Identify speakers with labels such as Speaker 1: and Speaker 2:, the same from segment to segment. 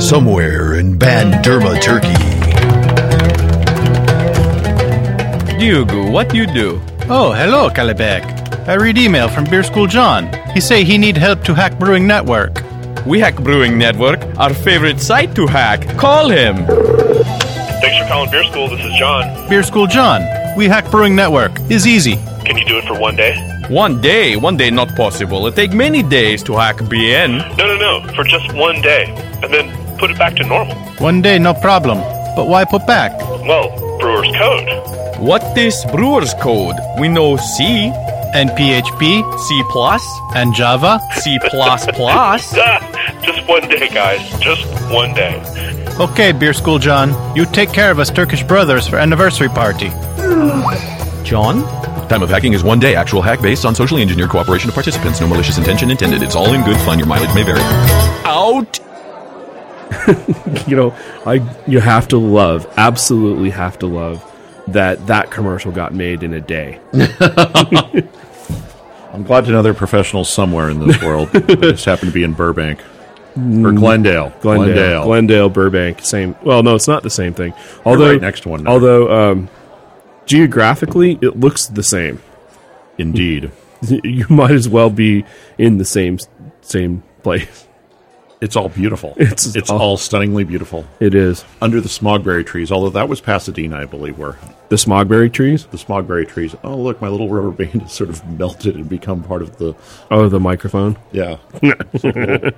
Speaker 1: somewhere in Banderma, Turkey.
Speaker 2: Diogo, what you do? Oh, hello, Kalibek. I read email from Beer School John. He say he need help to hack brewing network.
Speaker 3: We hack Brewing Network, our favorite site to hack. Call him.
Speaker 4: Thanks for calling Beer School. This is John.
Speaker 2: Beer School John, we hack brewing network. Is easy.
Speaker 4: Can you do it for one day?
Speaker 3: One day, one day not possible. It take many days to hack BN.
Speaker 4: No, no, no. For just one day. And then put it back to normal.
Speaker 2: One day, no problem. But why put back?
Speaker 4: Well, brewer's code.
Speaker 3: What is brewer's code? We know C,
Speaker 2: And PHP
Speaker 3: C++, plus,
Speaker 2: and Java?
Speaker 3: C++. plus plus.
Speaker 4: Ah, just one day, guys. Just one day.
Speaker 2: Okay, Beer School John, you take care of us Turkish brothers for anniversary party.
Speaker 3: John?
Speaker 1: Time of hacking is one day. Actual hack based on socially engineered cooperation of participants. No malicious intention intended. It's all in good fun. Your mileage may vary.
Speaker 3: Out!
Speaker 5: you know, I you have to love, absolutely have to love that that commercial got made in a day.
Speaker 6: I'm glad to know there are professionals somewhere in this world. I just happen to be in Burbank or Glendale.
Speaker 5: Mm. Glendale, Glendale, Burbank, same. Well, no, it's not the same thing. Although
Speaker 6: right next to one another.
Speaker 5: Although um, geographically, it looks the same.
Speaker 6: Indeed.
Speaker 5: You might as well be in the same same place.
Speaker 6: It's all beautiful.
Speaker 5: It's
Speaker 6: it's
Speaker 5: all-
Speaker 6: all, stunningly beautiful
Speaker 5: It is
Speaker 6: under the smogberry trees. Although that was Pasadena, I believe, where
Speaker 5: the smogberry trees.
Speaker 6: the smogberry trees. Oh, look, my little rubber band has sort of melted and become part of the
Speaker 5: Oh, the microphone.
Speaker 6: yeah.
Speaker 5: Hmm.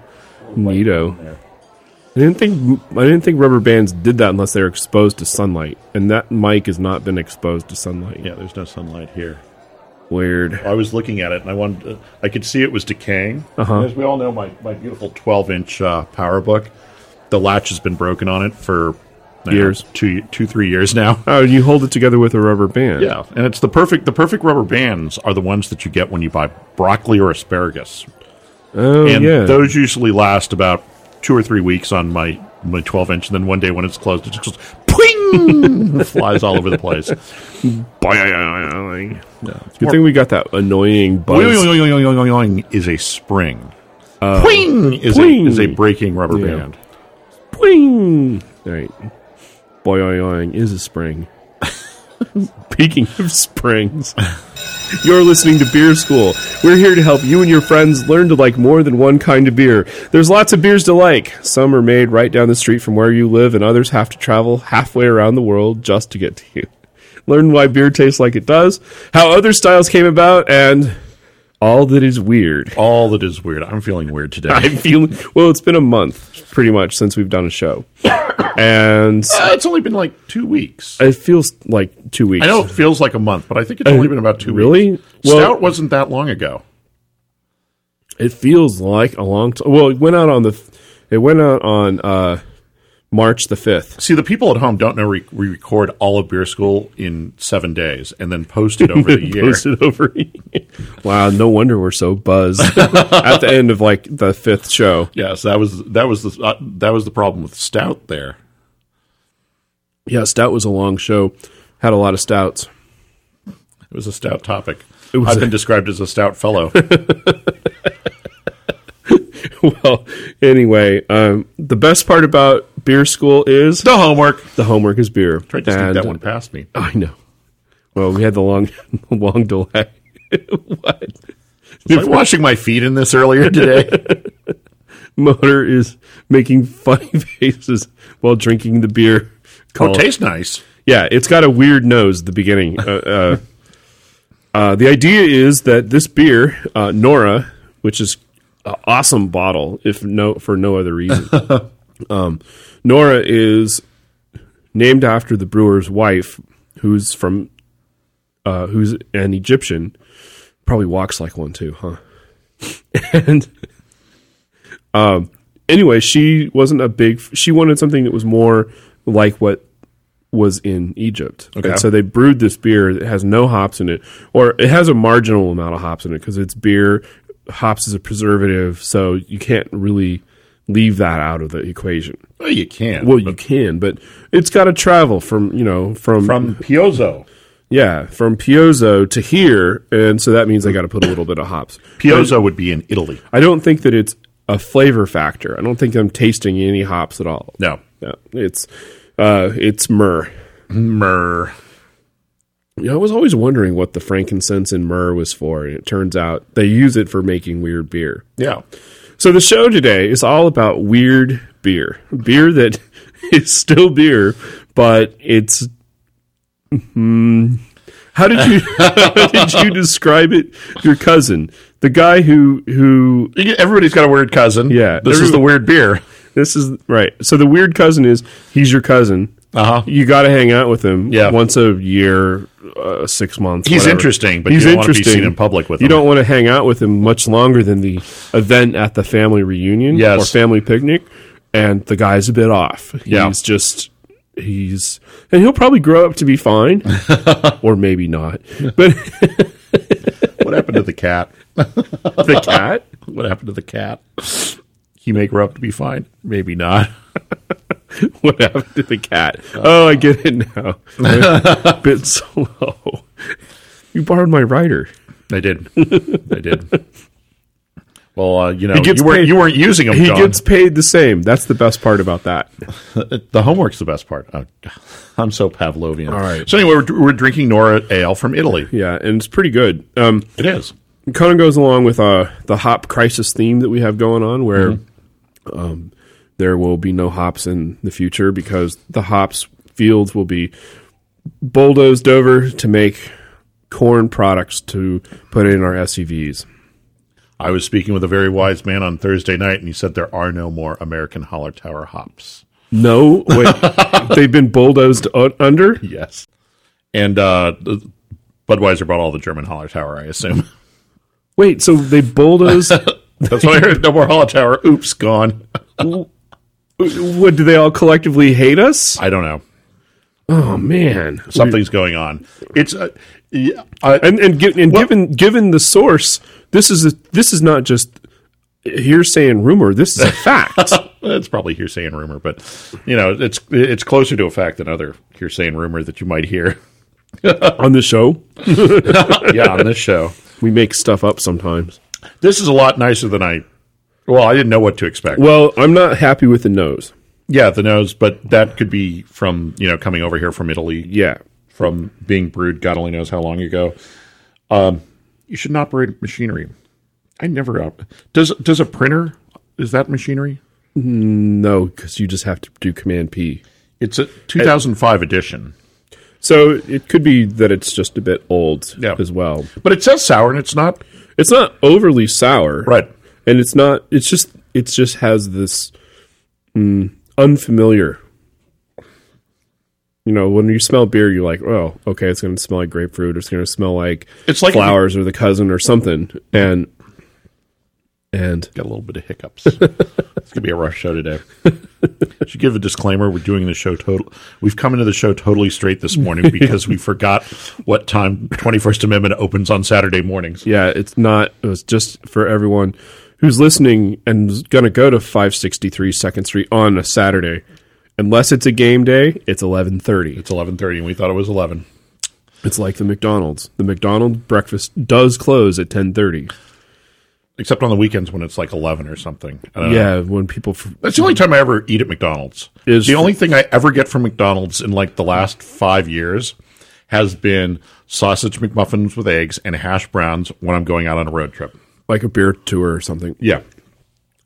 Speaker 5: Neato. I didn't think I didn't think rubber bands did that unless they were exposed to sunlight, and that mic has not been exposed to sunlight.
Speaker 6: Yeah, there's no sunlight here.
Speaker 5: Weird.
Speaker 6: I was looking at it and I wanted to, I could see it was decaying.
Speaker 5: Uh-huh.
Speaker 6: And As we all know, my, my beautiful 12 inch uh, power book, the latch has been broken on it for I don't know,
Speaker 5: Years.
Speaker 6: two two three years now.
Speaker 5: Oh, you hold it together with a rubber band.
Speaker 6: yeah, and it's the perfect the perfect rubber bands are the ones that you get when you buy broccoli or asparagus,
Speaker 5: Oh,
Speaker 6: and
Speaker 5: yeah.
Speaker 6: those usually last about two or three weeks on my my 12 inch, and then one day when it's closed, it just goes ping, flies all over the place. Boing.
Speaker 5: Good thing we got that annoying buzz.
Speaker 6: Boing is a spring. Pwing is
Speaker 5: Pwing.
Speaker 6: a is a breaking rubber
Speaker 5: Yeah.
Speaker 6: band.
Speaker 5: Boing. All right. Boing is a spring. Speaking of springs, you're listening to Beer School. We're here to help you and your friends learn to like more than one kind of beer. There's lots of beers to like. Some are made right down the street from where you live, and others have to travel halfway around the world just to get to you. Learn why beer tastes like it does, how other styles came about, and all that is weird.
Speaker 6: All that is weird. I'm feeling weird today.
Speaker 5: I'm feeling well. It's been a month, pretty much, since we've done a show, and
Speaker 6: Uh, it's only been like two weeks.
Speaker 5: it feels like two weeks.
Speaker 6: I know it feels like a month, but I think it's only been about two
Speaker 5: Uh, really?
Speaker 6: weeks.
Speaker 5: Well-
Speaker 6: Stout wasn't that long ago.
Speaker 5: It feels like a long time. Well, it went out on the. It went out on uh, March the fifth.
Speaker 6: See, the people at home don't know we we record all of Beer School in seven days and then post it over the year.
Speaker 5: Posted over. wow, no wonder we're so buzzed at the end of like the fifth show.
Speaker 6: Yes, that was that was the uh, that was the problem with Stout there.
Speaker 5: Yeah, stout was a long show. Had a lot of stouts.
Speaker 6: It was a stout topic.
Speaker 5: was
Speaker 6: I've
Speaker 5: a-
Speaker 6: been described as a stout fellow.
Speaker 5: well, anyway, um, the best part about beer school is
Speaker 6: no homework.
Speaker 5: the homework is beer.
Speaker 6: Tried to sneak
Speaker 5: And-
Speaker 6: that one past me.
Speaker 5: I know. Well, we had the long, long delay. what?
Speaker 6: Was I washing my feet in this earlier today?
Speaker 5: Motor is making funny faces while drinking the beer.
Speaker 6: oh, it
Speaker 5: called-
Speaker 6: tastes nice.
Speaker 5: yeah, it's got a weird nose at the beginning. Uh, uh, uh, the idea is that this beer, uh, Nora, which is an awesome bottle, if no for no other reason, um, Nora is named after the brewer's wife, who's from uh, who's an Egyptian. Probably walks like one too, huh? and um, anyway, she wasn't a big. She wanted something that was more like what was in Egypt.
Speaker 6: Okay.
Speaker 5: And so they brewed this beer that has no hops in it, or it has a marginal amount of hops in it because it's beer. Hops is a preservative, so you can't really leave that out of the equation.
Speaker 6: Well, you can.
Speaker 5: Well, you can, but it's got to travel from you know from
Speaker 6: from Piozo.
Speaker 5: yeah from Piozo to here, and so that means they got to put a little bit of hops.
Speaker 6: Piozo would be in Italy.
Speaker 5: I don't think that it's a flavor factor. I don't think I'm tasting any hops at all.
Speaker 6: No.
Speaker 5: No, it's uh, it's myrrh.
Speaker 6: Myrrh.
Speaker 5: You know, I was always wondering what the frankincense and myrrh was for, and it turns out they use it for making weird beer.
Speaker 6: Yeah.
Speaker 5: So the show today is all about weird beer, beer that is still beer, but it's. Hmm. how did you how did you describe it? Your cousin, the guy who who
Speaker 6: You get- Everybody's got a weird cousin.
Speaker 5: Yeah,
Speaker 6: This is the weird beer.
Speaker 5: This is right. So the weird cousin is he's your cousin.
Speaker 6: Uh-huh.
Speaker 5: You got to hang out with him.
Speaker 6: Yeah.
Speaker 5: Once a year, uh, six months.
Speaker 6: He's
Speaker 5: whatever.
Speaker 6: interesting, but you don't wanna be seen in public with
Speaker 5: you
Speaker 6: him.
Speaker 5: don't want to hang out with him much longer than the event at the family reunion
Speaker 6: Yes.
Speaker 5: or family picnic. And the guy's a bit off.
Speaker 6: Yeah.
Speaker 5: He's just he's and he'll probably grow up to be fine, or maybe not. But
Speaker 6: What happened to the cat?
Speaker 5: the cat.
Speaker 6: What happened to the cat? He may grow up to be fine. Maybe not.
Speaker 5: What happened to the cat? Oh, I get it now. A bit slow. You borrowed my writer.
Speaker 6: I did. I did. Well, uh, you know,
Speaker 5: gets
Speaker 6: you weren't,
Speaker 5: paid-
Speaker 6: you weren't using him.
Speaker 5: He
Speaker 6: John.
Speaker 5: gets paid the same. That's the best part about that.
Speaker 6: the homework's the best part. Oh, I'm so Pavlovian. All right. So anyway, we're, we're drinking Nora ale from Italy.
Speaker 5: Yeah, and it's pretty good. Um,
Speaker 6: It is.
Speaker 5: it kind of goes along with uh, the hop crisis theme that we have going on, where um, there will be no hops in the future because the hops fields will be bulldozed over to make corn products to put in our E SUVs.
Speaker 6: I was speaking with a very wise man on Thursday night, and he said there are no more American Holler Tower hops.
Speaker 5: No, wait, they've been bulldozed u- under.
Speaker 6: Yes. And uh, the- Budweiser bought all the German Holler Tower, I assume.
Speaker 5: Wait, so they bulldozed.
Speaker 6: That's why I heard no more Holler Tower. Oops, gone.
Speaker 5: what do they all collectively hate us?
Speaker 6: I don't know.
Speaker 5: Oh man,
Speaker 6: Something's going on. It's uh, yeah,
Speaker 5: and and, gi- and given given the source, this is a, this is not just hearsay and rumor. This is a fact.
Speaker 6: That's probably hearsay and rumor, but you know, it's it's closer to a fact than other hearsay and rumor that you might hear.
Speaker 5: On the show,
Speaker 6: yeah, on this show,
Speaker 5: we make stuff up sometimes.
Speaker 6: this is a lot nicer than I. Well, I didn't know what to expect.
Speaker 5: Well, I'm not happy with the nose.
Speaker 6: yeah, the nose, but that could be from you know coming over here from Italy,
Speaker 5: Yeah,
Speaker 6: from being brewed. God only knows how long ago. Um, you should not brew machinery. I never op- does does a printer is that machinery?
Speaker 5: no, because you just have to do Command P.
Speaker 6: It's a 2005 edition,
Speaker 5: So it could be that it's just a bit old
Speaker 6: Yeah.
Speaker 5: as well.
Speaker 6: but it says sour and it's not
Speaker 5: It's not overly sour,
Speaker 6: right.
Speaker 5: and it's not it's just it's just has this mm, unfamiliar you know when you smell beer you're like oh okay it's going to smell like grapefruit or it's going to smell like
Speaker 6: It's like-
Speaker 5: flowers or the cousin or something and and
Speaker 6: Got a little bit of hiccups. it's gonna be a rough show today. Should give a disclaimer: we're doing the show total. We've come into the show totally straight this morning because we forgot what time Twenty First Amendment opens on Saturday mornings.
Speaker 5: yeah it's not it was just for everyone who's listening and is going to go to 563 second street on a saturday unless it's a game day it's 1130
Speaker 6: It's eleven thirty, and we thought it was eleven.
Speaker 5: it's like the mcdonald's the mcdonald's breakfast does close at 1030
Speaker 6: Except on the weekends when it's like eleven or something. I don't know.
Speaker 5: Yeah, when people f-
Speaker 6: that's the only time I ever eat at McDonald's.
Speaker 5: Is-
Speaker 6: the only thing I ever get from McDonald's in like the last five years has been sausage McMuffins with eggs and hash browns when I'm going out on a road trip.
Speaker 5: like a beer tour or something.
Speaker 6: Yeah.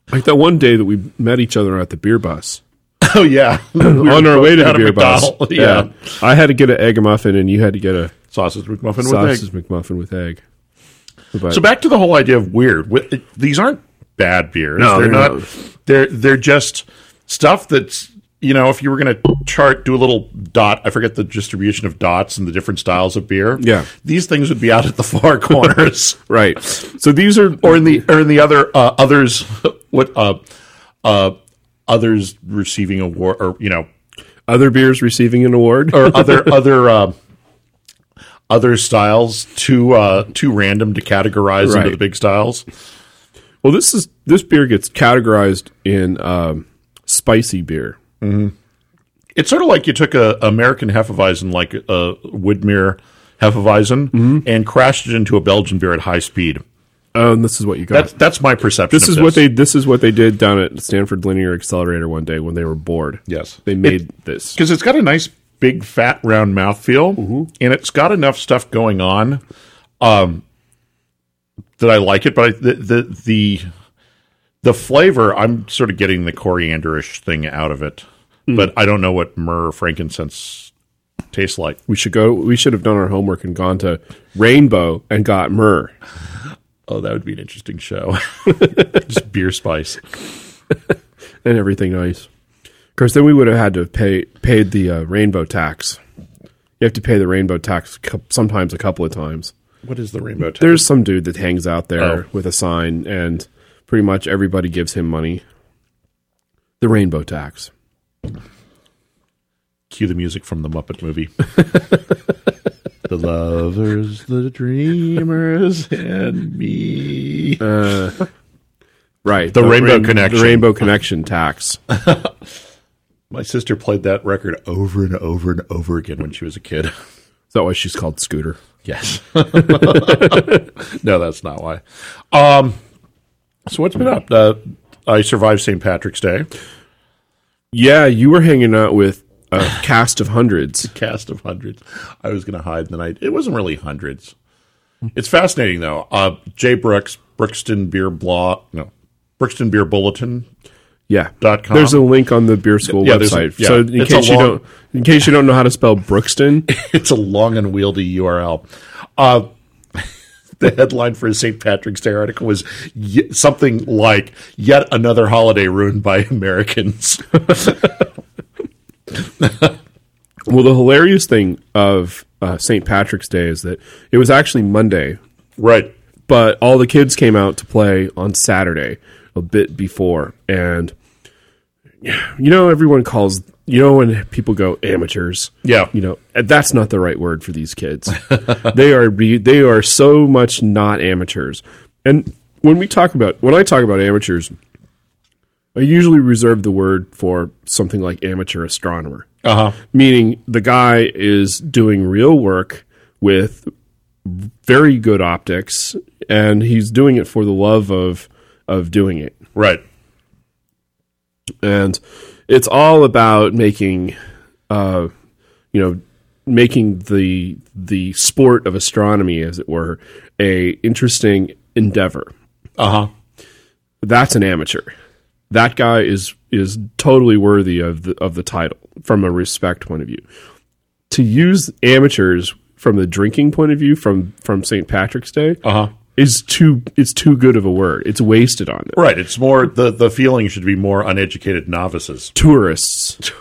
Speaker 5: Like that one day that we met each other at the beer bus
Speaker 6: Oh yeah.
Speaker 5: on our way to the
Speaker 6: out of
Speaker 5: beer bus.
Speaker 6: McDonald's, yeah.
Speaker 5: I had to get an egg muffin and you had to get a
Speaker 6: sausage McMuffin with egg.
Speaker 5: sausage McMuffin with egg. But-
Speaker 6: So back to the whole idea of weird. Wi- These aren't bad beers.
Speaker 5: No,
Speaker 6: they're,
Speaker 5: they're
Speaker 6: not.
Speaker 5: not.
Speaker 6: They're they're just stuff that's you know if you were going to chart do a little dot. I forget the distribution of dots and the different styles of beer.
Speaker 5: Yeah.
Speaker 6: these things would be out at the far corners
Speaker 5: right. So these are
Speaker 6: or in the or in the other uh, others what uh uh others receiving award or you know
Speaker 5: other beers receiving an award.
Speaker 6: or other other uh, other styles too uh, too random to categorize into
Speaker 5: Right.
Speaker 6: the big styles.
Speaker 5: well, this is this beer gets categorized in um, spicy beer.
Speaker 6: It's sort of like you took a American Hefeweizen, like uh,
Speaker 5: Mm-hmm.
Speaker 6: a Woodmere Hefeweizen, and crashed it into a Belgian beer at high speed.
Speaker 5: Oh, and this is what you got.
Speaker 6: That's that's my perception.
Speaker 5: this
Speaker 6: of
Speaker 5: is what they. This is what they did down at Stanford Linear Accelerator one day when they were bored.
Speaker 6: Yes.
Speaker 5: they
Speaker 6: It-
Speaker 5: made this.
Speaker 6: because it's got a nice big fat round mouthfeel and it's got enough stuff going on um that I like it but I, the, the the the flavor I'm sort of getting the corianderish thing out of it but I don't know what myrrh or frankincense tastes like
Speaker 5: We should go. We should have done our homework and gone to Rainbow and got Myrrh.
Speaker 6: oh that would be an interesting show just beer spice
Speaker 5: and everything nice. Of course, then we would have had to pay paid the uh, rainbow tax. You have to pay the rainbow tax cou- sometimes a couple of times.
Speaker 6: what is the rainbow taste?
Speaker 5: There's some dude that hangs out there
Speaker 6: Oh.
Speaker 5: with a sign, and pretty much everybody gives him money. The rainbow tax.
Speaker 6: cue the music from the Muppet movie the lovers the dreamers and me
Speaker 5: Uh, Right.
Speaker 6: The Rainbow Connection.
Speaker 5: The rainbow connection tax.
Speaker 6: My sister played that record over and over and over again when she was a kid.
Speaker 5: Is that why she's called Scooter?
Speaker 6: Yes. no, that's not why. Um, so what's been up? Uh, I survived St. Patrick's Day.
Speaker 5: Yeah, you were hanging out with a cast of hundreds.
Speaker 6: Cast of hundreds. I was going to hide the night. It wasn't really hundreds. It's fascinating though. Uh, Jay Brooks, Brixton Beer Blog, no, Brixton Beer Bulletin.
Speaker 5: Yeah.
Speaker 6: Dot com.
Speaker 5: There's a link on the beer school
Speaker 6: Yeah, there's a-
Speaker 5: website.
Speaker 6: yeah.
Speaker 5: So in
Speaker 6: It's a
Speaker 5: case you
Speaker 6: long-
Speaker 5: don't in case you don't know how to spell Brookston,
Speaker 6: It's a long and wieldy URL. Uh, the headline for his St. Patrick's Day article was y- something like "Yet another holiday ruined by Americans."
Speaker 5: Well, the hilarious thing of uh, St. Patrick's Day is that it was actually Monday,
Speaker 6: right.
Speaker 5: but all the kids came out to play on Saturday a bit before. And you know, everyone calls, you know, when people go amateurs.
Speaker 6: Yeah.
Speaker 5: You know, that's not the right word for these kids. they are be, they are so much not amateurs. And when we talk about when I talk about amateurs, I usually reserve the word for something like amateur astronomer
Speaker 6: Uh huh.
Speaker 5: meaning the guy is doing real work with very good optics and he's doing it for the love of of doing it
Speaker 6: Right.
Speaker 5: and it's all about making uh you know making the the sport of astronomy as it were a interesting endeavor
Speaker 6: Uh huh.
Speaker 5: that's an amateur that guy is is totally worthy of the of the title from a respect point of view to use amateurs from the drinking point of view from from St. Patrick's Day
Speaker 6: Uh huh.
Speaker 5: is too it's too good of a word. It's wasted on them.
Speaker 6: Right. It's more the the feeling should be more uneducated novices.
Speaker 5: Tourists.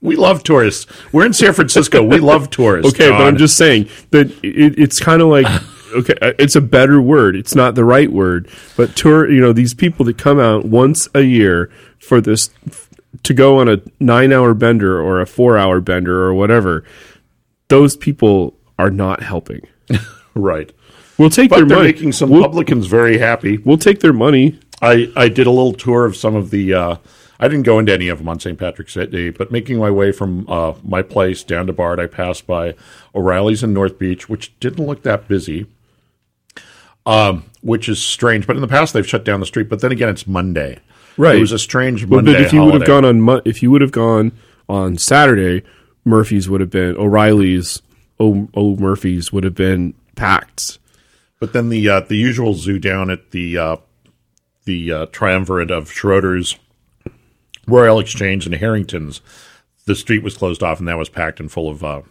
Speaker 6: We love tourists. We're in San Francisco. We love tourists.
Speaker 5: Okay, but I'm
Speaker 6: John.
Speaker 5: just saying that it, it's kind of like okay, uh, it's a better word. It's not the right word, but tour, you know, these people that come out once a year for this to go on a 9-hour bender or a 4-hour bender or whatever, those people are not helping.
Speaker 6: right.
Speaker 5: We'll take
Speaker 6: But
Speaker 5: their
Speaker 6: they're,
Speaker 5: money.
Speaker 6: making some
Speaker 5: we'll,
Speaker 6: publicans very happy.
Speaker 5: we'll take their money.
Speaker 6: I, I did a little tour of some of the. Uh, I didn't go into any of them on St. Patrick's Day, but making my way from uh, my place down to Bard, I passed by O'Reilly's in North Beach, which didn't look that busy, um, which is strange. But in the past, they've shut down the street. But then again, it's Monday.
Speaker 5: Right.
Speaker 6: It was a strange
Speaker 5: But-
Speaker 6: Monday.
Speaker 5: but if you would have
Speaker 6: holiday.
Speaker 5: gone on Mo- if you would have gone on Saturday, Murphy's would have been O'Reilly's. O, o Murphy's would have been packed.
Speaker 6: But then the uh, the usual zoo down at the uh, the uh, triumvirate of Schroeder's, Royal Exchange, and Harrington's, the street was closed off, and that was packed and full of uh,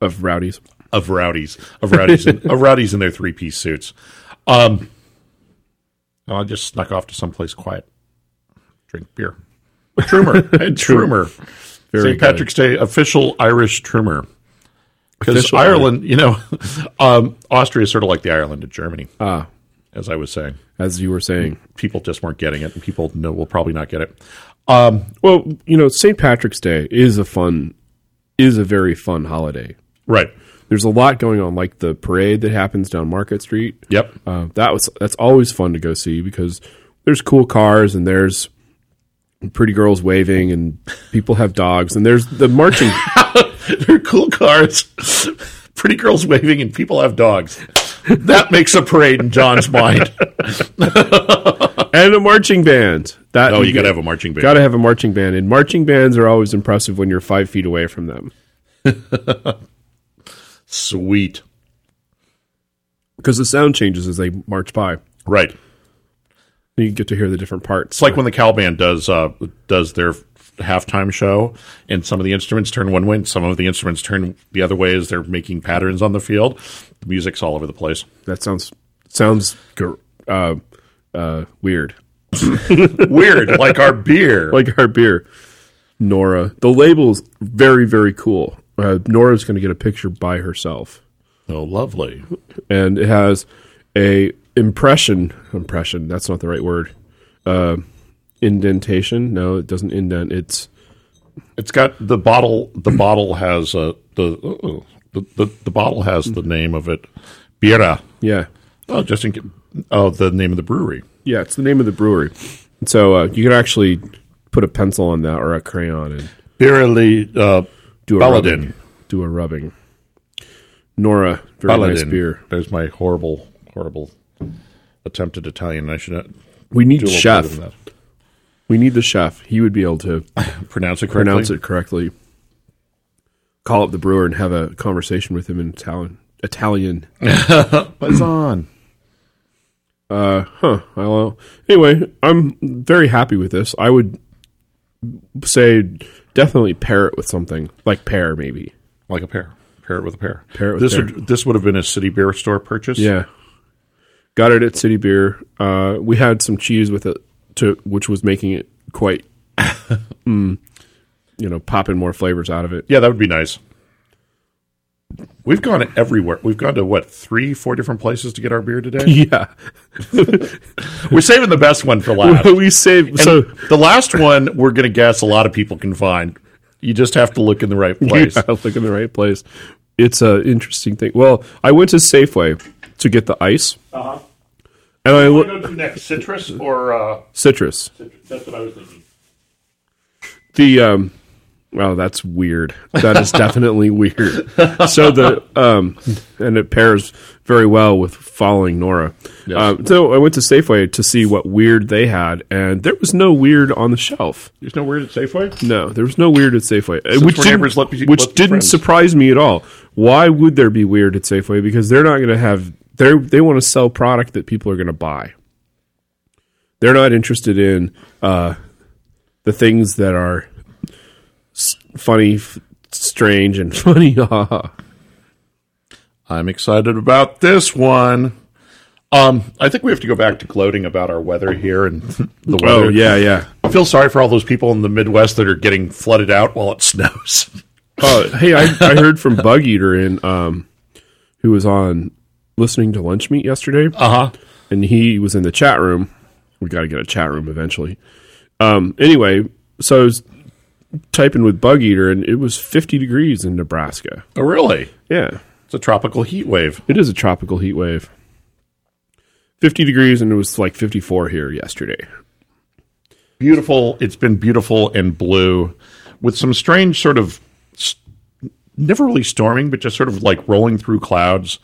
Speaker 5: of rowdies.
Speaker 6: of rowdies of rowdies in, of rowdies in their three piece suits. Um, and I just snuck off to someplace quiet, drink beer. Trumer, I had Trumer, St.
Speaker 5: good.
Speaker 6: Patrick's Day official Irish Trumer. Because
Speaker 5: Official
Speaker 6: Ireland, you know, um, Austria is sort of like the Ireland of Germany. Ah, as I was saying,
Speaker 5: As you were saying,
Speaker 6: people just weren't getting it, and people know will probably not get it.
Speaker 5: well, you know, St. Patrick's Day is a fun, is a very fun holiday.
Speaker 6: Right?
Speaker 5: There's a lot going on, like the parade that happens down Market Street.
Speaker 6: Yep.
Speaker 5: Uh, that was that's always fun to go see because there's cool cars and there's pretty girls waving and people have dogs and there's the marching.
Speaker 6: They're cool cars, pretty girls waving, and people have dogs. That makes a parade in John's mind.
Speaker 5: and a marching band. That
Speaker 6: Oh, you got to have a marching band.
Speaker 5: Got to have a marching band, and marching bands are always impressive when you're five feet away from them
Speaker 6: Sweet.
Speaker 5: because the sound changes as they march by.
Speaker 6: Right.
Speaker 5: You get to hear the different parts.
Speaker 6: It's like when the cow band does uh, does their halftime show, and some of the instruments turn one way, and some of the instruments turn the other way as they're making patterns on the field. The music's all over the place.
Speaker 5: that sounds sounds gr- uh, uh, weird.
Speaker 6: Weird, like our beer.
Speaker 5: Like our beer, Nora. The label's very very cool. Uh, Nora's going to get a picture by herself.
Speaker 6: oh, lovely.
Speaker 5: and it has a impression impression that's not the right word uh, indentation no it doesn't indent it's
Speaker 6: It's got the bottle. The bottle has uh, the, uh-oh. the the the bottle has the name of it. Biera.
Speaker 5: yeah
Speaker 6: Oh, just in ca- oh the name of the brewery.
Speaker 5: yeah it's the name of the brewery and so uh, you could actually put a pencil on that or a crayon and
Speaker 6: Birly uh,
Speaker 5: do a
Speaker 6: Paladin.
Speaker 5: rubbing do a rubbing nora very nice
Speaker 6: Paladin.
Speaker 5: beer
Speaker 6: There's my horrible, horrible attempt at Italian. I should uh,
Speaker 5: we need
Speaker 6: do a little better
Speaker 5: chef
Speaker 6: than
Speaker 5: we need the chef he would be able to
Speaker 6: that. Pronounce it correctly.
Speaker 5: pronounce it correctly call up the brewer and have a conversation with him in italian italian
Speaker 6: Bazan.
Speaker 5: Uh, Huh. Well, anyway, I'm very happy with this. I would say definitely pair it with something like pear, maybe.
Speaker 6: like a pear. Pair it with a pear.
Speaker 5: Pair it with
Speaker 6: this
Speaker 5: pear.
Speaker 6: would this would have been a city beer store purchase.
Speaker 5: Yeah. Got it at City Beer. Uh, we had some cheese with it, to which was making it quite, mm, you know, popping more flavors out of it.
Speaker 6: yeah, that would be nice. We've gone everywhere. We've gone to what three, four different places to get our beer today.
Speaker 5: Yeah.
Speaker 6: We're saving the best one for last.
Speaker 5: we saved.
Speaker 6: And
Speaker 5: So
Speaker 6: the last one we're going to guess a lot of people can find. You just have to look in the right place.
Speaker 5: Yeah, look in the right place. It's an interesting thing. Well, I went to Safeway to get the ice. Uh-huh. And I looked.
Speaker 4: Go to next, citrus or uh,
Speaker 5: citrus.
Speaker 4: that's what I was thinking.
Speaker 5: The um wow, that's weird. That is definitely weird. So the um and it pairs very well with following Nora. Um, so I went to Safeway to see what weird they had, and there was no weird on the shelf.
Speaker 6: There's no weird at Safeway.
Speaker 5: No, there was no weird at Safeway, uh, which didn't,
Speaker 6: we're neighbors, let me-
Speaker 5: which
Speaker 6: let's be
Speaker 5: didn't
Speaker 6: friends.
Speaker 5: surprise me at all. Why would there be weird at Safeway? Because they're not going to have they they want to sell product that people are going to buy. They're not interested in uh, the things that are s- funny, f- strange, and funny. Ha, ha, ha.
Speaker 6: I'm excited about this one. Um, I think we have to go back to gloating about our weather here and the weather.
Speaker 5: oh yeah, yeah.
Speaker 6: I feel sorry for all those people in the Midwest that are getting flooded out while it snows.
Speaker 5: Oh, hey, I, I heard from Bug Eater in um, who was on listening to Lunch Meat yesterday.
Speaker 6: Uh huh.
Speaker 5: and he was in the chat room. We got to get a chat room eventually. Um, anyway, so I was typing with Bug Eater, and it was 50 degrees in Nebraska.
Speaker 6: Oh, really?
Speaker 5: Yeah,
Speaker 6: It's a tropical heat wave.
Speaker 5: it is a tropical heat wave. 50 degrees, and it was like 54 here yesterday.
Speaker 6: Beautiful. It's been beautiful and blue with some strange sort of s- never really storming, but just sort of like rolling through clouds.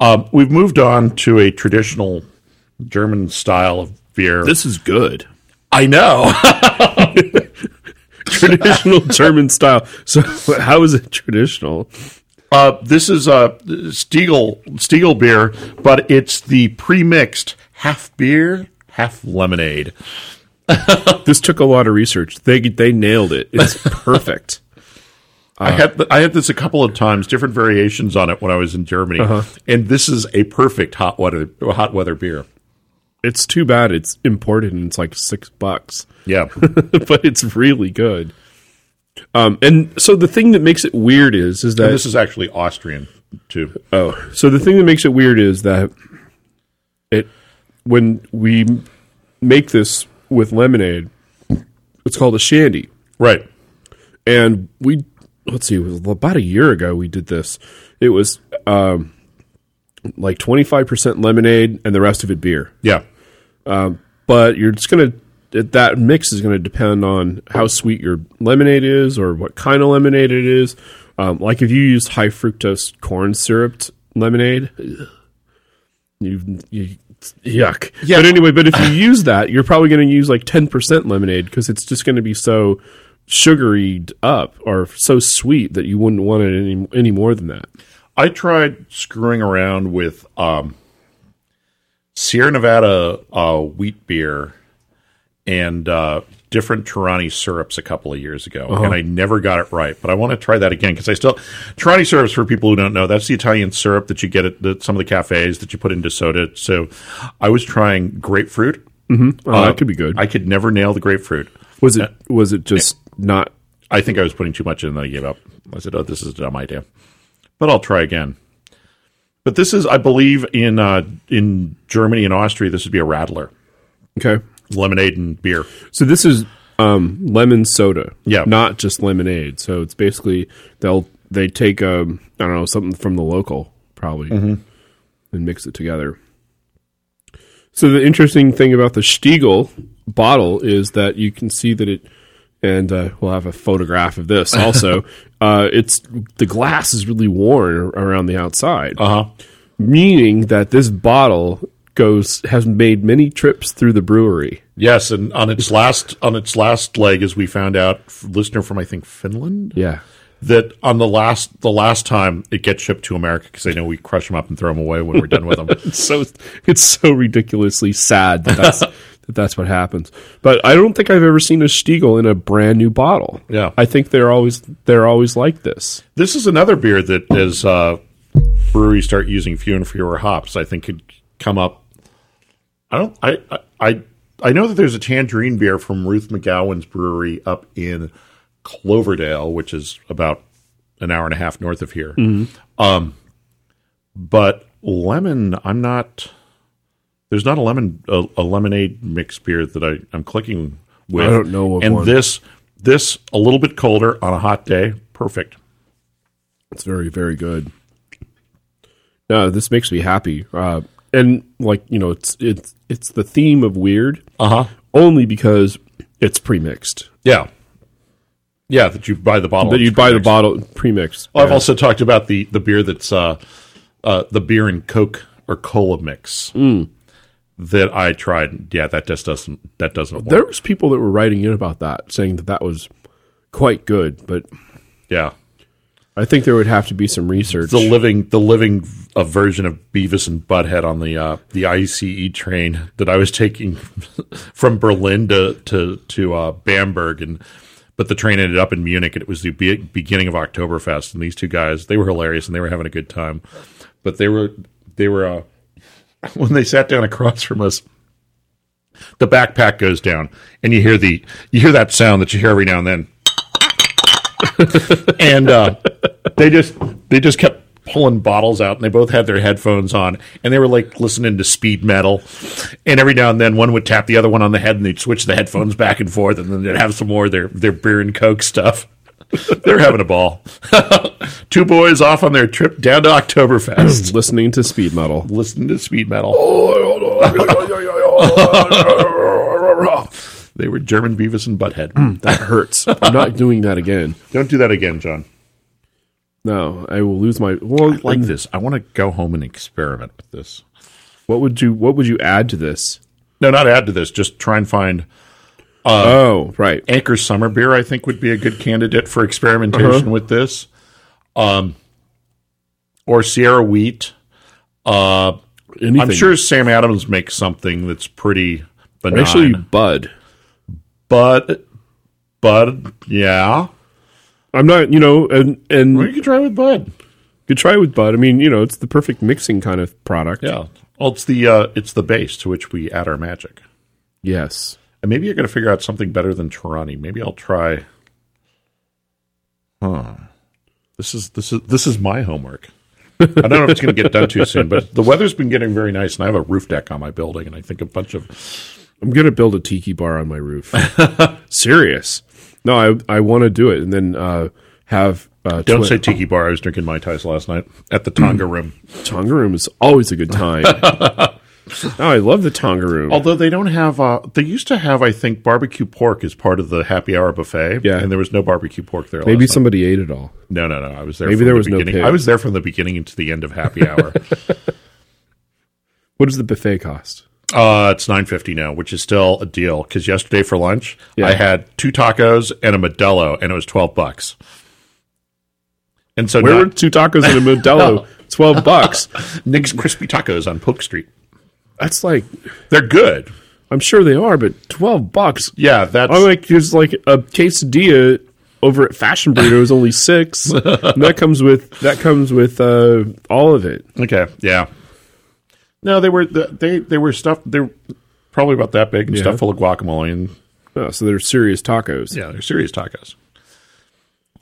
Speaker 6: Um, we've moved on to a traditional German style of beer.
Speaker 5: is good.
Speaker 6: I know.
Speaker 5: Traditional German style. So, how is it traditional?
Speaker 6: Uh, this is a Stiegel Stiegel beer, but it's the pre-mixed half beer, half lemonade.
Speaker 5: This took a lot of research. They they nailed it. It's perfect.
Speaker 6: I had th- I had this a couple of times, different variations on it when I was in Germany, and this is a perfect hot weather hot weather beer.
Speaker 5: it's too bad it's imported and it's like six bucks.
Speaker 6: Yeah,
Speaker 5: but it's really good. Um, and so the thing that makes it weird is is that
Speaker 6: this is actually Austrian too.
Speaker 5: oh, so the thing that makes it weird is that it when we m- make this with lemonade, it's called a shandy,
Speaker 6: right.
Speaker 5: and we let's see, it was about a year ago we did this. It was um, like twenty five percent lemonade and the rest of it beer.
Speaker 6: Yeah.
Speaker 5: but you're just gonna that- that mix is gonna depend on how sweet your lemonade is or what kind of lemonade it is. Um, like if you used high fructose corn syrup lemonade, ugh, you, you yuck. But anyway, but if you use that, you're probably going to use like 10% lemonade because it's just going to be so sugary up or so sweet that you wouldn't want it any, any more than that.
Speaker 6: I tried screwing around with um, Sierra Nevada uh, wheat beer and uh, different Tarani syrups a couple of years ago, and I never got it right. But I want to try that again because I still Tarani syrups for people who don't know that's the Italian syrup that you get at the, some of the cafes that you put into soda. So I was trying grapefruit.
Speaker 5: Oh, that could be good.
Speaker 6: I could never nail the grapefruit.
Speaker 5: was it was it just not
Speaker 6: I think I was putting too much in, and then I gave up. I said, "Oh, this is a dumb idea," but I'll try again. But this is, I believe, in uh, in Germany and Austria, this would be a rattler,
Speaker 5: okay?
Speaker 6: lemonade and beer.
Speaker 5: So this is um, lemon soda,
Speaker 6: Yeah.
Speaker 5: not just lemonade. So it's basically they'll they take um, I don't know something from the local probably and mix it together. So the interesting thing about the Stiegel bottle is that you can see that it, and uh, we'll have a photograph of this also. uh, it's the glass is really worn ar- around the outside,
Speaker 6: Uh huh.
Speaker 5: meaning that this bottle goes has made many trips through the brewery.
Speaker 6: Yes, and on its last on its last leg, as we found out, f- listener from I think Finland,
Speaker 5: Yeah.
Speaker 6: that on the last the last time it gets shipped to America because they know we crush them up and throw them away when we're done with them.
Speaker 5: so it's so ridiculously sad that that's, that that's what happens. But I don't think I've ever seen a Stiegel in a brand new bottle.
Speaker 6: Yeah.
Speaker 5: I think they're always they're always like this.
Speaker 6: This is another beer that, as uh, breweries start using fewer and fewer hops, I think could come up. I don't. I I- I I know that there's a tangerine beer from Ruth McGowan's brewery up in Cloverdale, which is about an hour and a half north of here.
Speaker 5: Mm-hmm.
Speaker 6: Um, but lemon, I'm not. There's not a lemon a, a lemonade mixed beer that I I'm clicking with.
Speaker 5: I don't know of
Speaker 6: and
Speaker 5: one.
Speaker 6: this this a little bit colder on a hot day, perfect.
Speaker 5: It's very very good. No, this makes me happy. Uh, and like you know, it's it's it's the theme of weird
Speaker 6: Uh huh.
Speaker 5: only because it's pre-mixed.
Speaker 6: Yeah. Yeah, that you buy the bottle.
Speaker 5: That you buy the bottle pre-mixed.
Speaker 6: Well, I've also talked about the the beer that's uh, uh, the beer and Coke or cola mix that I tried. Yeah, that just doesn't that doesn't work.
Speaker 5: there was people that were writing in about that, saying that that was quite good, but
Speaker 6: yeah,
Speaker 5: I think there would have to be some research.
Speaker 6: the living the living a version of Beavis and Butthead on the uh, the ICE train that I was taking from Berlin to to to uh, Bamberg and. But the train ended up in Munich, and it was the be- beginning of Oktoberfest. And these two guys, they were hilarious, and they were having a good time. But they were, they were, uh, when they sat down across from us, the backpack goes down, and you hear the, you hear that sound that you hear every now and then and uh, they just they just kept pulling bottles out and they both had their headphones on and they were like listening to speed metal and every now and then one would tap the other one on the head and they'd switch the headphones back and forth and then they'd have some more of their their beer and coke stuff they're having a ball two boys off on their trip down to oktoberfest
Speaker 5: listening to speed metal.
Speaker 6: listening to speed metal Oh, they were german beavis and butthead
Speaker 5: That hurts. I'm not doing that again.
Speaker 6: Hmm. don't do that again john
Speaker 5: No, I will lose my. Well,
Speaker 6: like this i want to go home and experiment with this
Speaker 5: what would you What would you add to this?
Speaker 6: No, not add to this. Just try and find Uh,
Speaker 5: oh, right.
Speaker 6: Anchor Summer Beer. I think would be a good candidate for experimentation with this, um, or Sierra Wheat. Uh,
Speaker 5: Anything.
Speaker 6: I'm sure Sam Adams makes something that's pretty benign.
Speaker 5: Actually, Bud.
Speaker 6: but Bud, yeah,
Speaker 5: I'm not. You know, and
Speaker 6: Well,
Speaker 5: and
Speaker 6: you could try with Bud.
Speaker 5: could try with Bud. I mean, you know, it's the perfect mixing kind of product.
Speaker 6: Yeah, well, it's the uh, it's the base to which we add our magic.
Speaker 5: Yes.
Speaker 6: And maybe you're going to figure out something better than Tarani. Maybe I'll try. Huh. This is this is this is my homework. I don't know if it's going to get done too soon, but the weather's been getting very nice, and I have a roof deck on my building, and I think a bunch of
Speaker 5: I'm gonna build a tiki bar on my roof. Serious. No, I I want to do it, and then uh, have. Uh,
Speaker 6: don't
Speaker 5: twin-
Speaker 6: say tiki bar. I was drinking mai tais last night at the Tonga Room.
Speaker 5: Tonga room is always a good time. oh, I love the Tonga room.
Speaker 6: Although they don't have, uh, they used to have, I think, barbecue pork as part of the happy hour buffet.
Speaker 5: Yeah.
Speaker 6: and there was no barbecue pork there.
Speaker 5: Maybe
Speaker 6: last night.
Speaker 5: somebody ate it all.
Speaker 6: No, no, no. I was there.
Speaker 5: Maybe
Speaker 6: from
Speaker 5: there
Speaker 6: the
Speaker 5: was no
Speaker 6: beginning.
Speaker 5: pig.
Speaker 6: I was there from the beginning to the end of happy hour.
Speaker 5: What does the buffet cost?
Speaker 6: Uh, it's nine fifty now, which is still a deal. Because yesterday for lunch,
Speaker 5: Yeah.
Speaker 6: I had two tacos and a Modelo, and it was twelve bucks. And so
Speaker 5: Where
Speaker 6: not-
Speaker 5: were two tacos and a Modelo? Twelve bucks.
Speaker 6: Nick's crispy tacos on Polk Street.
Speaker 5: That's like
Speaker 6: They're good.
Speaker 5: I'm sure they are, but twelve bucks.
Speaker 6: Yeah, that's
Speaker 5: I like there's like a quesadilla over at Fashion Burrito is only six. and that comes with that comes with uh, all of it.
Speaker 6: okay. Yeah. No, they were they they were stuffed. They're probably about that big and
Speaker 5: Yeah.
Speaker 6: stuffed full of guacamole and
Speaker 5: Oh, so they're serious tacos.
Speaker 6: yeah, they're serious tacos.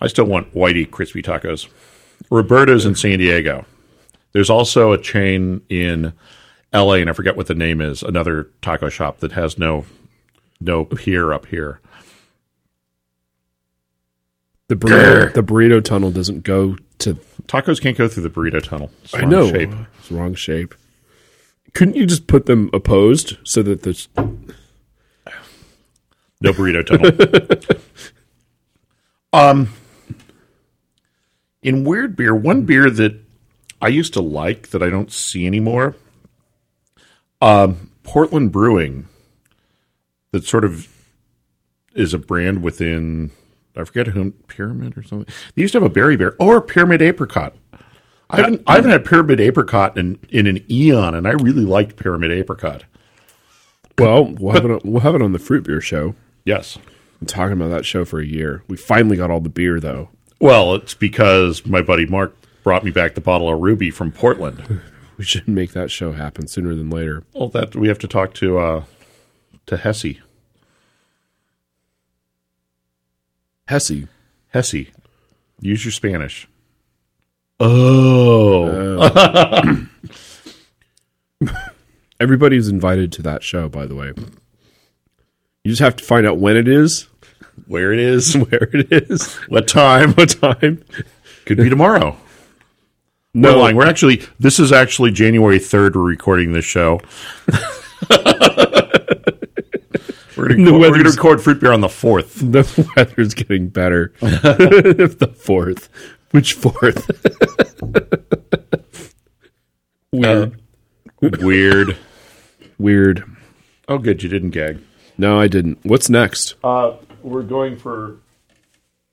Speaker 6: I still want whitey crispy tacos. Roberta's in San Diego. There's also a chain in L.A. and I forget what the name is. Another taco shop that has no no pier up here.
Speaker 5: The burrito, the burrito tunnel doesn't go to.
Speaker 6: Tacos can't go through the burrito tunnel. It's the
Speaker 5: I
Speaker 6: wrong
Speaker 5: know
Speaker 6: shape.
Speaker 5: it's the wrong shape. Couldn't you just put them opposed so that the
Speaker 6: No burrito tunnel. um, in weird beer, one beer that I used to like that I don't see anymore. Um, Portland Brewing. That sort of is a brand within I forget whom Pyramid or something. They used to have a berry beer or Pyramid Apricot. I haven't I haven't had Pyramid Apricot in, in an eon, and I really liked Pyramid Apricot.
Speaker 5: well we'll have it on, we'll have it on the fruit beer show.
Speaker 6: Yes.
Speaker 5: Been talking about that show for a year. We finally got all the beer though.
Speaker 6: Well, it's because my buddy Mark brought me back the bottle of Ruby from Portland.
Speaker 5: We should make that show happen sooner than later.
Speaker 6: well, that we have to talk to uh, to Hesse.
Speaker 5: Hesse.
Speaker 6: Hesse, use your Spanish. Oh,
Speaker 5: Everybody's invited to that show, by the way. You just have to find out when it is,
Speaker 6: where it is?
Speaker 5: where it is,
Speaker 6: What time?
Speaker 5: what time.
Speaker 6: Could be tomorrow.
Speaker 5: No,
Speaker 6: We're lying. We're actually. This is actually January third. We're recording this show. we're going
Speaker 5: The
Speaker 6: to
Speaker 5: weather's-
Speaker 6: record fruit beer on the fourth.
Speaker 5: the weather's getting better. the fourth. Which fourth? weird.
Speaker 6: Weird.
Speaker 5: weird.
Speaker 6: Oh, good. You didn't gag.
Speaker 5: No, I didn't. What's next?
Speaker 6: Uh, we're going for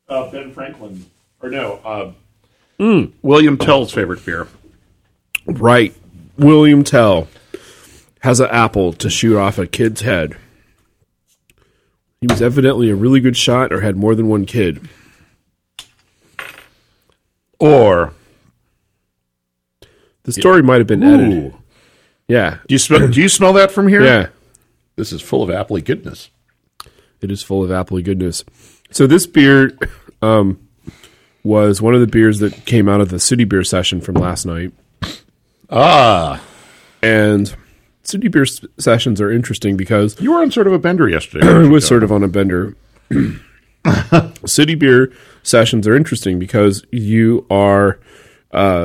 Speaker 6: uh, Ben Franklin, or no, uh, William Tell's favorite beer.
Speaker 5: right. William Tell has an apple to shoot off a kid's head. He was evidently a really good shot or had more than one kid.
Speaker 6: Or
Speaker 5: The story might have been edited.
Speaker 6: do
Speaker 5: Yeah.
Speaker 6: you smell? do you smell that from here?
Speaker 5: Yeah.
Speaker 6: this is full of appley goodness.
Speaker 5: It is full of appley goodness. So this beer um, was one of the beers that came out of the city beer session from last night.
Speaker 6: Ah,
Speaker 5: And city beer s- sessions are interesting because
Speaker 6: you were on sort of a bender yesterday.
Speaker 5: I
Speaker 6: weren't you,
Speaker 5: was
Speaker 6: John?
Speaker 5: sort of on a bender. city beer sessions are interesting because you are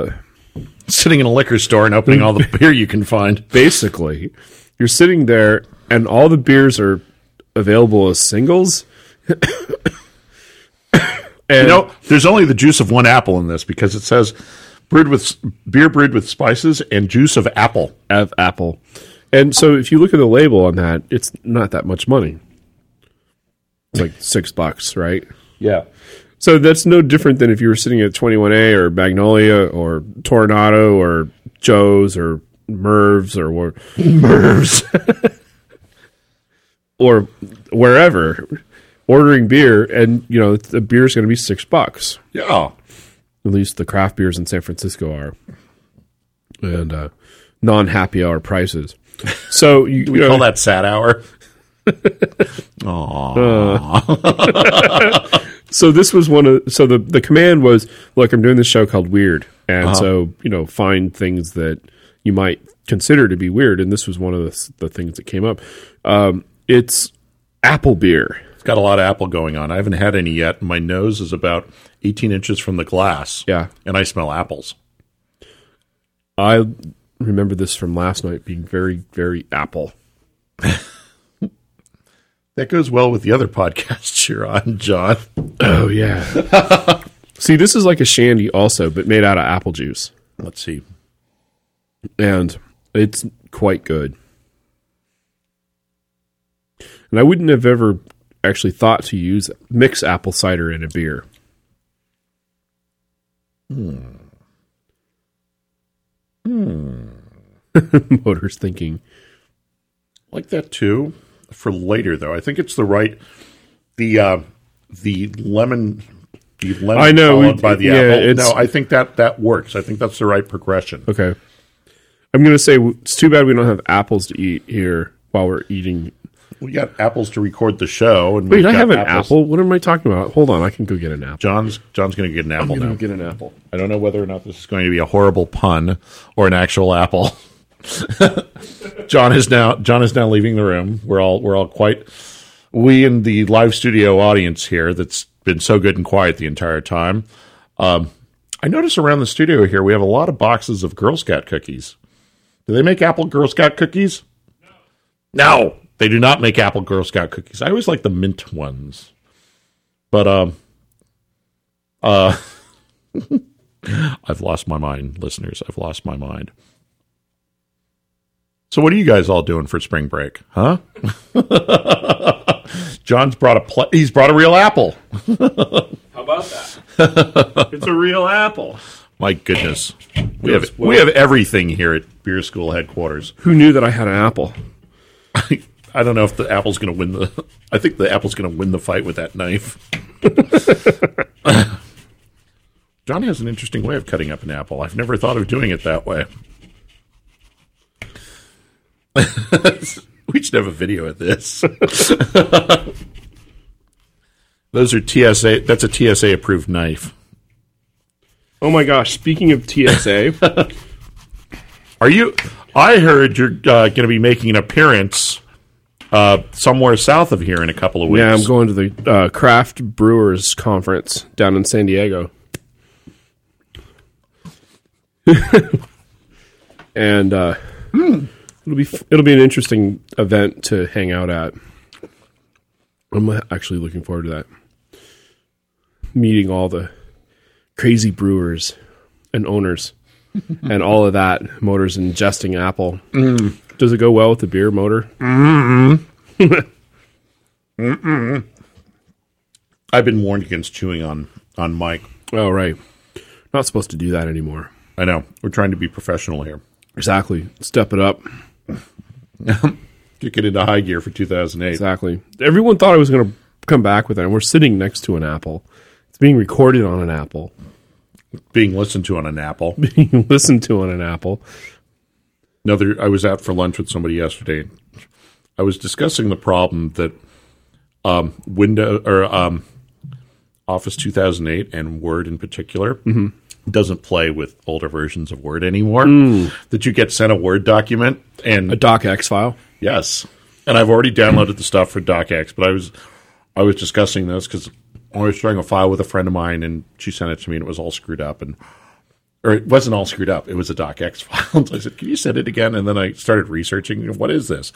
Speaker 6: sitting in a liquor store and opening all the beer you can find.
Speaker 5: basically you're sitting there and all the beers are available as singles. and
Speaker 6: You know, there's only the juice of one apple in this because it says brewed with s- beer brewed with spices and juice of apple.
Speaker 5: of Apple. And so if you look at the label on that, it's not that much money. It's like six bucks, right?
Speaker 6: Yeah.
Speaker 5: So that's no different than if you were sitting at 21A or Magnolia or Tornado or Joe's or Merv's or where- Merv's or wherever ordering beer and you know the beer's going to be 6 bucks.
Speaker 6: Yeah.
Speaker 5: At least the craft beers in San Francisco are. And uh non happy hour prices. So you,
Speaker 6: We
Speaker 5: you know,
Speaker 6: call that sad hour.
Speaker 5: so this was one of so the the command was look i'm doing this show called weird and
Speaker 6: Uh-huh.
Speaker 5: so you know find things that you might consider to be weird and this was one of the, s- the things that came up um, it's apple beer
Speaker 6: It's got a lot of apple going on. I haven't had any yet. My nose is about 18 inches from the glass.
Speaker 5: Yeah.
Speaker 6: And I smell apples.
Speaker 5: i remember this from last night being very very apple
Speaker 6: That goes well with the other podcasts you're on, John.
Speaker 5: oh yeah see this is like a shandy also but made out of apple juice
Speaker 6: Let's see.
Speaker 5: and It's quite good. And I wouldn't have ever actually thought to use mix apple cider in a beer. Hmm. Hmm. Motor's thinking.
Speaker 6: like that too for later though. I think it's the right the uh the lemon the lemon
Speaker 5: I know,
Speaker 6: followed
Speaker 5: we-
Speaker 6: by the
Speaker 5: yeah,
Speaker 6: apple.
Speaker 5: it's-
Speaker 6: No, I think that that works. I think that's the right progression.
Speaker 5: Okay. I'm going to say it's too bad we don't have apples to eat here while we're eating.
Speaker 6: We got apples to record the show and
Speaker 5: Wait,
Speaker 6: we've
Speaker 5: I
Speaker 6: got
Speaker 5: have an
Speaker 6: apples-
Speaker 5: apple. What am I talking about? Hold on, I can go get an apple.
Speaker 6: John's John's going to get an apple now.
Speaker 5: get an apple.
Speaker 6: I don't know whether or not this is going to be a horrible pun or an actual apple. John is now John is now leaving the room. We're all we're all quite we in the live studio audience here that's been so good and quiet the entire time. Um, I notice around the studio here we have a lot of boxes of Girl Scout cookies. Do they make apple Girl Scout cookies? No. No, they do not make apple Girl Scout cookies. I always like the mint ones. But um uh I've lost my mind, listeners. I've lost my mind. So, what are you guys all doing for spring break, huh? John's brought a pl- he's brought a real apple.
Speaker 7: How about that? it's a real apple.
Speaker 6: My goodness, we have we have everything here at Beer School headquarters.
Speaker 5: Who knew that I had an apple?
Speaker 6: I don't know if the apple's going to win the. I think the apple's going to win the fight with that knife. John has an interesting way of cutting up an apple. I've never thought of doing it that way. we should have a video of this. Those are TSA. That's a TSA approved knife.
Speaker 5: Oh my gosh! Speaking of TSA,
Speaker 6: Are you? I heard you're uh, going to be making an appearance uh, somewhere south of here in a couple of weeks.
Speaker 5: yeah, I'm going to the uh, Craft Brewers Conference down in San Diego, and uh, it'll be f- it'll be an interesting event to hang out at. I'm actually looking forward to that. Meeting all the crazy brewers and owners and all of that. Motors ingesting apple. Does it go well with the beer motor?
Speaker 6: I've been warned against chewing on on Mike.
Speaker 5: Oh, right. Not supposed to do that anymore.
Speaker 6: I know we're trying to be professional here.
Speaker 5: Exactly. Step it up.
Speaker 6: Kick it into high gear for 2008.
Speaker 5: Exactly. Everyone thought I was going to come back with it. And we're sitting next to an apple. It's being recorded on an apple,
Speaker 6: Being listened to on an apple.
Speaker 5: being listened to on an apple.
Speaker 6: Another. I was out for lunch with somebody yesterday. I was discussing the problem that um, window or um, Office 2008 and Word in particular doesn't play with older versions of Word anymore. That you get sent a Word document and
Speaker 5: A DocX file.
Speaker 6: Yes, and I've already downloaded the stuff for DocX, but I was I was discussing this because I was sharing a file with a friend of mine, and she sent it to me, and it was all screwed up, and or it wasn't all screwed up. It was a DocX file. so I said, "Can you send it again?" And then I started researching. What is this?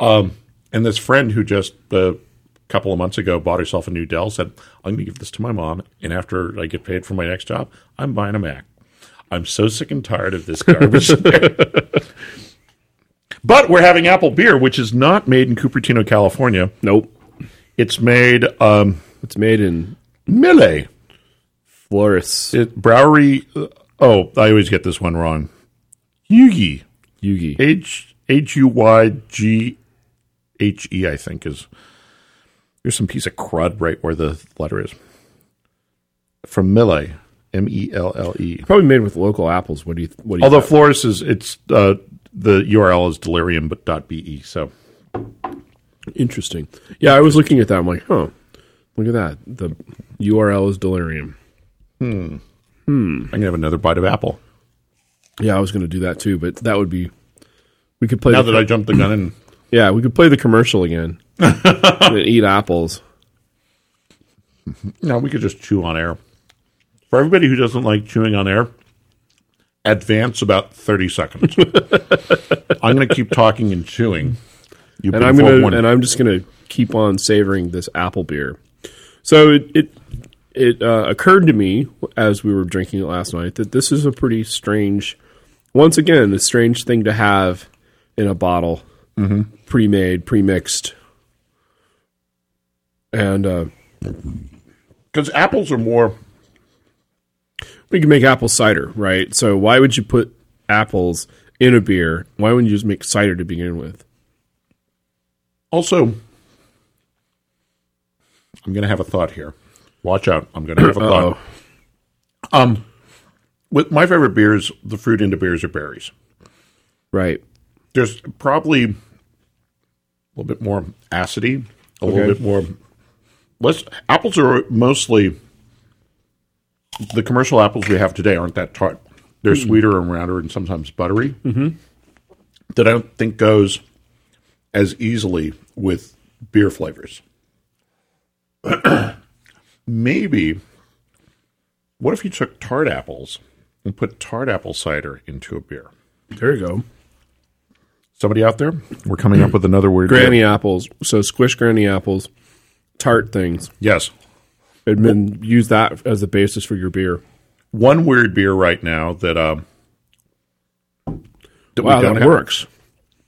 Speaker 6: Um, and this friend who just uh, a couple of months ago bought herself a new Dell said, "I'm going to give this to my mom, and after I get paid for my next job, I'm buying a Mac." I'm so sick and tired of this garbage. But we're having apple beer, which is not made in Cupertino, California.
Speaker 5: Nope.
Speaker 6: It's made um,
Speaker 5: It's made in
Speaker 6: Mille
Speaker 5: Flores,
Speaker 6: it, Brewery. Oh, I always get this one wrong. Yugi
Speaker 5: Yugi.
Speaker 6: H H U Y G H E. I think is there's some piece of crud right where the letter is from Mille M E L L E.
Speaker 5: Probably made with local apples. What do you? What do you?
Speaker 6: Although Flores is it's uh, the URL is delirium but dot be so.
Speaker 5: interesting. Yeah, I was looking at that. I'm like, huh. Look at that. The URL is delirium.
Speaker 6: I'm gonna have another bite of apple
Speaker 5: Yeah, I was going to do that too, but that would be. We could play
Speaker 6: now
Speaker 5: the-
Speaker 6: that I jumped the gun and.
Speaker 5: Yeah, we could play the commercial again and eat apples.
Speaker 6: No, we could just chew on air. For everybody who doesn't like chewing on air, advance about 30 seconds. I'm going to keep talking and chewing. You've
Speaker 5: And I'm gonna and I'm just gonna keep on savoring this apple beer. So it it, it uh, occurred to me as we were drinking it last night that this is a pretty strange once again, a strange thing to have in a bottle, Mm-hmm. pre-made, pre-mixed, and uh,
Speaker 6: Because apples are more.
Speaker 5: we can make apple cider, right? So why would you put apples in a beer? Why wouldn't you just make cider to begin with?
Speaker 6: Also, I'm going to have a thought here. Watch out. I'm going to have a thought. Um, with my favorite beers, the fruit into beers are berries.
Speaker 5: Right.
Speaker 6: There's probably a little bit more acidity, a little
Speaker 5: Okay.
Speaker 6: bit more. Less apples are mostly the commercial apples we have today aren't that tart. They're sweeter and rounder and sometimes buttery. Mm-hmm. That I don't think goes as easily with beer flavors. Maybe. What if you took tart apples and put tart apple cider into a beer?
Speaker 5: There you go.
Speaker 6: Somebody out there? We're coming up with another word.
Speaker 5: Granny apples. So squish granny apples, tart things,
Speaker 6: Yes.
Speaker 5: and then use that as the basis for your beer.
Speaker 6: One weird beer right now that um that
Speaker 5: Wow, that
Speaker 6: have-
Speaker 5: works.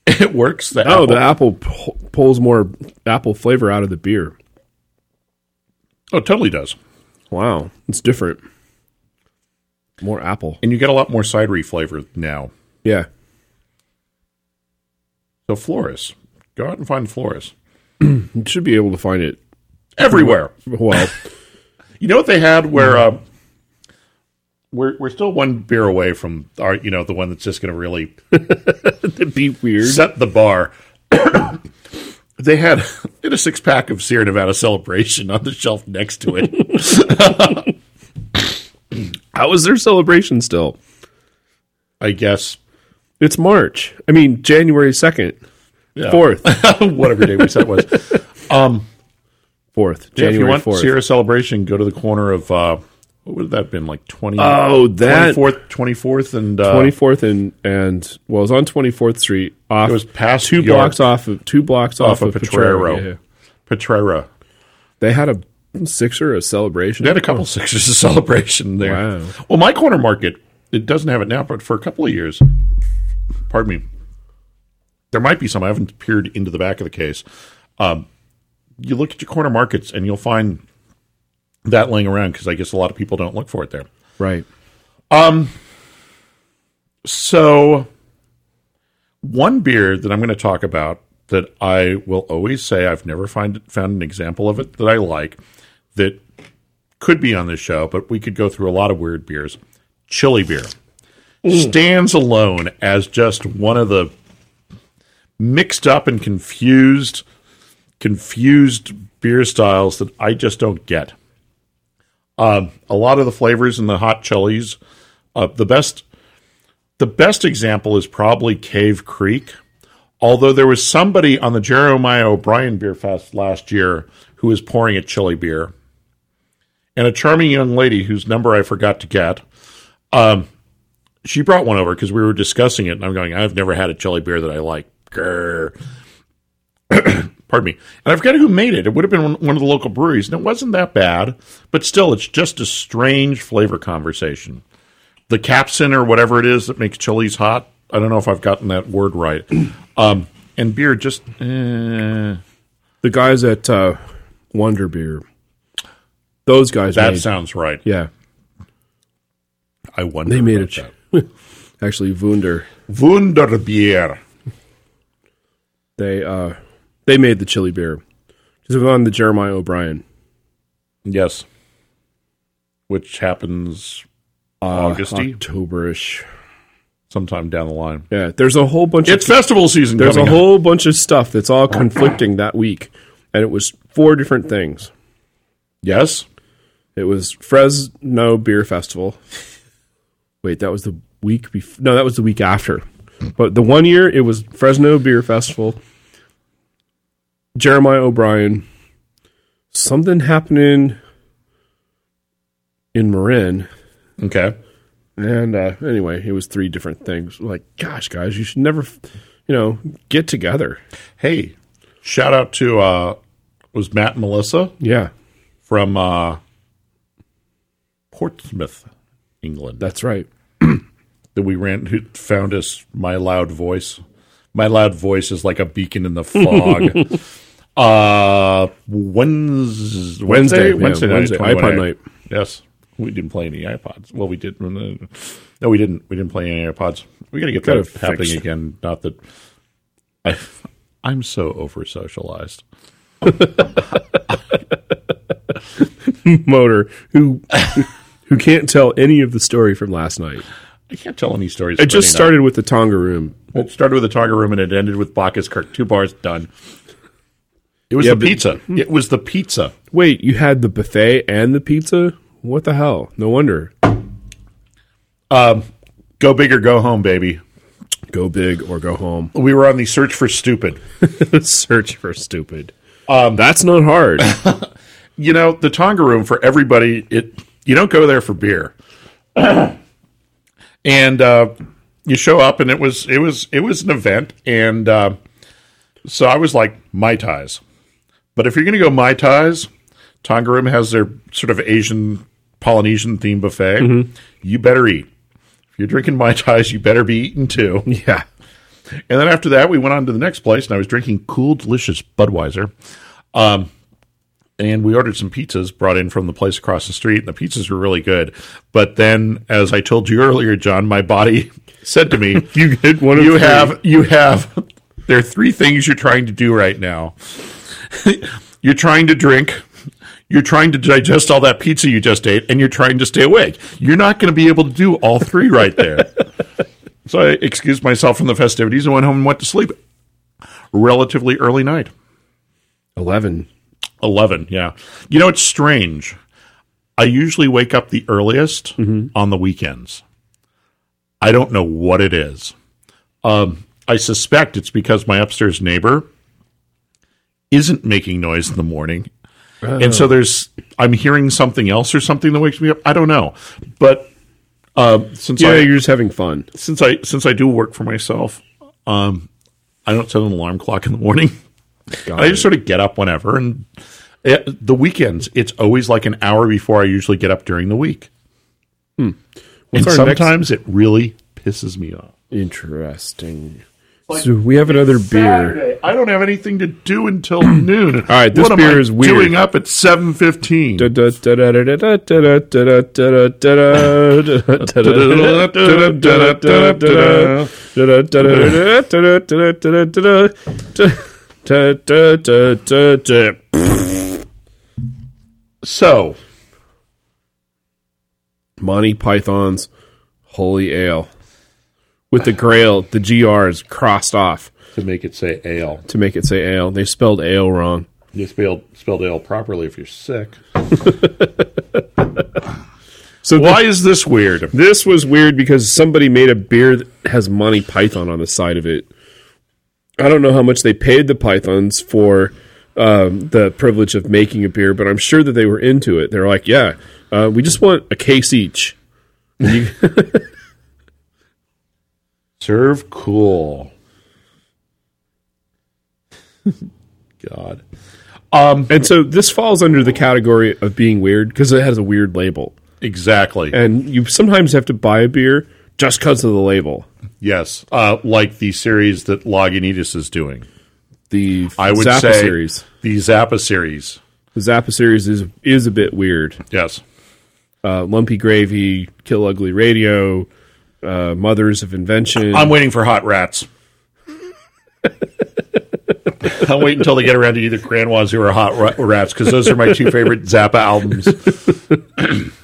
Speaker 6: It works. The
Speaker 5: Oh,
Speaker 6: apple.
Speaker 5: the apple pu- pulls more apple flavor out of the beer.
Speaker 6: oh, it totally does.
Speaker 5: Wow, it's different. More apple.
Speaker 6: And you get a lot more cidery flavor now.
Speaker 5: Yeah.
Speaker 6: So Floris, go out and find Floris
Speaker 5: You should be able to find it.
Speaker 6: everywhere.
Speaker 5: Well,
Speaker 6: You know what they had where
Speaker 5: Mm-hmm.
Speaker 6: uh, we're we're still one beer away from our you know the one that's just going to really
Speaker 5: it'd be weird.
Speaker 6: set the bar. they had in a six pack of Sierra Nevada Celebration on the shelf next to it.
Speaker 5: How is their celebration still?
Speaker 6: I guess
Speaker 5: It's March. I mean, January 2nd,
Speaker 6: yeah.
Speaker 5: 4th,
Speaker 6: whatever day we said it was. Um,
Speaker 5: 4th,
Speaker 6: if you
Speaker 5: January
Speaker 6: want
Speaker 5: 4th.
Speaker 6: Sierra Celebration, go to the corner of uh, what would that have been like twenty?
Speaker 5: Oh, that-
Speaker 6: fourth, twenty fourth, and uh,
Speaker 5: 24th and, and, well, it was on 24th Street off.
Speaker 6: It was past
Speaker 5: two
Speaker 6: your-
Speaker 5: blocks off of, two blocks
Speaker 6: off
Speaker 5: off,
Speaker 6: of
Speaker 5: of Potrero.
Speaker 6: Potrero. Petrera.
Speaker 5: They had a sixer, a celebration.
Speaker 6: They had a couple sixers of celebration there.
Speaker 5: Wow.
Speaker 6: Well, my corner market, it doesn't have it now, but for a couple of years, pardon me, there might be some. I haven't peered into the back of the case. Um, you look at your corner markets and you'll find that laying around because I guess a lot of people don't look for it there.
Speaker 5: Right.
Speaker 6: So, one beer that I'm going to talk about that I will always say I've never find, found an example of it that I like that could be on this show, but we could go through a lot of weird beers. Chili beer stands alone as just one of the mixed up and confused, confused beer styles that I just don't get. Um, a lot of the flavors in the hot chilies, uh, the best the best example is probably Cave Creek. Although there was somebody on the Jeremiah O'Brien Beer Fest last year who was pouring a chili beer, and a charming young lady whose number I forgot to get. Um, she brought one over because we were discussing it, and I'm going, I've never had a chili beer that I like. Grr. Pardon me. And I forgot who made it. It would have been one- one of the local breweries, and it wasn't that bad, but still, it's just a strange flavor conversation the capsin or whatever it is that makes chilies hot. I don't know if I've gotten that word right. Um, and beer just eh,
Speaker 5: The guys at uh, Wonder Beer. Those guys
Speaker 6: that
Speaker 5: made-
Speaker 6: sounds right.
Speaker 5: Yeah.
Speaker 6: I wonder.
Speaker 5: They made
Speaker 6: about
Speaker 5: it. Actually, Wunder.
Speaker 6: that. Wunderbier.
Speaker 5: They uh, they made the chili beer. Just on the Jeremiah O'Brien.
Speaker 6: Yes. Which happens
Speaker 5: Uh-huh.
Speaker 6: Augusty
Speaker 5: uh, Octoberish.
Speaker 6: sometime down the line.
Speaker 5: Yeah, there's a whole bunch.
Speaker 6: It's
Speaker 5: of,
Speaker 6: festival season.
Speaker 5: there's a
Speaker 6: coming up.
Speaker 5: whole bunch of stuff that's all conflicting that week, and it was four different things.
Speaker 6: yes.
Speaker 5: It was Fresno Beer Festival. Wait, that was the week before. No, that was the week after. But the one year it was Fresno Beer Festival. Jeremiah O'Brien. Something happening in Marin.
Speaker 6: Okay.
Speaker 5: And uh, anyway, it was three different things. Like, gosh, guys, you should never, f- you know, get together.
Speaker 6: Hey, shout out to uh, was Matt and Melissa
Speaker 5: Yeah,
Speaker 6: from uh, Portsmouth, England.
Speaker 5: that's right.
Speaker 6: that we ran who found us my loud voice. My loud voice is like a beacon in the fog. uh Wednesday
Speaker 5: Wednesday,
Speaker 6: Wednesday,
Speaker 5: yeah, Wednesday,
Speaker 6: 21A.
Speaker 5: iPod night.
Speaker 6: Yes. We didn't play any iPods. Well, we did. No, we didn't. We didn't play any iPods. We got to get
Speaker 5: Gotta
Speaker 6: that happening
Speaker 5: fix-
Speaker 6: again. Not that I, I'm so over socialized.
Speaker 5: Motor, who who can't tell any of the story from last night.
Speaker 6: I can't tell any stories.
Speaker 5: It just
Speaker 6: Friday night.
Speaker 5: started with the Tonga room.
Speaker 6: It started with the Target Room and it ended with Bacchus Kirk. Two bars done. It was
Speaker 5: Yeah,
Speaker 6: the
Speaker 5: but- hmm.
Speaker 6: pizza. It was the pizza.
Speaker 5: Wait, you had the buffet and the pizza? What the hell? No wonder.
Speaker 6: Go big or go home, baby.
Speaker 5: Go big or go home.
Speaker 6: We were on the search for stupid.
Speaker 5: Search for stupid. Um, That's not hard.
Speaker 6: You know, the Tonga Room for everybody. It you don't go there for beer, and uh, you show up, and it was it was it was an event, and uh, so I was like mai tais. But if you're going to go mai tais, Tonga Room has their sort of Asian Polynesian themed buffet.
Speaker 5: Mm-hmm.
Speaker 6: You better eat. If you're drinking mai tais, you better be eating too.
Speaker 5: yeah.
Speaker 6: And then after that, we went on to the next place, and I was drinking cool, delicious Budweiser. Um, and we ordered some pizzas brought in from the place across the street, and the pizzas were really good. But then, as I told you earlier, John, my body said to me,
Speaker 5: You did one of
Speaker 6: you
Speaker 5: three.
Speaker 6: have you have there are three things you're trying to do right now you're trying to drink you're trying to digest all that pizza you just ate and you're trying to stay awake you're not going to be able to do all three right there so i excused myself from the festivities and went home and went to sleep relatively early night
Speaker 5: 11.
Speaker 6: 11 yeah you know it's strange i usually wake up the earliest on the weekends i don't know what it is um, i suspect it's because my upstairs neighbor isn't making noise in the morning and so there's i'm hearing something else or something that wakes me up i don't know but uh, since
Speaker 5: Yeah,
Speaker 6: i
Speaker 5: you're just having fun.
Speaker 6: since I since I do work for myself, um, I don't set an alarm clock in the morning. I just sort of get up whenever, and it, the weekends it's always like an hour before I usually get up during the week. Hmm.
Speaker 5: What's
Speaker 6: and
Speaker 5: our next-
Speaker 6: sometimes it really pisses me off.
Speaker 5: Interesting. so we have another beer.
Speaker 6: Saturday, I don't have anything to do until noon. All
Speaker 5: right, this
Speaker 6: what am
Speaker 5: beer
Speaker 6: I
Speaker 5: is weird.
Speaker 6: Doing up at seven fifteen.
Speaker 5: Da- da- da- da- da- da- da- da- da- da- da- da- da- da- da- da- da- da- da- da- da- da-
Speaker 6: So
Speaker 5: Monty Python's Holy Ale with the grail, the GRs crossed off
Speaker 6: to make it say ale,
Speaker 5: to make it say ale. They spelled ale wrong.
Speaker 6: you spelled spelled ale properly if you're sick.
Speaker 5: So the-
Speaker 6: Why is this weird?
Speaker 5: This was weird because somebody made a beer that has Monty Python on the side of it. I don't know how much they paid the Pythons for um, the privilege of making a beer, but I'm sure that they were into it. They're like, yeah, uh, we just want a case each.
Speaker 6: Serve cool. God.
Speaker 5: Um, And so this falls under the category of being weird because it has a weird label.
Speaker 6: Exactly.
Speaker 5: And you sometimes have to buy a beer just because of the label.
Speaker 6: yes. Uh, like the series that Lagunitas is doing.
Speaker 5: The
Speaker 6: I would
Speaker 5: Zappa
Speaker 6: say
Speaker 5: series.
Speaker 6: the Zappa series.
Speaker 5: The Zappa series is is a bit weird.
Speaker 6: Yes.
Speaker 5: uh, Lumpy Gravy, Kill Ugly Radio, uh, Mothers of Invention.
Speaker 6: I'm waiting for Hot Rats. I'll wait until they get around to either Grand Wazoo or Hot Ra- Rats because those are my two favorite Zappa albums.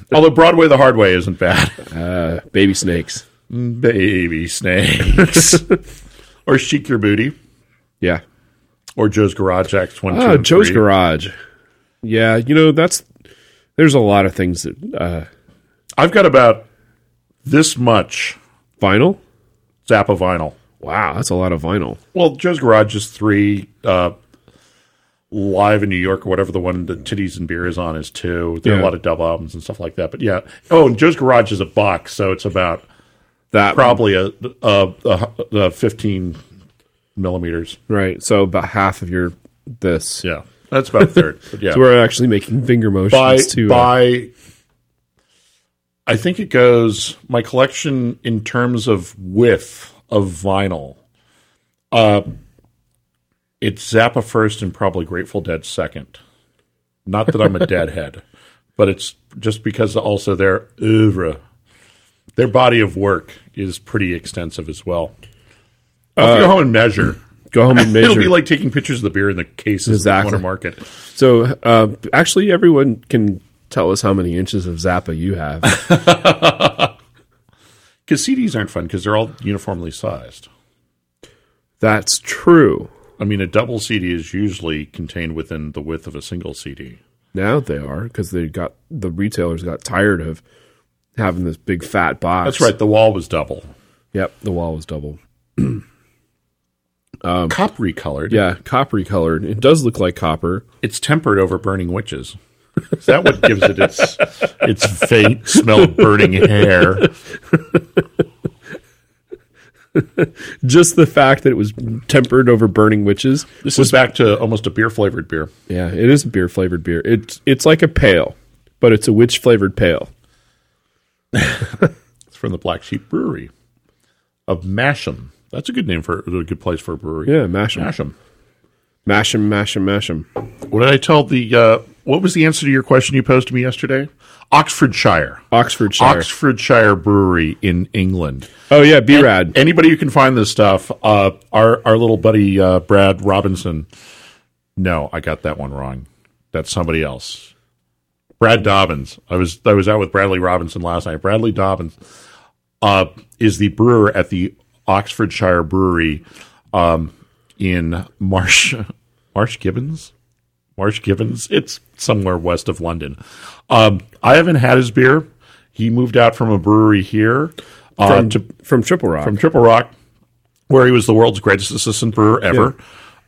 Speaker 6: Although Broadway the Hard Way isn't bad.
Speaker 5: Baby Snakes.
Speaker 6: Baby snakes. or Chic Your Booty.
Speaker 5: Yeah.
Speaker 6: Or Joe's Garage Acts 1, 2,
Speaker 5: Oh,
Speaker 6: and
Speaker 5: Joe's
Speaker 6: three.
Speaker 5: Garage. Yeah, you know that's there's a lot of things that uh,
Speaker 6: I've got about this much
Speaker 5: vinyl.
Speaker 6: Zappa vinyl.
Speaker 5: Wow, that's a lot of vinyl.
Speaker 6: Well, Joe's Garage is three. Uh, live in New York or whatever the one that Titties and Beer is on is two. There are
Speaker 5: Yeah.
Speaker 6: a lot of double albums and stuff like that. But yeah. Oh, and Joe's Garage is a box, so it's about
Speaker 5: That
Speaker 6: probably a, a, a, a 15 millimeters.
Speaker 5: right. So about half of your this.
Speaker 6: Yeah. That's about a third. But yeah.
Speaker 5: uh, So we're actually making finger motions
Speaker 6: by
Speaker 5: to uh,
Speaker 6: by I think it goes my collection in terms of width of vinyl. Uh, it's Zappa first and probably Grateful Dead second. Not that I'm a Deadhead, but it's just because also their oeuvre, their body of work is pretty extensive as well. I'll have to go home and measure.
Speaker 5: Go home and Uh, measure.
Speaker 6: It'll be like taking pictures of the beer in the cases
Speaker 5: Exactly.
Speaker 6: in the corner market.
Speaker 5: so, uh, actually, everyone can tell us how many inches of Zappa you have.
Speaker 6: Because CDs aren't fun because they're all uniformly sized.
Speaker 5: That's true.
Speaker 6: I mean, a double CD is usually contained within the width of a single CD.
Speaker 5: Now they are because they got the retailers got tired of having this big fat box.
Speaker 6: That's right. The wall was double.
Speaker 5: Yep, the wall was double.
Speaker 6: Cop recolored.
Speaker 5: Um, Yeah, coppery colored. It does look like copper.
Speaker 6: It's tempered over burning witches. Is that what gives it its its faint smell of burning hair?
Speaker 5: Just the fact that it was tempered over burning witches.
Speaker 6: This was back to almost a beer flavored beer.
Speaker 5: Yeah, it is a beer flavored beer. It's it's like a pale, but it's a witch flavored pale.
Speaker 6: It's from the Black Sheep Brewery of Masham. That's a good name for a good place for a brewery.
Speaker 5: Yeah, Masham.
Speaker 6: Masham.
Speaker 5: Mash 'em, mash 'em, mash 'em.
Speaker 6: What did I tell the? Uh, what was the answer to your question you posed to me yesterday? Oxfordshire.
Speaker 5: Oxfordshire.
Speaker 6: Oxfordshire Brewery in England.
Speaker 5: oh yeah, B Rad.
Speaker 6: Anybody who can find this stuff, uh, our our little buddy uh, Brad Robinson. No, I got that one wrong. That's somebody else. Brad Dobbins. I was I was out with Bradley Robinson last night. Bradley Dobbins uh, is the brewer at the Oxfordshire Brewery um, in Marsh Marsh Gibbons. Marsh Gibbons. It's somewhere west of London. Um, I haven't had his beer. He moved out from a brewery here uh,
Speaker 5: From,
Speaker 6: to
Speaker 5: from Triple Rock.
Speaker 6: from Triple Rock, where he was the world's greatest assistant brewer ever,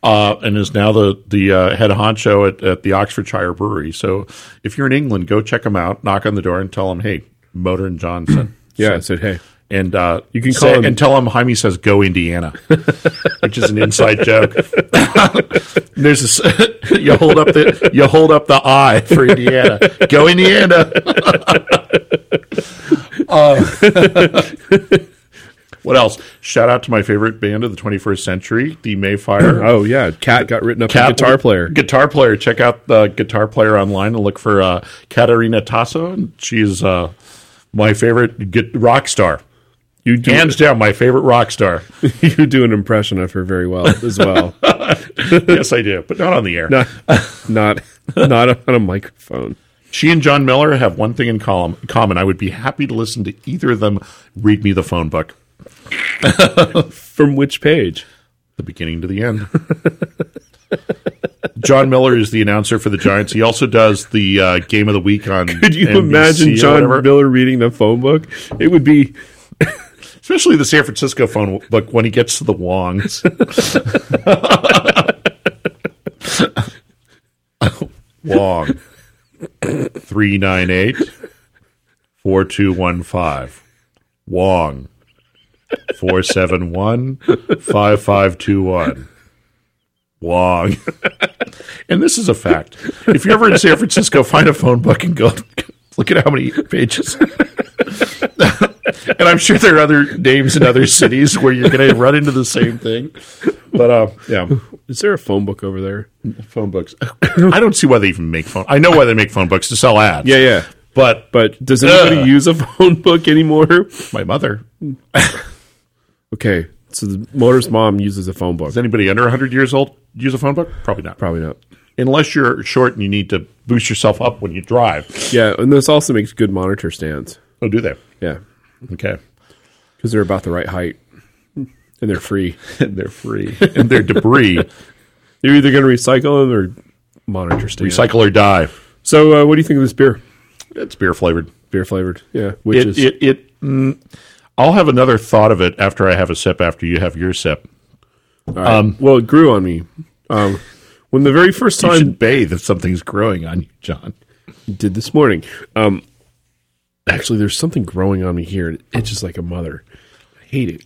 Speaker 6: uh, and is now the the uh, head honcho at, at the Oxfordshire Brewery. So if you're in England, go check him out, knock on the door, and tell him, "Hey, Motor and Johnson."
Speaker 5: yeah, I said hey.
Speaker 6: And uh, you
Speaker 5: can call him-
Speaker 6: and tell him Jaime says go Indiana, which is an inside joke. There's this, you hold up the you hold up the I for Indiana. Go Indiana. Uh, what else? Shout out to my favorite band of the 21st century, the Mayfire.
Speaker 5: Oh yeah, cat got written up. Cat, guitar player.
Speaker 6: Guitar player. Check out the guitar player online and look for uh, Katarina Tasso. She is uh, my favorite gu- rock star.
Speaker 5: You do
Speaker 6: Hands down, my favorite rock star.
Speaker 5: you do an impression of her very well as well.
Speaker 6: yes, I do, but not on the air.
Speaker 5: not not not on a microphone.
Speaker 6: She and John Miller have one thing in com- common. I would be happy to listen to either of them read me the phone book,
Speaker 5: From which page?
Speaker 6: the beginning to the end. John Miller is the announcer for the Giants. He also does the uh, game of the week on.
Speaker 5: Could you imagine John Miller reading the phone book? It would be
Speaker 6: especially the San Francisco phone book when he gets to the Wongs. Wong 398 4215. Wong 471 5521. Wong. And this is a fact. If you're ever in San Francisco, find a phone book and go look at how many pages and I'm sure there are other names in other cities where you're going to run into the same thing. But uh, yeah,
Speaker 5: Is there a phone book over there?
Speaker 6: phone books. I don't see why they even make phone. I know why they make phone books to sell ads.
Speaker 5: Yeah, yeah.
Speaker 6: But but
Speaker 5: But does anybody
Speaker 6: Ugh.
Speaker 5: use a phone book anymore?
Speaker 6: my mother is
Speaker 5: Okay, so the motor's mom uses a phone book.
Speaker 6: anybody under 100 years old use a phone book? Probably not.
Speaker 5: Probably not.
Speaker 6: Unless you're short and you need to boost yourself up when you drive.
Speaker 5: Yeah, and this also makes good monitor stands.
Speaker 6: Oh, do they?
Speaker 5: Yeah,
Speaker 6: Okay,
Speaker 5: because they're about the right height and they're free.
Speaker 6: and they're free and they're debris.
Speaker 5: You're either going to recycle them or monitor stands.
Speaker 6: Recycle or die.
Speaker 5: So, uh, what do you think of this beer?
Speaker 6: It's beer flavored.
Speaker 5: Beer flavored, yeah. Which
Speaker 6: It,
Speaker 5: is
Speaker 6: it it mm, I'll have another thought of it after I have a sip. After you have your sip.
Speaker 5: um, well, it grew on me um, when the very first
Speaker 6: You
Speaker 5: time
Speaker 6: should bathe if something's growing on you, John.
Speaker 5: did this morning. Um, actually, there's something growing on me here. and It itches like a mother. I hate it.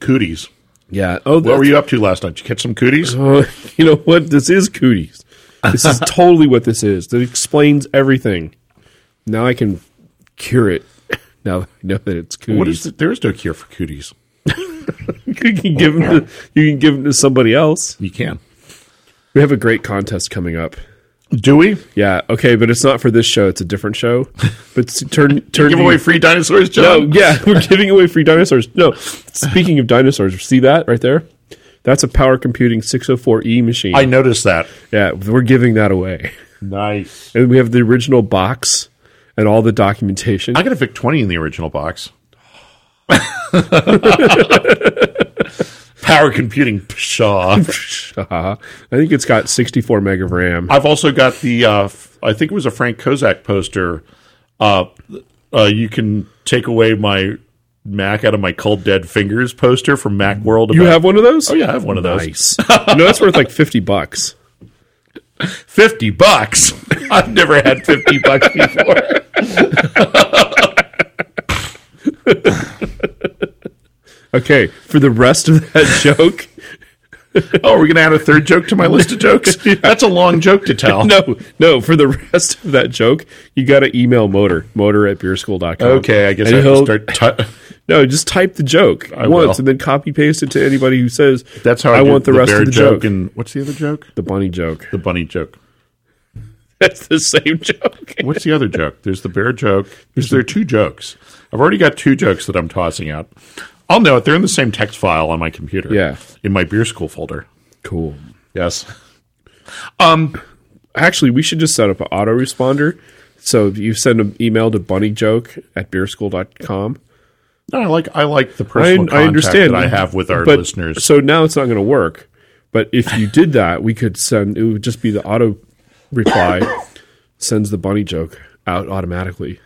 Speaker 6: Cooties.
Speaker 5: Yeah. Oh,
Speaker 6: What were you up to last night? Did you catch some cooties?
Speaker 5: Uh, you know what? This is cooties. This is totally what this is. That explains everything. Now I can cure it. Now that I know that it's cooties.
Speaker 6: What is the, there is no cure for cooties.
Speaker 5: you can give them to you can give them to somebody else.
Speaker 6: You can.
Speaker 5: We have a great contest coming up.
Speaker 6: Do we
Speaker 5: Yeah, okay, but it's not for this show. It's a different show. But s- turn turn
Speaker 6: give
Speaker 5: to-
Speaker 6: away free dinosaurs,
Speaker 5: No,
Speaker 6: John?
Speaker 5: yeah, we're giving away free dinosaurs. No, speaking of dinosaurs, see that right there? That's a power computing 604E E machine.
Speaker 6: I noticed that.
Speaker 5: yeah, we're giving that away.
Speaker 6: Nice.
Speaker 5: And we have the original box and all the documentation.
Speaker 6: I got a Vic twenty in the original box. Power computing, pshaw.
Speaker 5: Uh-huh. I think it's got 64 meg of RAM.
Speaker 6: I've also got the. Uh, f- I think it was a Frank Kozak poster. Uh, uh, you can take away my Mac out of my cold dead fingers poster from MacWorld.
Speaker 5: You
Speaker 6: about-
Speaker 5: have one of those?
Speaker 6: Oh yeah, I have one of those.
Speaker 5: Nice. you know, that's worth like 50 bucks.
Speaker 6: Fifty bucks. I've never had fifty bucks before.
Speaker 5: Okay, for the rest of that joke,
Speaker 6: Oh, we're gonna add a third joke to my list of jokes. That's a long joke to tell.
Speaker 5: no, no, for the rest of that joke, you got to email Motor, motor at beerschool.com.
Speaker 6: Okay, I guess
Speaker 5: And
Speaker 6: I
Speaker 5: he'll-
Speaker 6: have to start. T-
Speaker 5: No, just type the joke
Speaker 6: I
Speaker 5: once
Speaker 6: will.
Speaker 5: and then copy paste it to anybody who says
Speaker 6: That's how
Speaker 5: I,
Speaker 6: I, do
Speaker 5: want the, rest
Speaker 6: bear
Speaker 5: of the joke.
Speaker 6: And what's the other joke?
Speaker 5: the bunny joke.
Speaker 6: The bunny joke.
Speaker 5: That's the same joke.
Speaker 6: What's the other joke? There's the bear joke. There's there are two jokes. I've already got two jokes that I'm tossing out. I'll know it. They're in the same text file on my computer.
Speaker 5: Yeah.
Speaker 6: in my beer school folder.
Speaker 5: Cool.
Speaker 6: Yes.
Speaker 5: Actually, we should just set up an autoresponder. So if you send an email to bunnyjoke at beerschool.com.
Speaker 6: No, I like I like the
Speaker 5: I,
Speaker 6: personal
Speaker 5: I
Speaker 6: contact
Speaker 5: understand
Speaker 6: that I have with our
Speaker 5: but-
Speaker 6: listeners.
Speaker 5: So now it's not going to work. But if you did that, we could send, it would just be the auto reply sends the bunny joke out automatically.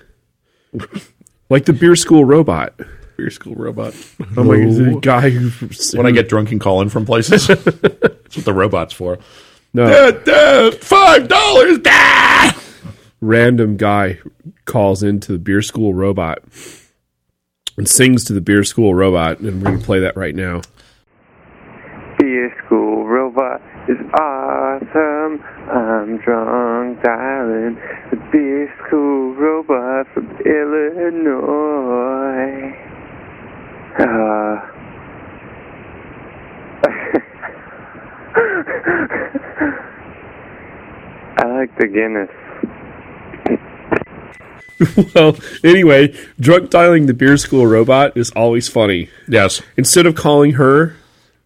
Speaker 5: Like the beer school robot.
Speaker 6: beer school robot.
Speaker 5: Oh my the guy who
Speaker 6: When I get drunk and call in from places, that's what the robot's for.
Speaker 5: no,
Speaker 6: Dad, Dad, Five dollars. Dad.
Speaker 5: random guy calls into the beer school robot and sings to the beer school robot, and we're gonna play that right now.
Speaker 8: Beer school robot is awesome. I'm drunk dialing the beer school robot from Illinois. Uh, I like the Guinness.
Speaker 5: Well, anyway, drunk dialing the beer school robot is always funny.
Speaker 6: Yes.
Speaker 5: Instead of calling her,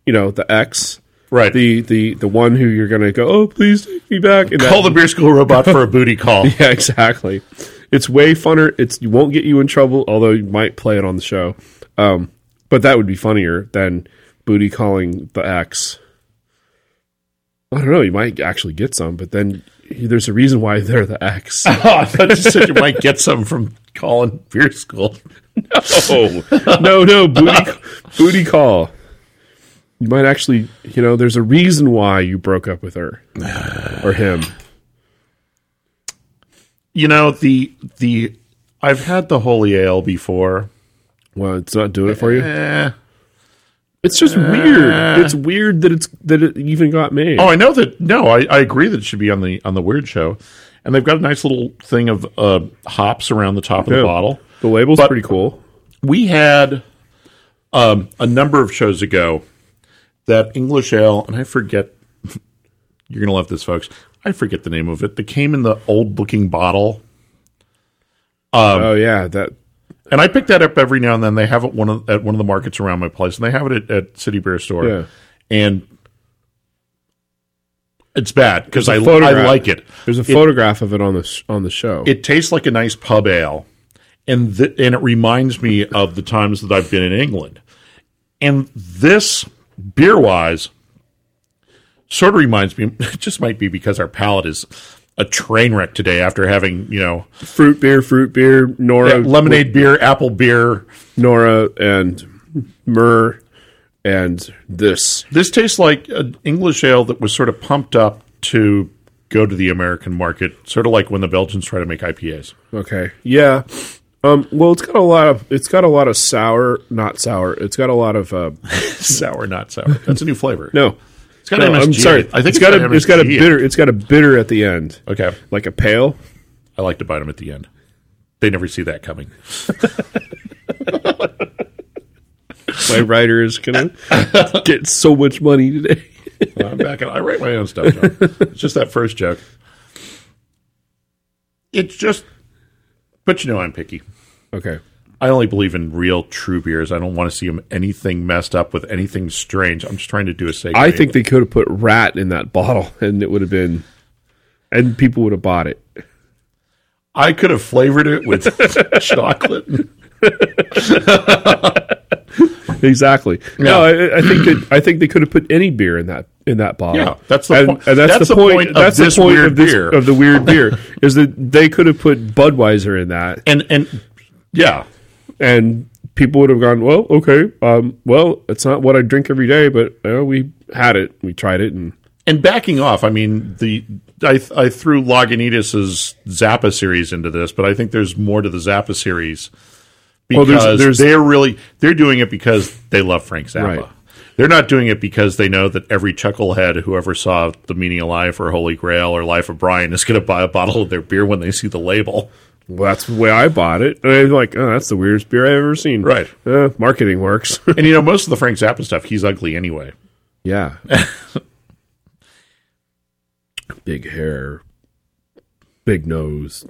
Speaker 5: you know, the ex,
Speaker 6: Right.
Speaker 5: the the the one who you're gonna go, oh please take me back, and that-
Speaker 6: Call the beer school robot for a booty call.
Speaker 5: yeah, exactly. It's way funner. It's you won't get you in trouble, although you might play it on the show. Um, but that would be funnier than booty calling the ex. I don't know. You might actually get some, but then there's a reason why they're the ex.
Speaker 6: Oh, I thought you said you might get some from calling beer school.
Speaker 5: no, no, booty, booty call. You might actually, you know, there's a reason why you broke up with her or him.
Speaker 6: You know the the I've had the holy ale before.
Speaker 5: Well, it's not doing it for you.
Speaker 6: Eh.
Speaker 5: It's just weird. It's weird that it's that it even got made.
Speaker 6: Oh, I know that. No, I, I agree that it should be on the on the weird show, and they've got a nice little thing of uh, hops around the top of
Speaker 5: Yeah.
Speaker 6: the bottle.
Speaker 5: The label's
Speaker 6: But-
Speaker 5: pretty cool.
Speaker 6: We had um, a number of shows ago that English ale, and I forget. You're gonna love this, folks. I forget the name of it. That came in the old looking bottle. um,
Speaker 5: oh yeah, that
Speaker 6: And I pick that up every now and then. They have it one of, at one of the markets around my place, and they have it at, at City Beer Store.
Speaker 5: Yeah.
Speaker 6: And it's bad because I,
Speaker 5: There's a
Speaker 6: I
Speaker 5: photograph.
Speaker 6: like it.
Speaker 5: there's a photograph of it on the sh- on the show.
Speaker 6: It tastes like a nice pub ale, and th- and it reminds me of the times that I've been in England. And this beer wise sort of reminds me. It just might be because our palate is a train wreck today after having you know
Speaker 5: fruit beer, fruit beer, Nora,
Speaker 6: lemonade beer, apple beer.
Speaker 5: Nora, and Myrrh, and this.
Speaker 6: This tastes like an English ale that was sort of pumped up to go to the American market, sort of like when the Belgians try to make IPAs.
Speaker 5: Okay, yeah. Um, well, it's got a lot of it's got a lot of sour, not sour. It's got a lot of uh,
Speaker 6: sour, not sour. That's a new flavor.
Speaker 5: no.
Speaker 6: it's got
Speaker 5: no,
Speaker 6: MSG.
Speaker 5: I'm sorry.
Speaker 6: I think
Speaker 5: it's got, a it's got a
Speaker 6: MSG.
Speaker 5: bitter. It's got a bitter at the end,
Speaker 6: Okay,
Speaker 5: like a pale.
Speaker 6: I like to bite them at the end. They never see that coming.
Speaker 5: My writer is gonna get so much money today.
Speaker 6: Well, I'm back and I write my own stuff. John. It's just that first joke. It's just, but you know, I'm picky.
Speaker 5: Okay.
Speaker 6: I only believe in real, true beers. I don't want to see 'em anything messed up with anything strange. I'm just trying to do a safe.
Speaker 5: I think they could have put rat in that bottle and it would have been and people would have bought it.
Speaker 6: I could have flavored it with chocolate.
Speaker 5: Exactly. No, I, I think that I think they could have put any beer in that in that bottle.
Speaker 6: Yeah, that's the
Speaker 5: and,
Speaker 6: point-
Speaker 5: and that's, the point.
Speaker 6: of
Speaker 5: that's
Speaker 6: this
Speaker 5: the point
Speaker 6: weird
Speaker 5: of this
Speaker 6: beer.
Speaker 5: of the weird beer is that they could have put Budweiser in that,
Speaker 6: And and yeah,
Speaker 5: and people would have gone, "Well, okay, um, well, it's not what I drink every day, but uh, we had it, we tried it, and
Speaker 6: and backing off. I mean, the I I threw Lagunitas's Zappa series into this, but I think there's more to the Zappa series
Speaker 5: Well,
Speaker 6: because
Speaker 5: there's- there's-
Speaker 6: they're really they're doing it because they love Frank Zappa.
Speaker 5: Right.
Speaker 6: They're not doing it because they know that every chucklehead who ever saw The Meaning of Life or Holy Grail or Life of Brian is going to buy a bottle of their beer when they see the label.
Speaker 5: well, that's the way I bought it." And I'm like, "Oh, that's the weirdest beer I've ever seen."
Speaker 6: Right.
Speaker 5: Uh, marketing works.
Speaker 6: And you know, most of the Frank Zappa stuff, he's ugly anyway.
Speaker 5: yeah. big hair, big nose,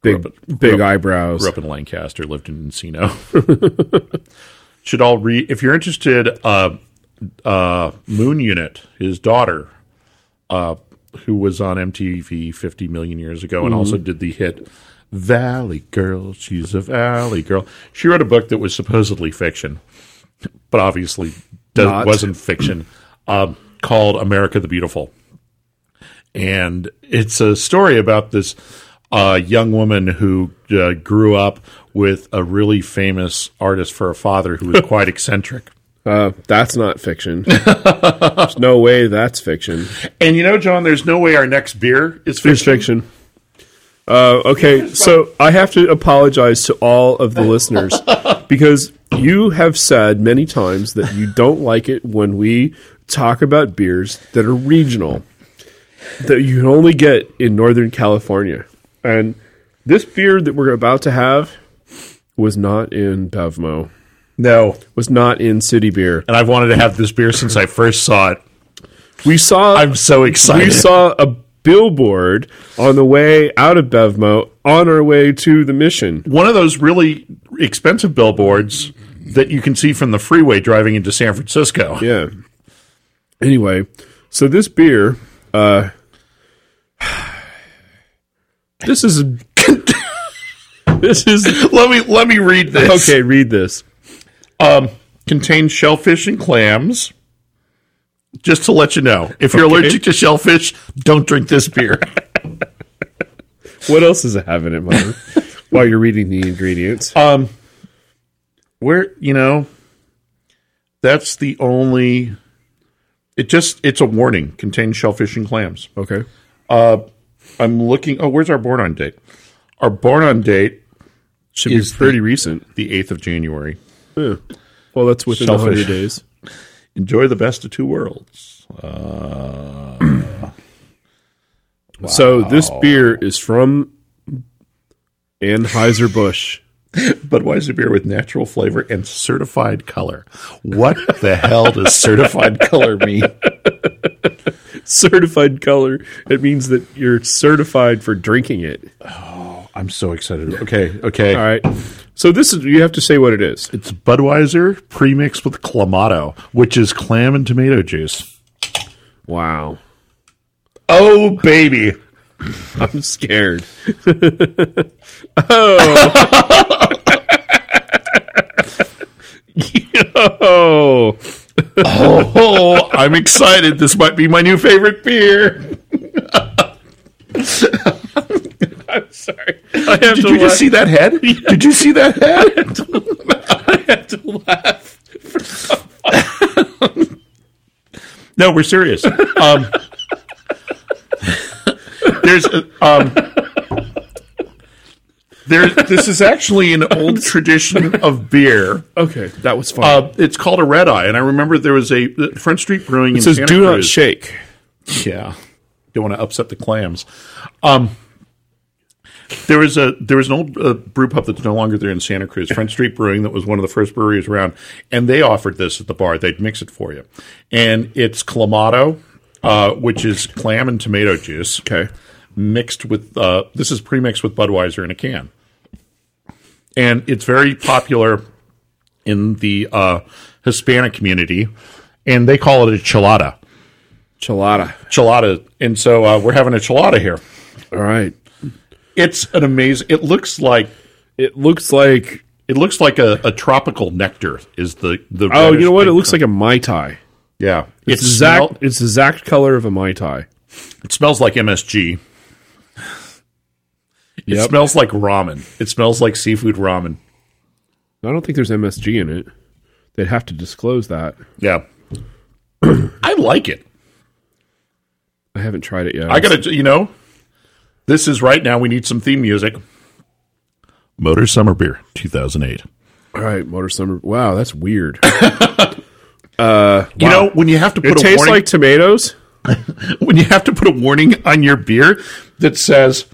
Speaker 5: big
Speaker 6: Grew up-
Speaker 5: big
Speaker 6: grew up-
Speaker 5: eyebrows.
Speaker 6: grew up in Lancaster, lived in Encino. Should all read if you're interested. Uh, uh, Moon Unit, his daughter, uh, who was on MTV 50 million years ago, and also did the hit Valley Girl. She's a Valley Girl. She wrote a book that was supposedly fiction, but obviously does,
Speaker 5: Not.
Speaker 6: wasn't fiction. Um, called America the Beautiful and it's a story about this uh, young woman who uh, grew up with a really famous artist for a father who was quite eccentric.
Speaker 5: Uh, that's not fiction. There's no way that's fiction.
Speaker 6: And you know, John, there's no way our next beer is
Speaker 5: It's
Speaker 6: fiction.
Speaker 5: fiction. Uh, okay, so I have to apologize to all of the listeners because you have said many times that you don't like it when we talk about beers that are regional, that you can only get in Northern California. And this beer that we're about to have was not in Bevmo,
Speaker 6: No.
Speaker 5: was not in City Beer.
Speaker 6: And I've wanted to have this beer since I first saw it.
Speaker 5: We saw
Speaker 6: I'm so excited.
Speaker 5: We saw a billboard on the way out of Bevmo on our way to the mission.
Speaker 6: one of those really expensive billboards that you can see from the freeway driving into San Francisco.
Speaker 5: Yeah. Anyway, so this beer, uh, this is this is
Speaker 6: Let me let me read this.
Speaker 5: okay. Read this.
Speaker 6: Um, contains shellfish and clams. Just to let you know, if you're allergic to shellfish, don't drink this beer.
Speaker 5: What else does it have in it, Mom? While you're reading the ingredients,
Speaker 6: um, where you know, that's the only. It just it's a warning. Contains shellfish and clams.
Speaker 5: okay.
Speaker 6: I'm looking. Oh, where's our born on date? Our born on date
Speaker 5: Should
Speaker 6: is
Speaker 5: be pretty recent.
Speaker 6: the eighth of January.
Speaker 5: Well, that's within a
Speaker 6: Shellfish.
Speaker 5: hundred days.
Speaker 6: Enjoy the best of two worlds. Uh,
Speaker 5: So this beer is from Anheuser Busch.
Speaker 6: Budweiser beer with natural flavor and certified color. What the hell does certified color mean?
Speaker 5: certified color. It means that you're certified for drinking it.
Speaker 6: I'm so excited. Okay, okay.
Speaker 5: All right. So this is you have to say what it is.
Speaker 6: It's Budweiser pre-mixed with clamato, which is clam and tomato juice.
Speaker 5: Wow.
Speaker 6: Oh baby.
Speaker 5: I'm scared. oh. Yo.
Speaker 6: Oh, I'm excited. This might be my new favorite beer.
Speaker 5: Sorry. I have
Speaker 6: Did
Speaker 5: to
Speaker 6: you
Speaker 5: laugh.
Speaker 6: just see that head? Did you see that
Speaker 5: have
Speaker 6: head?
Speaker 5: to laugh.
Speaker 6: No, we're serious. Um, there's uh, um, there's this is actually an old tradition of beer.
Speaker 5: Okay. That was fun.
Speaker 6: Uh, it's called a red eye, and I remember there was a the Front Street Brewing.
Speaker 5: it
Speaker 6: in
Speaker 5: says
Speaker 6: Santa
Speaker 5: do not
Speaker 6: Cruz."
Speaker 5: shake.
Speaker 6: Yeah, don't want to upset the clams. Um, There was a there was an old uh, brew pub that's no longer there in Santa Cruz, Front Street Brewing, that was one of the first breweries around, and they offered this at the bar. They'd mix it for you, and it's clamato, uh, which is clam and tomato juice. Okay, mixed with uh, this is pre-mixed with Budweiser in a can, and it's very popular in the uh, Hispanic community, and they call it a chilada.
Speaker 5: Chilada.
Speaker 6: Chilada, and so uh, we're having a chilada here.
Speaker 5: All right.
Speaker 6: It's an amazing. It looks like
Speaker 5: It looks like
Speaker 6: It looks like a, a tropical nectar. Is the the
Speaker 5: oh, you know what? It
Speaker 6: reddish
Speaker 5: looks like a mai tai.
Speaker 6: pink- yeah. It
Speaker 5: It's exact.
Speaker 6: smell-
Speaker 5: it's the exact color of a mai tai.
Speaker 6: it smells like MSG. It
Speaker 5: Yep.
Speaker 6: smells like ramen. It smells like seafood ramen.
Speaker 5: I don't think there's MSG in it. They'd have to disclose that.
Speaker 6: Yeah, I like it.
Speaker 5: I haven't tried it yet.
Speaker 6: I gotta, you know, this is right now. We need some theme music. Motor Summer Beer, two thousand eight.
Speaker 5: All right, motor summer. Wow, that's weird.
Speaker 6: You know, when you have to put
Speaker 5: it
Speaker 6: a
Speaker 5: tastes
Speaker 6: warning,
Speaker 5: like tomatoes.
Speaker 6: when you have to put a warning on your beer that says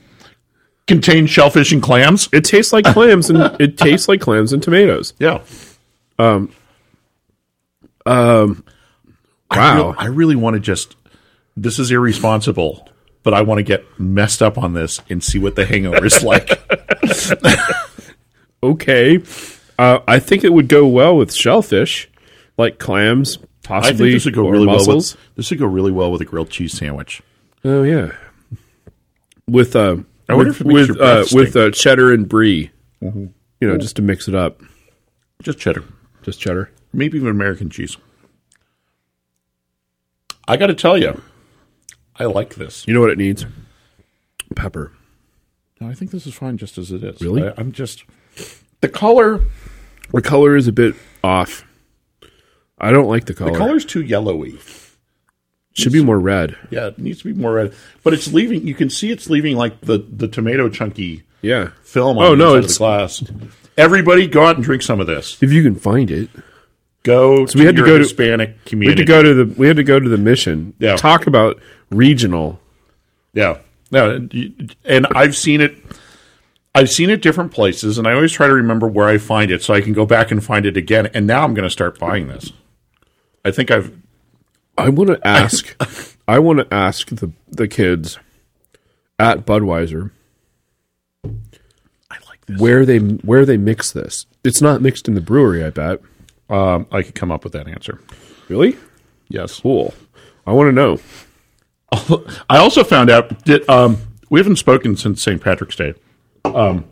Speaker 6: contains shellfish and clams.
Speaker 5: It tastes like clams and it tastes like clams and tomatoes.
Speaker 6: Yeah. I
Speaker 5: Wow.
Speaker 6: real- I really want to just. This is irresponsible, but I want to get messed up on this and see what the hangover is like.
Speaker 5: okay. Uh, I think it would go well with shellfish, like clams,
Speaker 6: I think
Speaker 5: possibly
Speaker 6: this would go
Speaker 5: or
Speaker 6: really
Speaker 5: mussels.
Speaker 6: well. With, this would go really well with a grilled cheese sandwich.
Speaker 5: Oh yeah, with uh,
Speaker 6: I
Speaker 5: with
Speaker 6: wonder if it makes
Speaker 5: with,
Speaker 6: your breath
Speaker 5: uh,
Speaker 6: stink. Mm-hmm.
Speaker 5: with uh, cheddar and brie. You know, just to mix it up,
Speaker 6: Just cheddar,
Speaker 5: just cheddar.
Speaker 6: maybe even American cheese. I got to tell you, I like this.
Speaker 5: You know what it needs? Pepper.
Speaker 6: No, I think this is fine just as it is.
Speaker 5: Really?
Speaker 6: I, I'm just the color.
Speaker 5: The color is a bit off. I don't like the color.
Speaker 6: The color's too yellowy.
Speaker 5: Should be more red.
Speaker 6: Yeah, it needs to be more red. But it's leaving. You can see it's leaving like the the tomato chunky
Speaker 5: Yeah.
Speaker 6: film. On
Speaker 5: Oh
Speaker 6: the
Speaker 5: no,
Speaker 6: side of
Speaker 5: it's
Speaker 6: the glass. Everybody, go out and drink some of this.
Speaker 5: if you can find it.
Speaker 6: Go.
Speaker 5: we had to
Speaker 6: your
Speaker 5: go to-
Speaker 6: Hispanic
Speaker 5: We had
Speaker 6: community.
Speaker 5: to go to the we had to go to the mission.
Speaker 6: Yeah.
Speaker 5: Talk about regional.
Speaker 6: Yeah. No, and you- and I've seen it. I've seen it different places, and I always try to remember where I find it so I can go back and find it again. And now I'm going to start buying this. I think I've.
Speaker 5: I want to ask. I want to ask the the kids at Budweiser
Speaker 6: I like this.
Speaker 5: where they where they mix this. It's not mixed in the brewery, I bet.
Speaker 6: Um, I could come up with that answer.
Speaker 5: Really?
Speaker 6: Yes.
Speaker 5: Cool. I want to know.
Speaker 6: I also found out that um, we haven't spoken since St. Patrick's Day, um,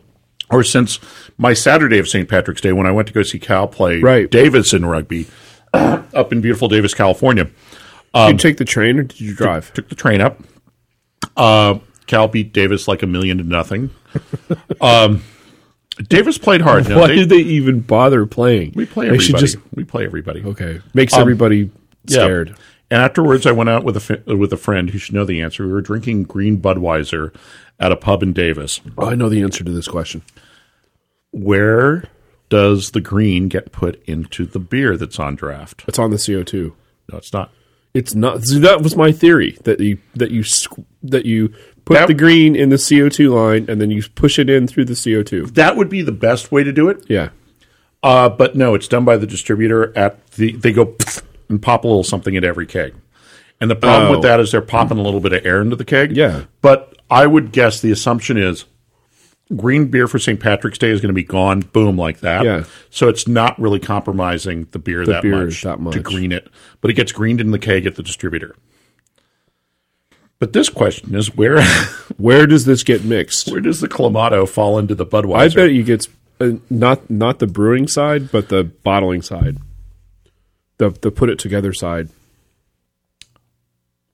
Speaker 6: or since my Saturday of St. Patrick's Day when I went to go see Cal play
Speaker 5: Right.
Speaker 6: Davis in rugby up in beautiful Davis, California.
Speaker 5: did
Speaker 6: Um,
Speaker 5: you take the train or did you drive?
Speaker 6: Took the train up. Uh, Cal beat Davis like a million to nothing. um, Davis played hard. No,
Speaker 5: Why
Speaker 6: they-
Speaker 5: did they even bother playing?
Speaker 6: we play
Speaker 5: They
Speaker 6: everybody. Um,
Speaker 5: should just
Speaker 6: we play everybody.
Speaker 5: okay. Makes everybody scared.
Speaker 6: And afterwards, I went out with a fi- with a friend who should know the answer. We were drinking green Budweiser at a pub in Davis.
Speaker 5: Oh, I know the answer to this question.
Speaker 6: where does the green get put into the beer that's on draft?
Speaker 5: It's on the CO two.
Speaker 6: No, it's not.
Speaker 5: It's not. See, that was my theory that you that you squ- that you put
Speaker 6: That-
Speaker 5: the green in the CO two line and then you push it in through the CO two.
Speaker 6: That would be the best way to do it.
Speaker 5: Yeah.
Speaker 6: Uh, but no, it's done by the distributor at the. They go and pop a little something into every keg, and the problem
Speaker 5: Oh.
Speaker 6: with that is they're popping a little bit of air into the keg.
Speaker 5: Yeah.
Speaker 6: But I would guess the assumption is green beer for St. Patrick's Day is going to be gone, boom, like that.
Speaker 5: Yeah.
Speaker 6: So it's not really compromising the beer, that,
Speaker 5: beer
Speaker 6: much
Speaker 5: that
Speaker 6: to
Speaker 5: much.
Speaker 6: green it, but it gets greened in the keg at the distributor. But this question is where
Speaker 5: Where does this get mixed?
Speaker 6: where does the clamato fall into the Budweiser?
Speaker 5: I bet you gets uh, not not the brewing side, but the bottling side, the the put it together side.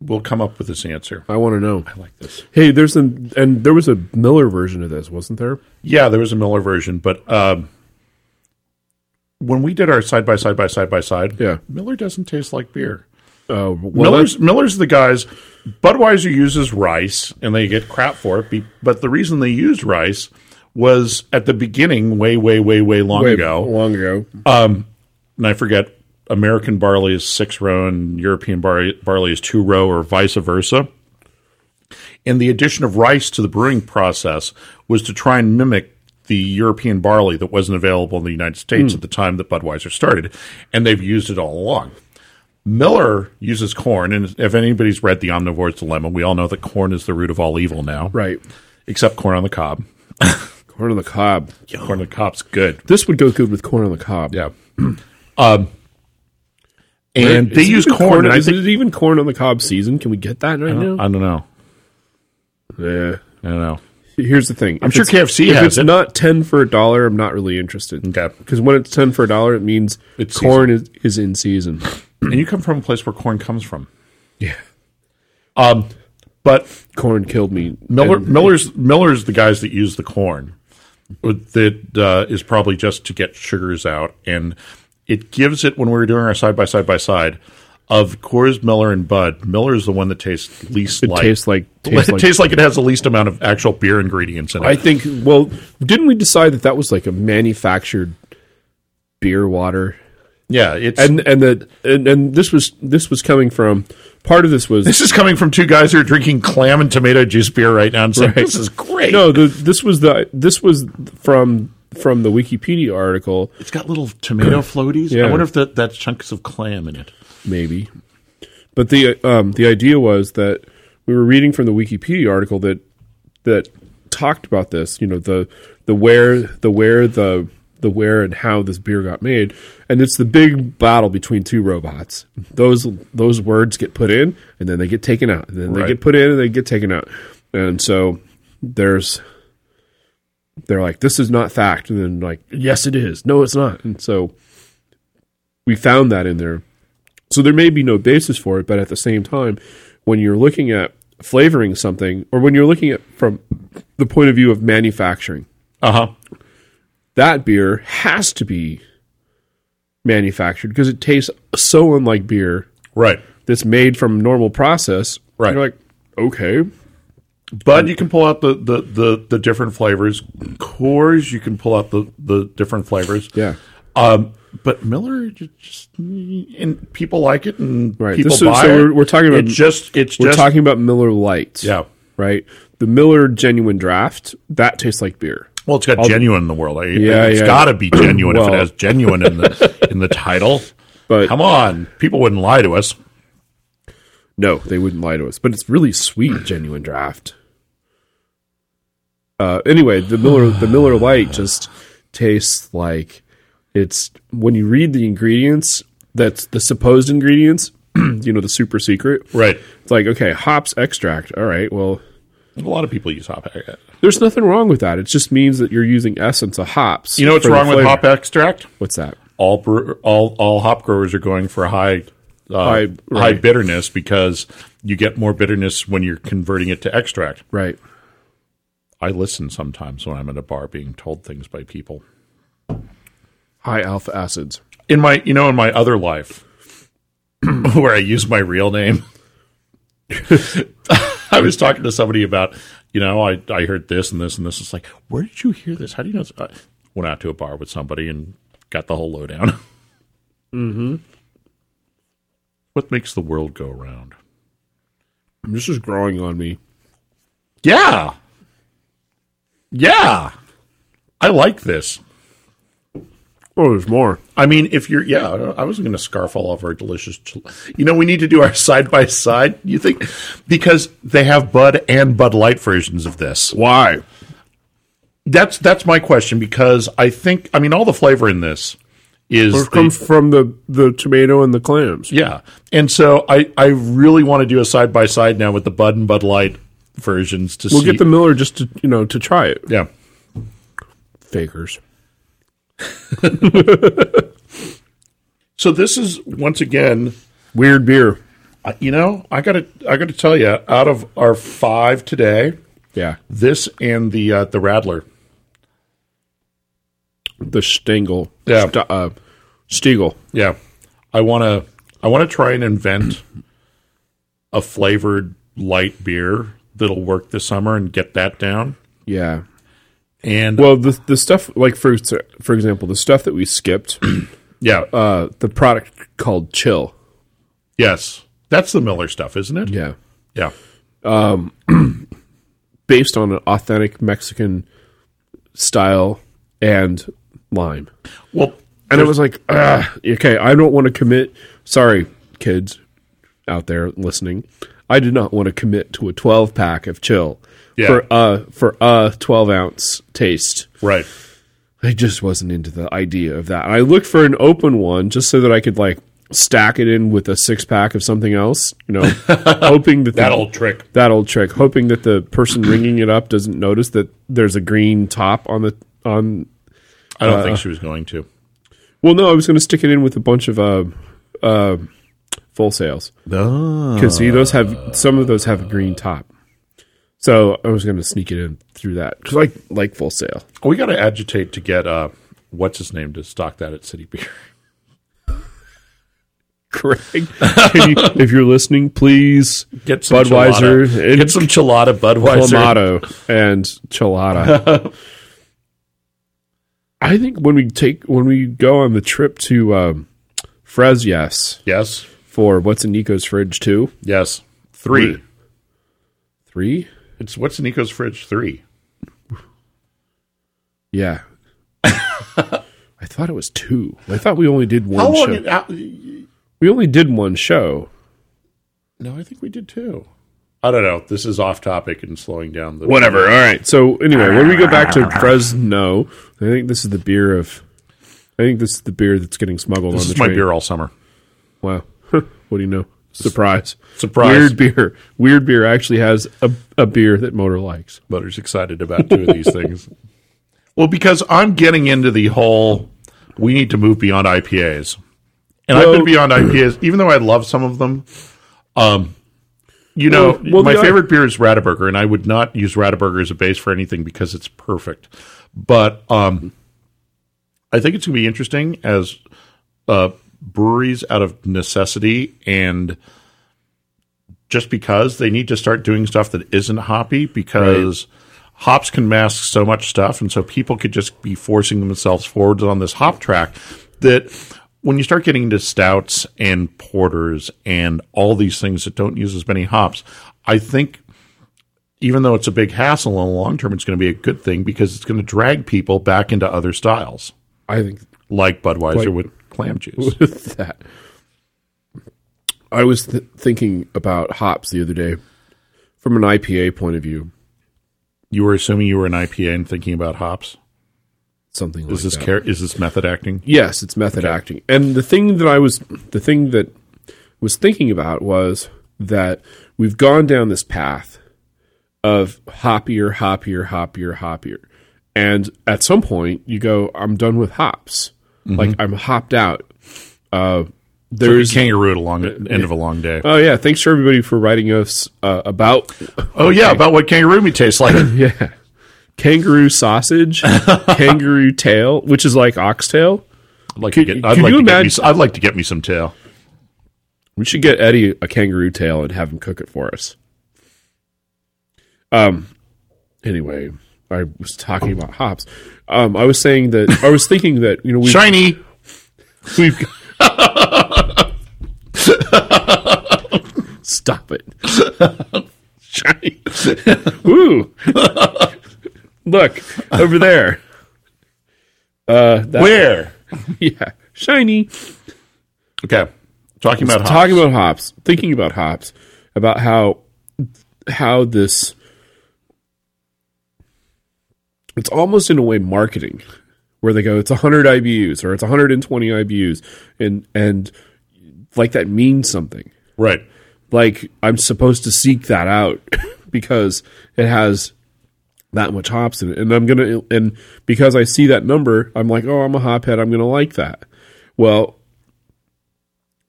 Speaker 6: we'll come up with this answer.
Speaker 5: I want to know.
Speaker 6: I like this.
Speaker 5: Hey, there's an and there was a Miller version of this, wasn't there?
Speaker 6: Yeah, there was a Miller version, but um, when we did our side by side by side by side,
Speaker 5: Yeah.
Speaker 6: Miller doesn't taste like beer.
Speaker 5: Oh, well,
Speaker 6: Miller's Miller's the guys. Budweiser uses rice, and they get crap for it. be- But the reason they used rice was at the beginning, way, way, way, way long
Speaker 5: way
Speaker 6: ago.
Speaker 5: long ago.
Speaker 6: and I forget American barley is six row and European bar- barley is two row or vice versa. and the addition of rice to the brewing process was to try and mimic the European barley that wasn't available in the United
Speaker 5: Hmm.
Speaker 6: States at the time that Budweiser started, and they've used it all along. Miller uses corn, and if anybody's read The Omnivore's Dilemma, we all know that corn is the root of all evil now,
Speaker 5: Right.
Speaker 6: Except corn on the cob.
Speaker 5: Corn on the cob.
Speaker 6: Corn on the cob's good.
Speaker 5: This would go good with corn on the cob.
Speaker 6: Yeah. um, and they
Speaker 5: Is it
Speaker 6: use
Speaker 5: even
Speaker 6: corn. and I
Speaker 5: is
Speaker 6: think,
Speaker 5: it even corn on the cob season? Can we get that right now?
Speaker 6: I don't know.
Speaker 5: yeah.
Speaker 6: I don't know.
Speaker 5: Here's the thing.
Speaker 6: I'm
Speaker 5: If
Speaker 6: sure
Speaker 5: it's-
Speaker 6: KFC
Speaker 5: if
Speaker 6: has
Speaker 5: it's
Speaker 6: it.
Speaker 5: not ten for a dollar, I'm not really interested.
Speaker 6: Okay.
Speaker 5: Because when it's ten for a dollar, it means
Speaker 6: It's
Speaker 5: corn is, is in season.
Speaker 6: And you come from a place where corn comes from.
Speaker 5: Yeah.
Speaker 6: Um, but
Speaker 5: Corn killed me.
Speaker 6: Miller,
Speaker 5: And-
Speaker 6: Miller's, Miller's the guys that use the corn. That uh, is probably just to get sugars out, and it gives it when we were doing our side by side by side of Coors Miller and Bud. Miller is the one that tastes least.
Speaker 5: it
Speaker 6: like,
Speaker 5: tastes like tastes
Speaker 6: it
Speaker 5: like.
Speaker 6: tastes like it has the least amount of actual beer ingredients in it.
Speaker 5: I think. Well, didn't we decide that that was like a manufactured beer water?
Speaker 6: yeah, it's
Speaker 5: And and that and, and this was this was coming from part of this was
Speaker 6: This is coming from two guys who are drinking clam and tomato juice beer right now and saying,
Speaker 5: Right.
Speaker 6: this is great.
Speaker 5: no the, this was the this was from from the Wikipedia article
Speaker 6: It's got little tomato floaties.
Speaker 5: Yeah.
Speaker 6: I wonder if that, that's chunks of clam in it.
Speaker 5: maybe. But the uh, um, the idea was that we were reading from the Wikipedia article that that talked about this. You know the the where the where the the where and how this beer got made, and it's the big battle between two robots. Those those words get put in, and then they get taken out, and then
Speaker 6: Right.
Speaker 5: they get put in, and they get taken out, and so there's they're like this is not fact, and then like yes it is, no it's not, and so we found that in there. So there may be no basis for it, but at the same time, when you're looking at flavoring something, or when you're looking at from the point of view of manufacturing,
Speaker 6: Uh huh.
Speaker 5: that beer has to be manufactured because it tastes so unlike beer
Speaker 6: Right.
Speaker 5: that's made from normal process.
Speaker 6: Right.
Speaker 5: You're like, okay,
Speaker 6: Bud, you can pull out the, the, the, the different flavors. Coors, you can pull out the, the different flavors.
Speaker 5: yeah.
Speaker 6: Um, but Miller, ju- just and people like it, and
Speaker 5: Right.
Speaker 6: people
Speaker 5: This is-
Speaker 6: buy
Speaker 5: so
Speaker 6: it.
Speaker 5: we're- we're talking about-
Speaker 6: it just it's
Speaker 5: We're
Speaker 6: just
Speaker 5: talking about Miller Light.
Speaker 6: yeah.
Speaker 5: Right? The Miller Genuine Draft, that tastes like beer.
Speaker 6: Well, it's got genuine in the world.
Speaker 5: Yeah,
Speaker 6: Yeah, it's
Speaker 5: yeah.
Speaker 6: got to be genuine if
Speaker 5: Well-
Speaker 6: it has genuine in the in the title.
Speaker 5: But-
Speaker 6: come on, people wouldn't lie to us.
Speaker 5: No, they wouldn't lie to us. But it's really sweet, genuine draft. Uh, anyway, the Miller the Miller Light just tastes like it's when you read the ingredients. That's the supposed ingredients. you know, the super secret.
Speaker 6: Right.
Speaker 5: It's like okay, hops extract. All right. Well,
Speaker 6: A lot of people use hop. extract.
Speaker 5: there's nothing wrong with that. It just means that you're using essence of hops.
Speaker 6: You know what's
Speaker 5: for the
Speaker 6: wrong with
Speaker 5: flavor.
Speaker 6: hop extract?
Speaker 5: What's that?
Speaker 6: All brew, all all hop growers are going for high uh,
Speaker 5: High-
Speaker 6: high,
Speaker 5: right.
Speaker 6: bitterness because you get more bitterness when you're converting it to extract.
Speaker 5: Right.
Speaker 6: I listen sometimes when I'm at a bar being told things by people.
Speaker 5: High alpha acids.
Speaker 6: In my you know in my other life where I use my real name I was talking to somebody about, you know, I, I heard this and this and this. It's like, where did you hear this? How do you know? This? I went out to a bar with somebody and got the whole lowdown. Mm-hmm. What makes the world go round?
Speaker 5: This is growing on me.
Speaker 6: Yeah. Yeah. I like this.
Speaker 5: Oh, there's more.
Speaker 6: I mean, if you're, yeah, I don't- I wasn't going to scarf all of our delicious. Chil- you know, we need to do our side by side. You think because they have Bud and Bud Light versions of this.
Speaker 5: Why?
Speaker 6: That's that's my question because I think I mean all the flavor in this is
Speaker 5: Those
Speaker 6: the-
Speaker 5: come from the the tomato and the clams.
Speaker 6: yeah, and so I I really want to do a side by side now with the Bud and Bud Light versions to
Speaker 5: We'll
Speaker 6: see.
Speaker 5: get the Miller just to you know to try it.
Speaker 6: yeah.
Speaker 5: Fakers.
Speaker 6: So this is once again,
Speaker 5: Weird beer.
Speaker 6: uh, you know, I gotta I gotta tell you, out of our five today,
Speaker 5: Yeah.
Speaker 6: this and the uh, the Rattler.
Speaker 5: The Stingel.
Speaker 6: Yeah.
Speaker 5: St- uh, Stiegel.
Speaker 6: Yeah, I want to. I want to try and invent a flavored light beer that'll work this summer and get that down.
Speaker 5: Yeah.
Speaker 6: And
Speaker 5: Well, the the stuff like for for example, the stuff that we skipped,
Speaker 6: yeah,
Speaker 5: uh, the product called Chill.
Speaker 6: yes, that's the Miller stuff, isn't it?
Speaker 5: Yeah.
Speaker 6: yeah.
Speaker 5: based on an authentic Mexican style and lime.
Speaker 6: Well,
Speaker 5: And it was like, "Ugh, okay, I don't want to commit. Sorry, kids out there listening. I do not want to commit to a 12 pack of chill
Speaker 6: Yeah.
Speaker 5: for a for a 12 ounce taste.
Speaker 6: right.
Speaker 5: I just wasn't into the idea of that. And I looked for an open one just so that I could like stack it in with a six pack of something else, you know, hoping that the-
Speaker 6: That old trick.
Speaker 5: that old trick, hoping that the person ringing it up doesn't notice that there's a green top on the on.
Speaker 6: I don't think she was going to.
Speaker 5: Well, no, I was going to stick it in with a bunch of uh, uh, full sales because see, those have some of those have a green top. So I was going to sneak it in through that because I like full sale.
Speaker 6: We got to agitate to get uh, what's his name to stock that at City Beer.
Speaker 5: Correct. if you're listening, please
Speaker 6: Get some
Speaker 5: Budweiser
Speaker 6: Chilada.
Speaker 5: and
Speaker 6: Get some Chilada Budweiser.
Speaker 5: Clamato and Chilada. I think when we take when we go on the trip to um, Frez, yes,
Speaker 6: Yes.
Speaker 5: for what's in Nico's fridge two,
Speaker 6: Yes. Three.
Speaker 5: Three. three,
Speaker 6: It's what's in Nico's fridge three.
Speaker 5: yeah. I thought it was two. I thought we only did
Speaker 6: How
Speaker 5: one
Speaker 6: long?
Speaker 5: show.
Speaker 6: It, how,
Speaker 5: we only did one show.
Speaker 6: no, I think we did two. I don't know. This is off topic and slowing down the
Speaker 5: Whatever. All right. So anyway, when we go back to Fresno, I think this is the beer of. I think this is the beer that's getting smuggled
Speaker 6: This
Speaker 5: on the
Speaker 6: is my
Speaker 5: train.
Speaker 6: beer all summer.
Speaker 5: Wow. what do you know? Surprise.
Speaker 6: Surprise.
Speaker 5: Weird beer. Weird beer actually has a, a beer that Motor likes.
Speaker 6: Butter's excited about two of these things. Well, because I'm getting into the whole we need to move beyond IPAs. And I've been
Speaker 5: Well-
Speaker 6: beyond IPAs, even though I love some of them. Um, you know,
Speaker 5: Well- well,
Speaker 6: my
Speaker 5: the-
Speaker 6: favorite beer is Radaburger, and I would not use Radaburger as a base for anything because it's perfect. But um, I think it's going to be interesting as uh, breweries out of necessity and just because they need to start doing stuff that isn't hoppy because hops can mask so much stuff and so people could just be forcing themselves forward on this hop track that when you start getting into stouts and porters and all these things that don't use as many hops i think even though it's a big hassle in the long term it's going to be a good thing because it's going to drag people back into other styles
Speaker 5: I think
Speaker 6: like budweiser
Speaker 5: Like-
Speaker 6: with clam juice
Speaker 5: with that. I was th- thinking about hops the other day from an IPA point of view.
Speaker 6: you were assuming you were an ipa and thinking about hops
Speaker 5: Something like
Speaker 6: is this
Speaker 5: that.
Speaker 6: care is this method acting
Speaker 5: Yes, it's method acting. And the thing that I was the thing that was thinking about was that we've gone down this path of hoppier, hoppier, hoppier, hoppier. And at some point you go, I'm done with hops. Like I'm hopped out. Uh
Speaker 6: There's uh,
Speaker 5: there's
Speaker 6: kangaroo at a long end of a long day.
Speaker 5: Oh yeah, thanks for everybody for writing us uh, about
Speaker 6: oh yeah, about what kangaroo meat tastes like.
Speaker 5: yeah. Kangaroo sausage, kangaroo tail, which is like oxtail.
Speaker 6: I'd like
Speaker 5: Could-
Speaker 6: to get, I'd
Speaker 5: could
Speaker 6: like
Speaker 5: you
Speaker 6: to get me,
Speaker 5: imagine-
Speaker 6: s- I'd like to get me some tail.
Speaker 5: We should get Eddie a kangaroo tail and have him cook it for us. Um. Anyway, I was talking about hops. Um, I was saying that I was thinking that you know we've,
Speaker 6: Shiny.
Speaker 5: we've stop it. Shiny. Woo. Look over there. Uh, that,
Speaker 6: Where?
Speaker 5: yeah, shiny.
Speaker 6: Okay. Talking about hops.
Speaker 5: talking about hops, thinking about hops, about how how this it's almost in a way marketing where they go it's 100 IBUs or it's 120 IBUs and and like that means something.
Speaker 6: right.
Speaker 5: Like I'm supposed to seek that out because it has that much hops in it and I'm going to and because I see that number I'm like oh I'm a hophead I'm going to like that. Well,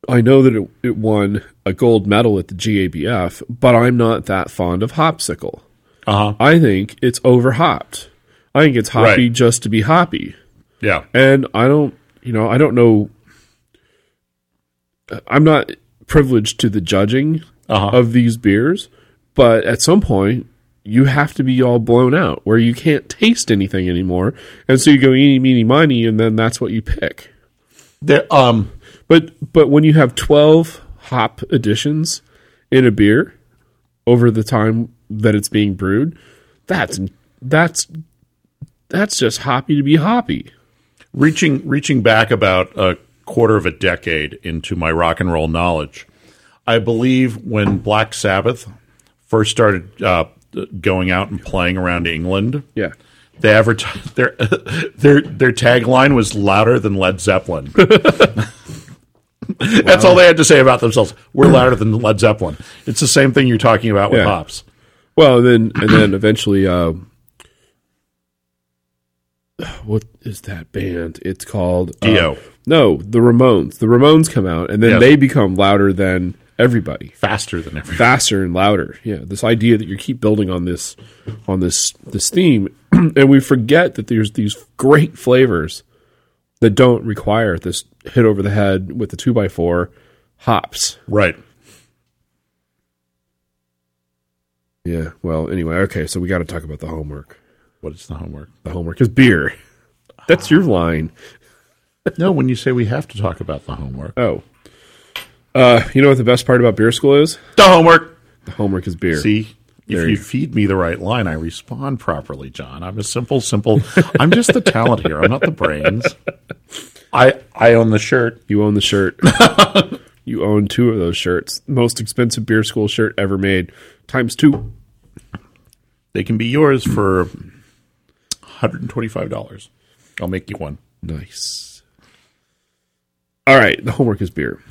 Speaker 5: I know that it, it won a gold medal at the GABF, but I'm not that fond of Hopsicle.
Speaker 6: Uh huh.
Speaker 5: I think it's overhopped. I think it's hoppy
Speaker 6: Right.
Speaker 5: just to be hoppy.
Speaker 6: Yeah.
Speaker 5: And I don't, you know, I don't know. uh, I'm not privileged to the judging
Speaker 6: Uh-huh.
Speaker 5: of these beers, but at some point, you have to be all blown out where you can't taste anything anymore. And so you go eeny, meeny, miny, and then that's what you pick.
Speaker 6: There- um.
Speaker 5: But but when you have twelve hop additions in a beer over the time that it's being brewed, That's that's that's just hoppy to be hoppy.
Speaker 6: reaching reaching back about a quarter of a decade into my rock and roll knowledge, I believe when Black Sabbath first started uh, going out and playing around England,
Speaker 5: Yeah.
Speaker 6: they advertised their their their tagline was louder than Led Zeppelin. That's all they had to say about themselves. We're louder than Led Zeppelin. It's the same thing you're talking about with
Speaker 5: Yeah.
Speaker 6: hops.
Speaker 5: Well, and then and then eventually, uh, what is that band? It's called uh,
Speaker 6: Dio.
Speaker 5: no, the Ramones. The Ramones come out, and then
Speaker 6: Yeah.
Speaker 5: they become louder than everybody,
Speaker 6: Faster than everything.
Speaker 5: faster and louder. Yeah, this idea that you keep building on this, on this this theme, and we forget that there's these great flavors that don't require this hit over the head with the two by four hops.
Speaker 6: Right.
Speaker 5: Yeah. Well, anyway, okay. So we got to talk about the homework.
Speaker 6: What is the homework?
Speaker 5: The homework is beer. That's your line.
Speaker 6: No, when you say we have to talk about the homework.
Speaker 5: Oh. Uh, you know what the best part about beer school is?
Speaker 6: The homework.
Speaker 5: The homework is beer.
Speaker 6: See,
Speaker 5: There
Speaker 6: if you
Speaker 5: you-
Speaker 6: feed me the right line, I respond properly, John. I'm a simple, simple. I'm just the talent here. I'm not the brains. I I own the shirt.
Speaker 5: You own the shirt. you own two of those shirts. Most expensive beer school shirt ever made, times two.
Speaker 6: They can be yours for $125. I'll make you one.
Speaker 5: Nice. All right, the homework is beer.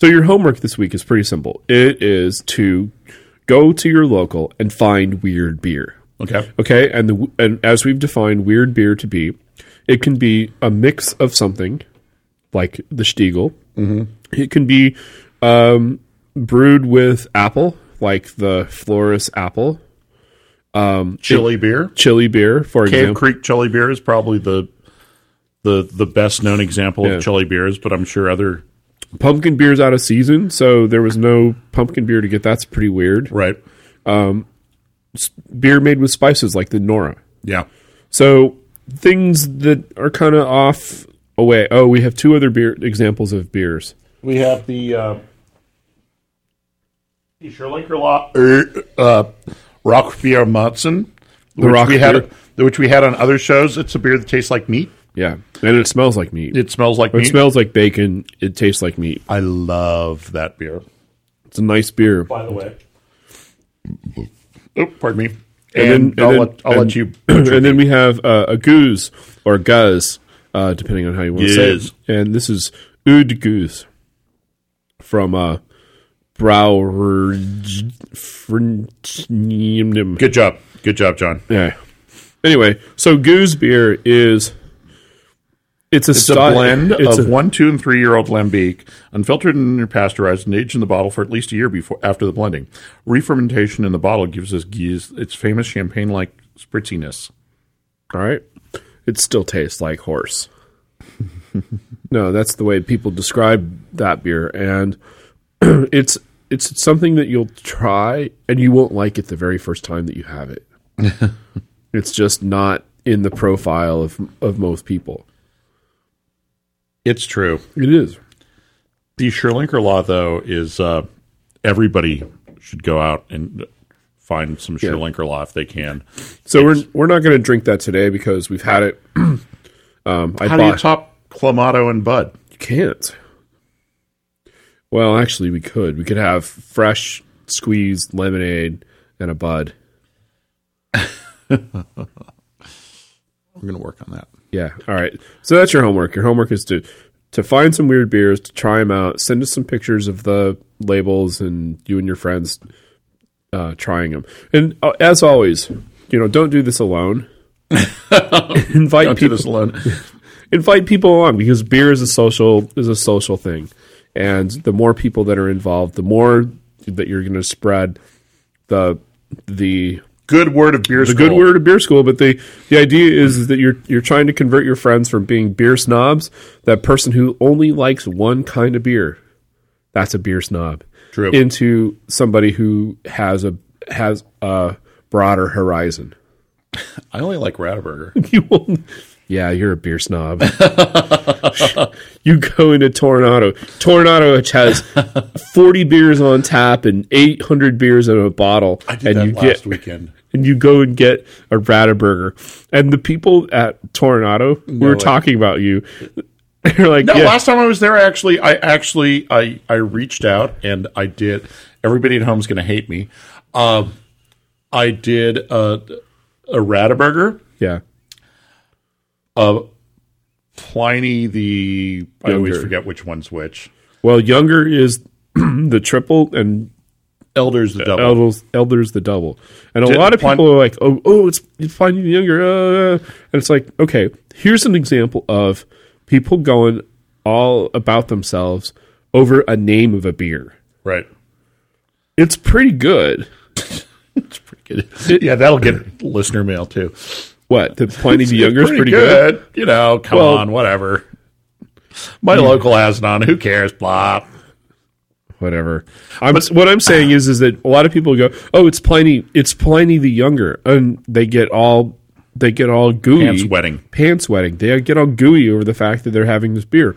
Speaker 5: So your homework this week is pretty simple. It is to go to your local and find weird beer.
Speaker 6: Okay.
Speaker 5: Okay, and the and as we've defined weird beer to be, it can be a mix of something like the Stiegel. Mm-hmm. It can be um, brewed with apple, like the Flores apple
Speaker 6: Chili beer.
Speaker 5: chili beer, for
Speaker 6: Cave
Speaker 5: example.
Speaker 6: Creek chili beer is probably the the the best known example
Speaker 5: Yeah.
Speaker 6: of chili beers, but I'm sure other
Speaker 5: Pumpkin beer's out of season, so there was no pumpkin beer to get. That's pretty weird.
Speaker 6: right.
Speaker 5: Beer made with spices, like the Nora.
Speaker 6: Yeah.
Speaker 5: So things that are kind of off away. Oh, we have two other beer examples of beers.
Speaker 6: We have the uh, the Sherlinker Law er, uh, Rock Beer Mudson, which
Speaker 5: Rock
Speaker 6: we had,
Speaker 5: Beer.
Speaker 6: which we had on other shows. It's a beer that tastes like meat.
Speaker 5: Yeah, and it smells like meat.
Speaker 6: It smells like
Speaker 5: It
Speaker 6: meat.
Speaker 5: smells like bacon. It tastes like meat.
Speaker 6: I love that beer.
Speaker 5: It's a nice beer.
Speaker 6: By the way, oh, pardon me.
Speaker 5: And then-
Speaker 6: And,
Speaker 5: and
Speaker 6: I'll,
Speaker 5: then-
Speaker 6: let,
Speaker 5: and-
Speaker 6: I'll let you.
Speaker 5: and then we have uh, a goose or guz, uh, depending on how you want to say it.
Speaker 6: Yes.
Speaker 5: And this is Oud Goose from uh, Brower. French-
Speaker 6: Good job. Good job, John.
Speaker 5: Yeah. Anyway, so goose beer is. It's a,
Speaker 6: It's a
Speaker 5: sty-
Speaker 6: blend
Speaker 5: it's
Speaker 6: of
Speaker 5: a-
Speaker 6: one, two, and three year old Lambic, unfiltered and pasteurized, and aged in the bottle for at least a year before after the blending. Refermentation in the bottle gives us geese its famous champagne like spritziness.
Speaker 5: All right. It still tastes like horse. no, that's the way people describe that beer, and it's it's something that you'll try and you won't like it the very first time that you have it. it's just not in the profile of of most people.
Speaker 6: It's true.
Speaker 5: It is.
Speaker 6: The Sherlinker Law, though, is uh, everybody should go out and find some Sherlinker Law if they can.
Speaker 5: So we're we're not going to drink that today because we've had it. um, I
Speaker 6: How do you
Speaker 5: bought,
Speaker 6: top Clamato and Bud?
Speaker 5: can't. Well, actually, we could. We could have fresh squeezed lemonade and a bud.
Speaker 6: I'm going to work on that.
Speaker 5: Yeah. All right. So that's your homework. Your homework is to to find some weird beers, to try them out, send us some pictures of the labels, and you and your friends uh, trying them. And uh, as always, you know, don't do this alone. invite
Speaker 6: Don't do
Speaker 5: people.
Speaker 6: this alone.
Speaker 5: Invite people along because beer is a social is a social thing, and the more people that are involved, the more that you're going to spread the the
Speaker 6: Good word of beer.
Speaker 5: the good word of beer school, but the the idea is, is that you're you're trying to convert your friends from being beer snobs, that person who only likes one kind of beer, that's a beer snob,
Speaker 6: True.
Speaker 5: into somebody who has a has a broader horizon.
Speaker 6: I only like Rataburger.
Speaker 5: You only, yeah, you're a beer snob. you go into Tornado. Tornado which has 40 beers on tap and 800 beers in a bottle,
Speaker 6: I did
Speaker 5: and
Speaker 6: that
Speaker 5: you
Speaker 6: last
Speaker 5: get
Speaker 6: weekend.
Speaker 5: and you go and get a Rataburger. And the people at Tornado who were talking about you, they're like,
Speaker 6: No,
Speaker 5: yeah.
Speaker 6: last time I was there, I actually, I actually, I, I reached out and I did. Everybody at home's going to hate me. Um, I did a, a Rataburger.
Speaker 5: yeah.
Speaker 6: Pliny the I always
Speaker 5: Younger.
Speaker 6: forget which one's which.
Speaker 5: Well, Younger is the triple and
Speaker 6: Elder's the double.
Speaker 5: elders, elders the double. And a
Speaker 6: Did-
Speaker 5: lot of
Speaker 6: Pliny-
Speaker 5: people are like, oh, oh, it's, it's Pliny the Younger. Uh, and it's like, okay, here's an example of people going all about themselves over a name of a beer.
Speaker 6: Right.
Speaker 5: It's pretty good.
Speaker 6: It's pretty good. Yeah, that'll get listener mail too.
Speaker 5: What? The Pliny the Younger is pretty good.
Speaker 6: You know, come
Speaker 5: Well- Hmm.
Speaker 6: on, whatever. My local has none. Who cares? Blah.
Speaker 5: whatever. I'm, what I'm saying is, is that a lot of people go, "Oh, it's Pliny, it's Pliny the Younger," and they get all they get all gooey,
Speaker 6: Pants wetting.
Speaker 5: pants wetting. They get all gooey over the fact that they're having this beer,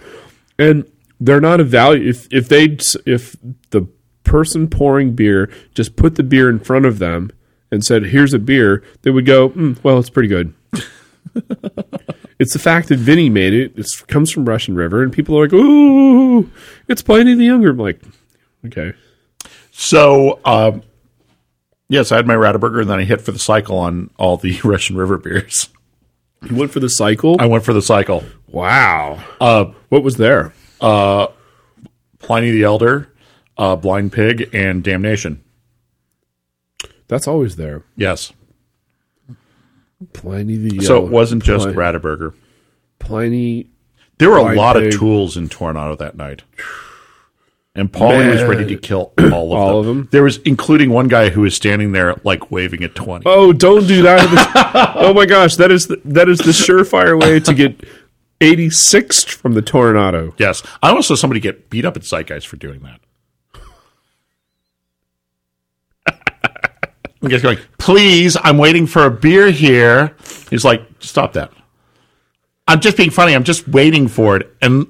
Speaker 5: and they're not a value if if they if the person pouring beer just put the beer in front of them and said, "Here's a beer," they would go, mm, "Well, it's pretty good." It's the fact that Vinny made it. It comes from Russian River, and people are like, "Ooh, it's Pliny the Younger." I'm like, okay,
Speaker 6: So, um, yes, I had my Rataburger, and then I hit for the cycle on all the Russian River beers.
Speaker 5: you went for the cycle.
Speaker 6: I went for the cycle.
Speaker 5: wow. what was there?
Speaker 6: Pliny the Elder, uh, Blind Pig, and Damnation.
Speaker 5: That's always there.
Speaker 6: Yes.
Speaker 5: Pliny the Younger.
Speaker 6: So it wasn't just
Speaker 5: Pliny,
Speaker 6: Rataburger.
Speaker 5: Pliny.
Speaker 6: There were a
Speaker 5: Blind
Speaker 6: lot
Speaker 5: pig.
Speaker 6: of tools in Tornado that night. And Paulie was ready to kill all of
Speaker 5: All of
Speaker 6: them.
Speaker 5: them?
Speaker 6: There was including one guy who was standing there like waving at 20.
Speaker 5: Oh, don't do that. oh my gosh, that is the, that is the surefire way to get 86th from the tornado.
Speaker 6: Yes. I almost saw somebody get beat up at Zeitgeist for doing that. The guy's going, please, I'm waiting for a beer here. He's like, stop that. I'm just being funny. I'm just waiting for it. And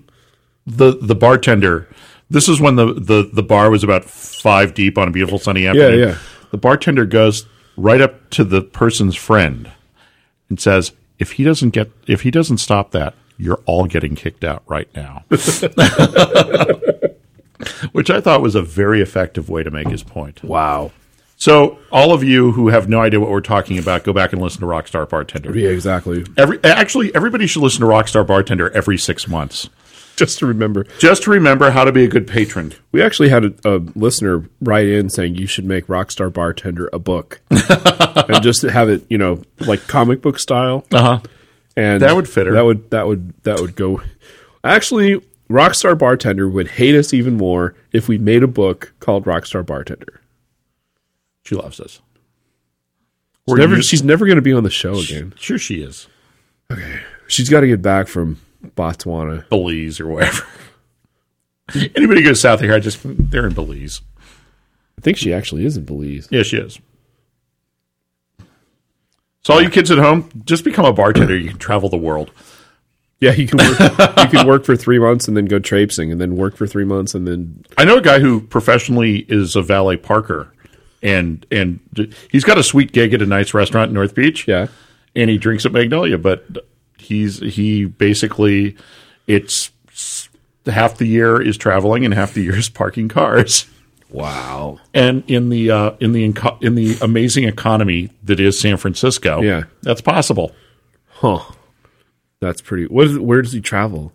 Speaker 6: the the bartender, this is when the, the, the bar was about five deep on a beautiful sunny afternoon.
Speaker 5: yeah.
Speaker 6: The bartender goes right up to the person's friend and says, if he doesn't get if he doesn't stop that, you're all getting kicked out right now. Which I thought was a very effective way to make his point.
Speaker 5: Wow.
Speaker 6: So, all of you who have no idea what we're talking about, go back and listen to Rockstar Bartender.
Speaker 5: Yeah, exactly.
Speaker 6: Every actually, everybody should listen to Rockstar Bartender every six months,
Speaker 5: Just to remember,
Speaker 6: just to remember how to be a good patron.
Speaker 5: we actually had a, a listener write in saying you should make Rockstar Bartender a book, and just have it, you know, like comic book style.
Speaker 6: Uh huh.
Speaker 5: and
Speaker 6: That would fit her.
Speaker 5: That would that would that would go. Actually, Rockstar Bartender would hate us even more if we made a book called Rockstar Bartender.
Speaker 6: She loves us.
Speaker 5: She's
Speaker 6: We're
Speaker 5: never,
Speaker 6: used-
Speaker 5: she's never going to be on the show again.
Speaker 6: sure she is
Speaker 5: She's got to get back from Botswana.
Speaker 6: Belize or wherever. Anybody who goes south of here, I just they're in Belize.
Speaker 5: I think she actually is in Belize.
Speaker 6: Yeah, she is. So, all you kids at home, just become a bartender. You can travel the world.
Speaker 5: Yeah, you can work, you can work for three months and then go traipsing, and then work for three months, and then
Speaker 6: I know a guy who professionally is a valet parker, and and he's got a sweet gig at a nice restaurant in North Beach.
Speaker 5: yeah.
Speaker 6: and he drinks at Magnolia, but he's he basically it's s- half the year is traveling and half the year is parking cars.
Speaker 5: Wow.
Speaker 6: And in the uh, in the inco- in the amazing economy that is San Francisco,
Speaker 5: Yeah.
Speaker 6: that's possible.
Speaker 5: Huh. That's pretty. What is, where does he travel?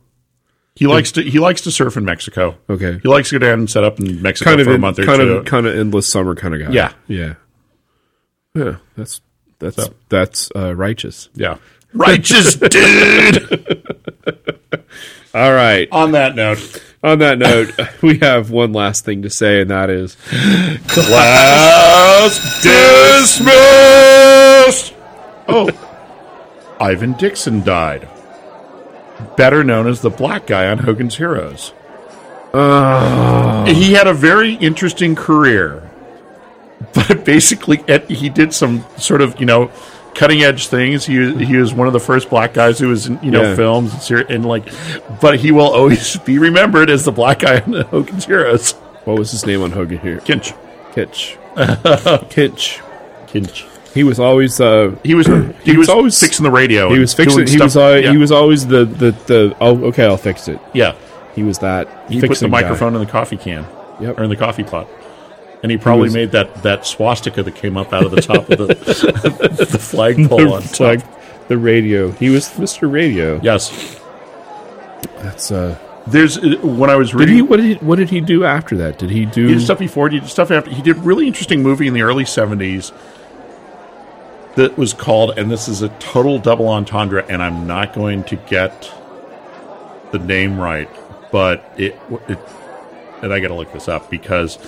Speaker 6: He likes to he likes to surf in Mexico.
Speaker 5: Okay.
Speaker 6: he likes to go down and set up in Mexico
Speaker 5: Kind of
Speaker 6: for a
Speaker 5: in-
Speaker 6: month or
Speaker 5: kind
Speaker 6: two.
Speaker 5: of kind of endless summer kind of guy.
Speaker 6: Yeah.
Speaker 5: yeah, yeah. That's that's that's uh, righteous.
Speaker 6: yeah, righteous dude.
Speaker 5: All right.
Speaker 6: On that note,
Speaker 5: On that note, we have one last thing to say, and that is
Speaker 6: class dismissed. Oh, Ivan Dixon died, better known as the black guy on Hogan's Heroes. He had a very interesting career, but basically, at, he did some sort of you know cutting edge things. He was, he was one of the first black guys who was in you know
Speaker 5: Yeah.
Speaker 6: films and, ser- and like, but he will always be remembered as the black guy on Hogan's Heroes.
Speaker 5: what was his name on Hogan here?
Speaker 6: Kinch.
Speaker 5: Kitch. Kitch.
Speaker 6: Kinch.
Speaker 5: He was always uh,
Speaker 6: He was he,
Speaker 5: was
Speaker 6: was,
Speaker 5: always-
Speaker 6: always fixing the radio.
Speaker 5: he
Speaker 6: and
Speaker 5: was fixing.
Speaker 6: doing
Speaker 5: He was
Speaker 6: stuff-
Speaker 5: always,
Speaker 6: yeah.
Speaker 5: he was always the the the. Oh, okay, I'll fix it.
Speaker 6: yeah.
Speaker 5: He was that.
Speaker 6: He put the
Speaker 5: fixing guy.
Speaker 6: microphone in the coffee can
Speaker 5: Yep.
Speaker 6: or in the coffee pot. And he probably
Speaker 5: was-
Speaker 6: made that, that swastika that came up out of the top of the, the flagpole on top.
Speaker 5: like the radio. He was Mr. Radio.
Speaker 6: Yes.
Speaker 5: That's uh.
Speaker 6: There's uh, when I was
Speaker 5: Did
Speaker 6: reading
Speaker 5: he? What did he, what did he do after that? Did he do?
Speaker 6: He did stuff before. He did stuff after. He did a really interesting movie in the early seventies that was called, and this is a total double entendre, and I'm not going to get the name right, but it, it and I got to look this up because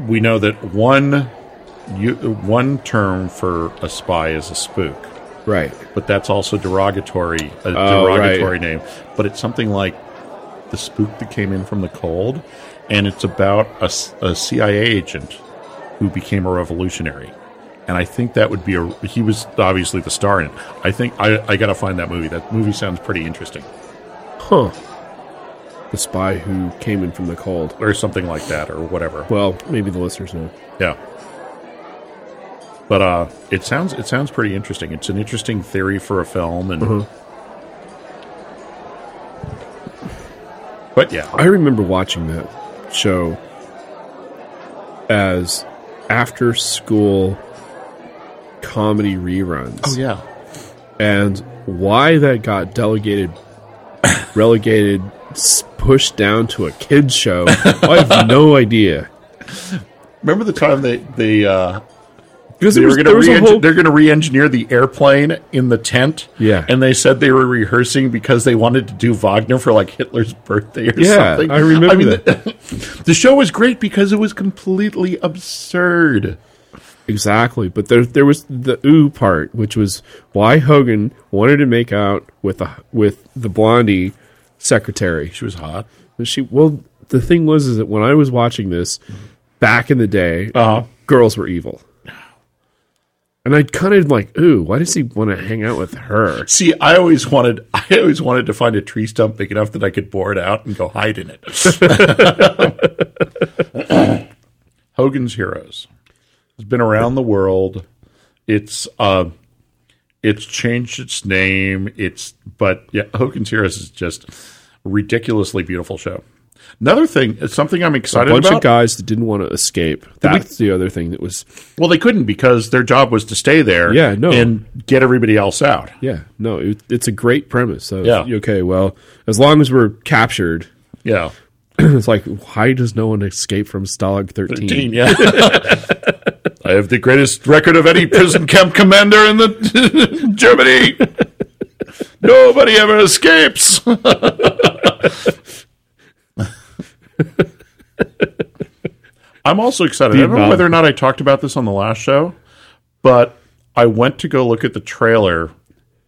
Speaker 6: we know that one you, one term for a spy is a spook,
Speaker 5: right.
Speaker 6: but that's also derogatory, a
Speaker 5: Oh, right.
Speaker 6: derogatory name. But it's something like the spook that came in from the cold, and it's about a, s- a CIA agent who became a revolutionary. And I think that would be a. He was obviously the star in it. I think I, I got to find that movie. That movie sounds pretty interesting,
Speaker 5: Huh. The spy who came in from the cold.
Speaker 6: or something like that, or whatever.
Speaker 5: Well, maybe the listeners know.
Speaker 6: Yeah. But uh, it sounds it sounds pretty interesting. It's an interesting theory for a film, and
Speaker 5: Mm-hmm.
Speaker 6: but yeah,
Speaker 5: I remember watching that show as after school comedy reruns.
Speaker 6: Oh, yeah,
Speaker 5: And why that got delegated, relegated, s- pushed down to a kids show, I have no idea.
Speaker 6: Remember the time they they uh,
Speaker 5: Because
Speaker 6: they
Speaker 5: it was,
Speaker 6: were going
Speaker 5: there
Speaker 6: to
Speaker 5: was a
Speaker 6: re-engi-
Speaker 5: whole
Speaker 6: they're going to re-engineer the airplane in the tent.
Speaker 5: Yeah.
Speaker 6: and they said they were rehearsing because they wanted to do Wagner for like Hitler's birthday or
Speaker 5: Yeah,
Speaker 6: something.
Speaker 5: I remember that.
Speaker 6: the, the show was great because it was completely absurd.
Speaker 5: Exactly, but there there was the ooh part, which was why Hogan wanted to make out with the with the blondie secretary.
Speaker 6: She was hot.
Speaker 5: She well, the thing was is that when I was watching this back in the day,
Speaker 6: Uh-huh.
Speaker 5: girls were evil, and I kind of like ooh, why does he want to hang out with her?
Speaker 6: See, I always wanted I always wanted to find a tree stump big enough that I could bore it out and go hide in it. Hogan's Heroes. It's been around the world. It's uh it's changed its name. It's but yeah, Hogan's Heroes is just a ridiculously beautiful show. Another thing, it's something I'm
Speaker 5: A
Speaker 6: excited
Speaker 5: bunch
Speaker 6: about.
Speaker 5: of guys that didn't want to escape. That's the other thing that was
Speaker 6: well, they couldn't because their job was to stay there
Speaker 5: Yeah, no.
Speaker 6: and get everybody else out.
Speaker 5: yeah. No, it, it's a great premise. So
Speaker 6: Yeah.
Speaker 5: okay, well, as long as we're captured,
Speaker 6: Yeah.
Speaker 5: it's like why does no one escape from Stalag 13
Speaker 6: yeah. I have the greatest record of any prison camp commander in the Germany. Nobody ever escapes. I'm also excited. I don't know
Speaker 5: Vietnam.
Speaker 6: whether or not I talked about this on the last show, but I went to go look at the trailer.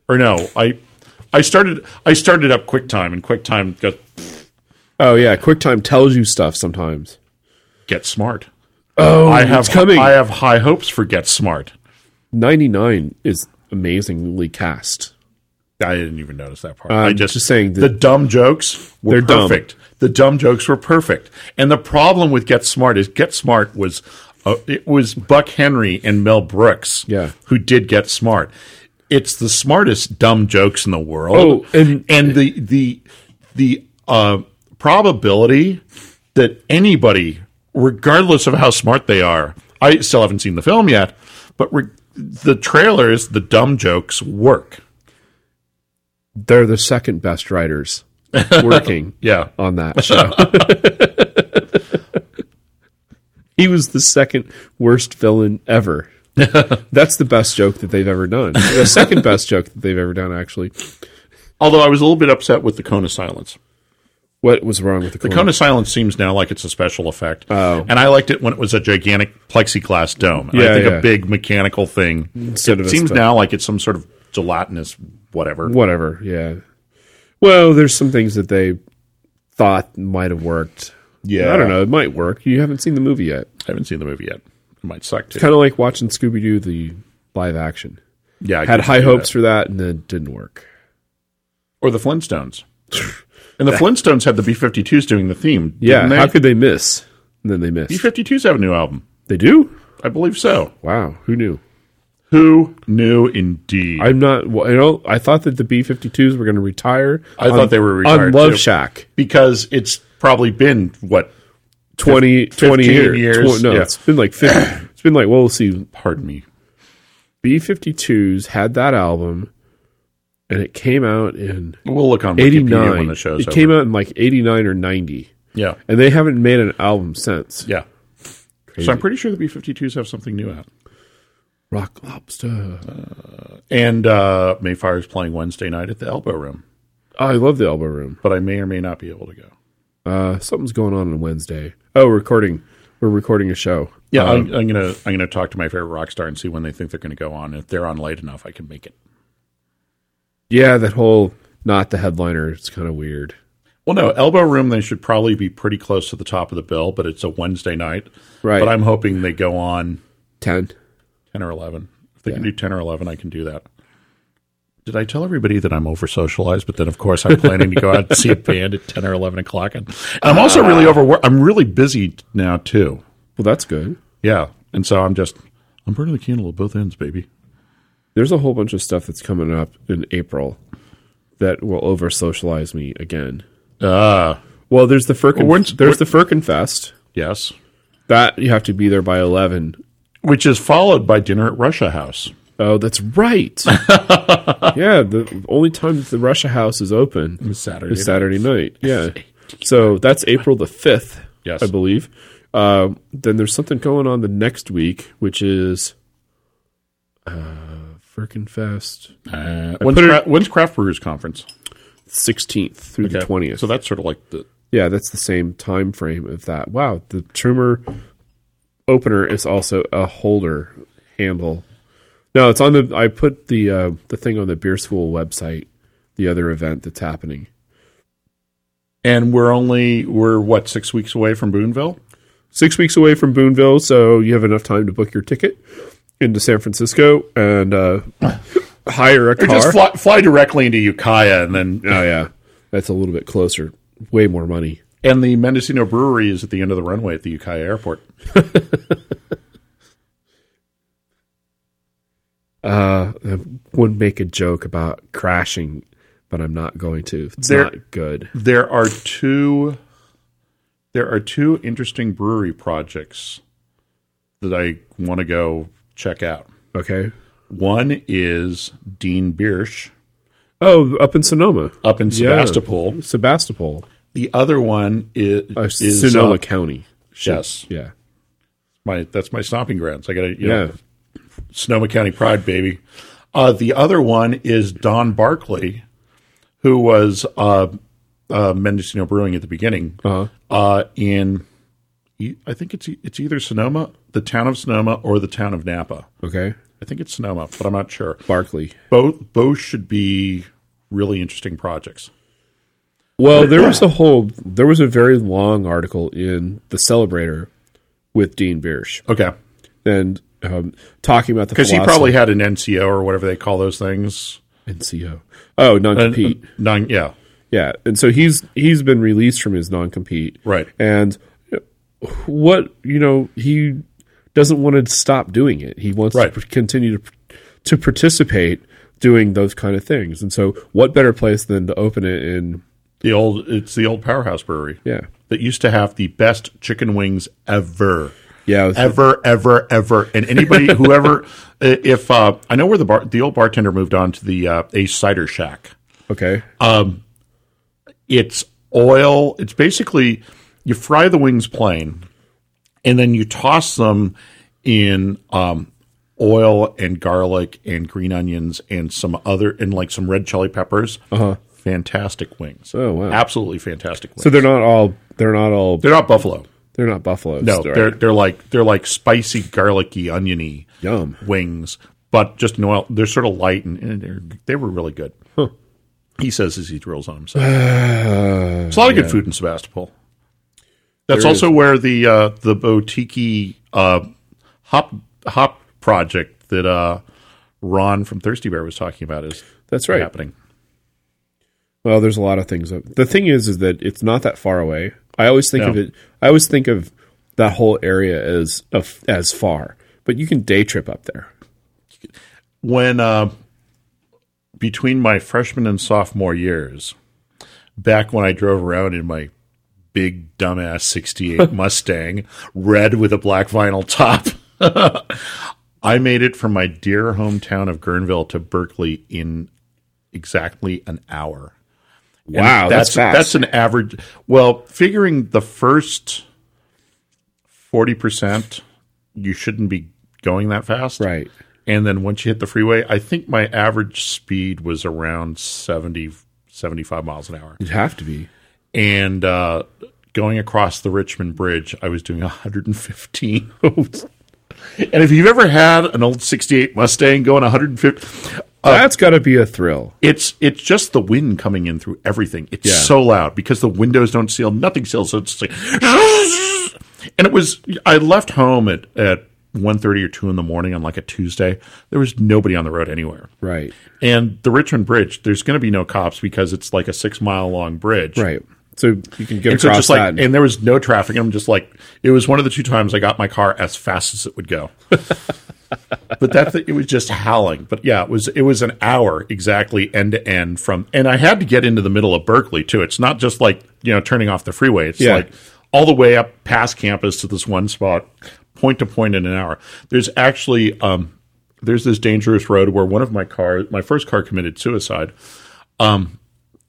Speaker 6: Or no, I I started I started up QuickTime and QuickTime got
Speaker 5: Oh yeah, QuickTime tells you stuff sometimes.
Speaker 6: Get Smart. Oh, I have
Speaker 5: coming.
Speaker 6: I have high hopes for Get Smart.
Speaker 5: Ninety nine is amazingly cast.
Speaker 6: I didn't even notice that part. I just,
Speaker 5: just saying that-
Speaker 6: the dumb jokes
Speaker 5: They're
Speaker 6: were
Speaker 5: dumb.
Speaker 6: perfect. The dumb jokes were perfect. And the problem with Get Smart is Get Smart was uh, it was Buck Henry and Mel Brooks
Speaker 5: Yeah.
Speaker 6: who did Get Smart. It's the smartest dumb jokes in the world.
Speaker 5: Oh, and-
Speaker 6: and the the the uh, probability that anybody, regardless of how smart they are, I still haven't seen the film yet, but re- the trailers, the dumb jokes work.
Speaker 5: They're the second best writers working
Speaker 6: Yeah.
Speaker 5: on that show. he was the second worst villain ever. That's the best joke that they've ever done. The second best joke that they've ever done, actually.
Speaker 6: Although I was a little bit upset with the cone of silence.
Speaker 5: What was wrong with the,
Speaker 6: The
Speaker 5: corn?
Speaker 6: cone of silence seems now like it's a special effect.
Speaker 5: Hmm. Oh.
Speaker 6: And I liked it when it was a gigantic plexiglass dome. I
Speaker 5: Yeah,
Speaker 6: think
Speaker 5: yeah.
Speaker 6: a big mechanical thing.
Speaker 5: Instead
Speaker 6: it
Speaker 5: of a
Speaker 6: seems
Speaker 5: spe-
Speaker 6: now like it's some sort of gelatinous whatever.
Speaker 5: Whatever. Yeah. Well, there's some things that they thought might have worked.
Speaker 6: Yeah.
Speaker 5: I don't know. It might work. You haven't seen the movie yet.
Speaker 6: I haven't seen the movie yet. It might suck too.
Speaker 5: kind of like watching Scooby Doo the live action.
Speaker 6: yeah. I
Speaker 5: Had
Speaker 6: could
Speaker 5: high
Speaker 6: do
Speaker 5: hopes
Speaker 6: that.
Speaker 5: for that, and then didn't work.
Speaker 6: Or the Flintstones. and the Flintstones had the B 52s doing the theme.
Speaker 5: Yeah,
Speaker 6: didn't
Speaker 5: how
Speaker 6: They?
Speaker 5: could they miss? And then they
Speaker 6: B
Speaker 5: missed.
Speaker 6: 52s have a new album.
Speaker 5: They do.
Speaker 6: I believe so.
Speaker 5: Wow, who knew?
Speaker 6: Who knew indeed?
Speaker 5: I'm not. Well, you know, I thought that the B-52s were going to retire.
Speaker 6: I thought they were retired,
Speaker 5: on Love
Speaker 6: too.
Speaker 5: Shack.
Speaker 6: because it's probably been what
Speaker 5: 20, 20
Speaker 6: 15
Speaker 5: years.
Speaker 6: years,
Speaker 5: Tw- no,
Speaker 6: yeah.
Speaker 5: it's been like 50, it's been like well, let's see.
Speaker 6: pardon me
Speaker 5: B-52s had that album, and it came out in
Speaker 6: we'll look on Wikipedia
Speaker 5: '89.
Speaker 6: when the show's
Speaker 5: it
Speaker 6: over.
Speaker 5: came out in like '89 or '90,
Speaker 6: yeah
Speaker 5: and they haven't made an album since.
Speaker 6: yeah so i'm pretty sure the b-52s have something new out
Speaker 5: Rock Lobster.
Speaker 6: and uh mayfire is playing wednesday night at the elbow room
Speaker 5: Oh, I love the Elbow Room.
Speaker 6: but i may or may not be able to go
Speaker 5: Uh, something's going on on Wednesday. Oh, recording. We're recording a show.
Speaker 6: yeah I'm,
Speaker 5: Um,
Speaker 6: I'm gonna i'm gonna talk to my favorite rock star and see when they think they're gonna go on if they're on late enough i can make it
Speaker 5: Yeah, that whole not the headliner. It's kind of weird.
Speaker 6: well no elbow room they should probably be pretty close to the top of the bill but it's a wednesday night
Speaker 5: Right.
Speaker 6: but i'm hoping they go on
Speaker 5: Ten.
Speaker 6: 10 or 11. If they can do 10 or 11, I can do that. Did I tell everybody that I'm over socialized? But then, of course, I'm planning to go out and see a band at 10 or 11 o'clock. And, and I'm also
Speaker 5: Ah.
Speaker 6: really overworked. I'm really busy t- now, too.
Speaker 5: Well, that's good.
Speaker 6: Yeah. And so I'm just, I'm burning the candle at both ends, baby.
Speaker 5: There's a whole bunch of stuff that's coming up in April that will over socialize me again.
Speaker 6: Uh,
Speaker 5: Well, there's the Firkin.
Speaker 6: when's-
Speaker 5: there's the Firkin Fest
Speaker 6: yes.
Speaker 5: that you have to be there by eleven.
Speaker 6: Which is followed by dinner at Russia House.
Speaker 5: Oh, that's right. yeah, the only time that the Russia House is open
Speaker 6: It's Saturday
Speaker 5: is
Speaker 6: night.
Speaker 5: Saturday night. Yeah, so that's April the fifth.
Speaker 6: Yes.
Speaker 5: I believe. Uh, then there's something going on the next week, which is uh, Firkin Fest
Speaker 6: Uh, when's, Cra- when's Craft Brewers Conference?
Speaker 5: 16th through the
Speaker 6: Okay.
Speaker 5: 20th.
Speaker 6: So that's sort of like the,
Speaker 5: Yeah, that's the same time frame of that. Wow, the trimmer opener is also a holder handle. No, it's on the. I put the uh, the thing on the beer school website. The other event that's happening
Speaker 6: and we're only, we're what, six weeks away from Boonville?
Speaker 5: six weeks away from Boonville, so you have enough time to book your ticket into San Francisco and uh, hire a
Speaker 6: Or
Speaker 5: car.
Speaker 6: just fly, fly directly into Ukiah and then
Speaker 5: oh yeah, that's a little bit closer. Way more money.
Speaker 6: And the Mendocino Brewery is at the end of the runway at the Ukiah Airport.
Speaker 5: Uh, I would make a joke about crashing, but I'm not going to. It's
Speaker 6: There-
Speaker 5: not good.
Speaker 6: There are two there are two interesting brewery projects that I want to go check out.
Speaker 5: Okay.
Speaker 6: One is Dean Biersch
Speaker 5: Oh, up in Sonoma,
Speaker 6: up in
Speaker 5: Yeah.
Speaker 6: Sebastopol.
Speaker 5: Sebastopol,
Speaker 6: The other one is,
Speaker 5: uh,
Speaker 6: is
Speaker 5: Sonoma
Speaker 6: uh,
Speaker 5: County.
Speaker 6: Yes.
Speaker 5: Yeah,
Speaker 6: My that's my stomping grounds. I got to you
Speaker 5: yeah.
Speaker 6: know Sonoma County Pride, baby. Uh, the other one is Don Barkley, who was uh, uh, Mendocino Brewing at the beginning.
Speaker 5: Uh-huh.
Speaker 6: Uh, in e- I think it's e- it's either Sonoma, the town of Sonoma, or the town of Napa.
Speaker 5: Okay,
Speaker 6: I think it's Sonoma, but I'm not sure.
Speaker 5: Barkley.
Speaker 6: Both both should be really interesting projects.
Speaker 5: Well, there was a whole, there was a very long article in the Celebrator with Dean Biersch
Speaker 6: Okay,
Speaker 5: and um, talking about the
Speaker 6: because he
Speaker 5: philosophy-
Speaker 6: probably had an NCO or whatever they call those things.
Speaker 5: NCO. Oh, non
Speaker 6: An-
Speaker 5: compete.
Speaker 6: non- yeah,
Speaker 5: Yeah, and so he's he's been released from his non compete,
Speaker 6: Right.
Speaker 5: And what you know, he doesn't want to stop doing it. He wants
Speaker 6: Right.
Speaker 5: to continue to to participate doing those kind of things. And so, what better place than to open it in?
Speaker 6: the old it's the old powerhouse brewery.
Speaker 5: Yeah,
Speaker 6: that used to have the best chicken wings ever.
Speaker 5: yeah, with-
Speaker 6: Ever, ever, ever, and anybody, whoever, i- if uh, I know where the bar, the old bartender moved on to the uh, Ace Cider Shack.
Speaker 5: okay,
Speaker 6: It's oil. It's basically you fry the wings plain, and then you toss them in um, oil and garlic and green onions and some other and like some red chili peppers. Uh-huh. Fantastic wings.
Speaker 5: Oh, wow.
Speaker 6: Absolutely fantastic wings.
Speaker 5: so they're not all they're not all
Speaker 6: they're not buffalo.
Speaker 5: they're not buffaloes.
Speaker 6: No,
Speaker 5: right?
Speaker 6: they're they're like they're like spicy, garlicky, oniony
Speaker 5: Yum.
Speaker 6: wings, but just in oil. They're sort of light and, and they're, they were really good. He says as he drills on himself. It's a lot of good food in Sebastopol. That's also where the uh, the boutique uh, hop hop project that uh, Ron from Thirsty Bear was talking about is
Speaker 5: That's right.
Speaker 6: happening.
Speaker 5: Well, there's a lot of things. up- The thing is, is that it's not that far away. I always think
Speaker 6: No.
Speaker 5: of it. I always think of that whole area as of, as far. But you can day trip up there.
Speaker 6: when uh, between my freshman and sophomore years, back when I drove around in my big dumbass '68 Mustang, red with a black vinyl top, I made it from my dear hometown of Guerneville to Berkeley in exactly an hour.
Speaker 5: Wow, that's,
Speaker 6: that's
Speaker 5: fast.
Speaker 6: that's an average. Well, figuring the first forty percent, you shouldn't be going that fast,
Speaker 5: right.
Speaker 6: and then once you hit the freeway, I think my average speed was around 70, 75 miles an hour.
Speaker 5: You'd have to be.
Speaker 6: And uh, going across the Richmond Bridge, I was doing 115. and if you've ever had an old 68 Mustang going 150,
Speaker 5: that's got to be a thrill.
Speaker 6: it's it's just the wind coming in through everything. It's
Speaker 5: Yeah.
Speaker 6: so loud because the windows don't seal, nothing seals. So it's like, and it was. I left home at at one thirty or two in the morning on like a Tuesday. There was nobody on the road anywhere,
Speaker 5: Right.
Speaker 6: and the Richmond Bridge. There's going to be no cops because it's like a six mile long bridge,
Speaker 5: Right. So you can get
Speaker 6: And so
Speaker 5: across
Speaker 6: just like,
Speaker 5: that.
Speaker 6: and there was no traffic. I'm just like, it was one of the two times I got my car as fast as it would go. but that thing, it was just howling. But yeah, it was it was an hour exactly end to end from, and I had to get into the middle of Berkeley too. It's not just like you know turning off the freeway. It's
Speaker 5: Yeah.
Speaker 6: like all the way up past campus to this one spot, point to point in an hour. There's actually um, there's this dangerous road where one of my car, my first car, committed suicide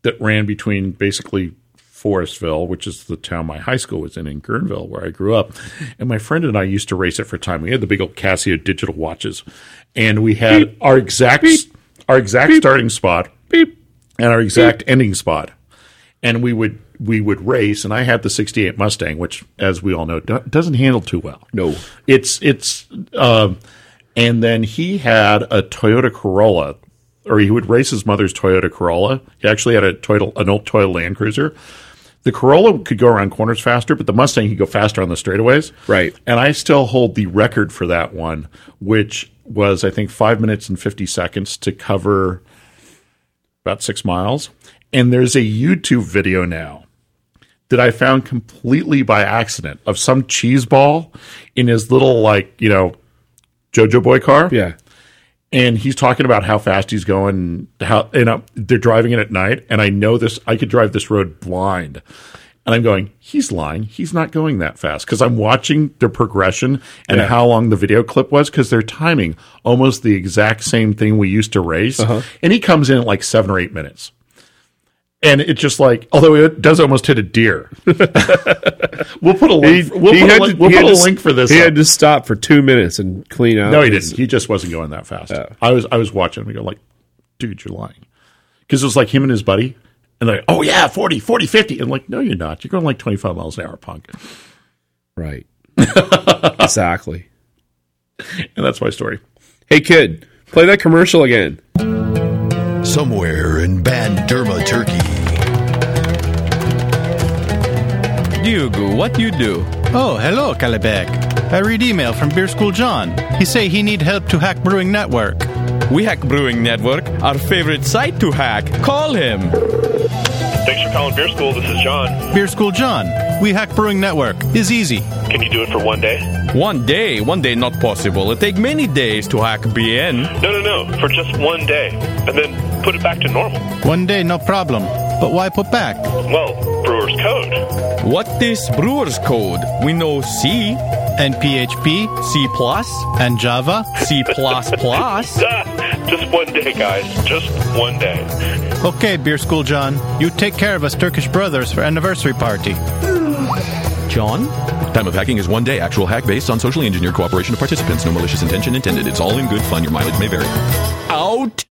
Speaker 6: that ran between basically Forestville, which is the town my high school was in, in Guerneville, where I grew up. And my friend and I used to race it for time. We had the big old Casio digital watches, and we had our exact our exact starting spot and our exact ending spot. And we would we would race, and I had the '68 Mustang, which, as we all know, do- doesn't handle too well.
Speaker 5: No.
Speaker 6: it's it's. um and then he had a Toyota Corolla, or he would race his mother's Toyota Corolla. He actually had a Toyota, an old Toyota Land Cruiser. The Corolla could go around corners faster, but the Mustang could go faster on the straightaways.
Speaker 5: Right.
Speaker 6: And I still hold the record for that one, which was I think five minutes and fifty seconds to cover about six miles. And there's a YouTube video now that I found completely by accident of some cheese ball in his little like, you know, JoJo boy car
Speaker 5: yeah.
Speaker 6: and he's talking about how fast he's going, how and uh, they're driving it at night. And I know this; I could drive this road blind. And I'm going, he's lying. He's not going that fast because I'm watching their progression and how long the video clip was because they're timing almost the exact same thing we used to race.
Speaker 5: Uh-huh.
Speaker 6: And he comes in at like seven or eight minutes. And it's just like, although it does almost hit a deer. we'll put a link. we'll put, a, link, we'll
Speaker 5: he
Speaker 6: put
Speaker 5: had
Speaker 6: a
Speaker 5: to-
Speaker 6: link for this.
Speaker 5: He
Speaker 6: up.
Speaker 5: had to stop for two minutes and clean out.
Speaker 6: No, he
Speaker 5: his-
Speaker 6: didn't. Oh. He just wasn't going that fast. I was I was watching him. We go like, dude, you're lying. Because it was like him and his buddy. And they're like, oh, yeah, 40, 40, 50. And like, no, you're not. You're going like 25 miles an hour, punk.
Speaker 5: Right. exactly.
Speaker 6: And that's my story.
Speaker 5: Hey, kid, play that commercial again.
Speaker 9: Somewhere in Banderma, Turkey.
Speaker 3: Diogo, what you do?
Speaker 2: Oh, hello, Kalebek. I read email from Beer School John. He say he need help to hack Brewing Network.
Speaker 3: We hack Brewing Network, our favorite site to hack. Call him.
Speaker 4: Thanks for calling Beer School. This is John.
Speaker 2: Beer School John, we hack Brewing Network. Is easy.
Speaker 4: Can you do it for one day?
Speaker 3: One day, one day not possible. It take many days to hack BN.
Speaker 4: No, no, no. For just one day. And then put it back to normal.
Speaker 2: One day, no problem. But why put back?
Speaker 4: Well, brewer's code.
Speaker 3: What is brewer's code? We know C,
Speaker 2: And PHP
Speaker 3: C++,
Speaker 2: and Java?
Speaker 3: C++.
Speaker 4: Ah, just one day, guys. Just one day.
Speaker 2: Okay, Beer School John, you take care of us Turkish brothers for anniversary party.
Speaker 3: John?
Speaker 1: Time of hacking is one day. Actual hack based on socially engineered cooperation of participants. No malicious intention intended. It's all in good fun. Your mileage may vary.
Speaker 3: Out.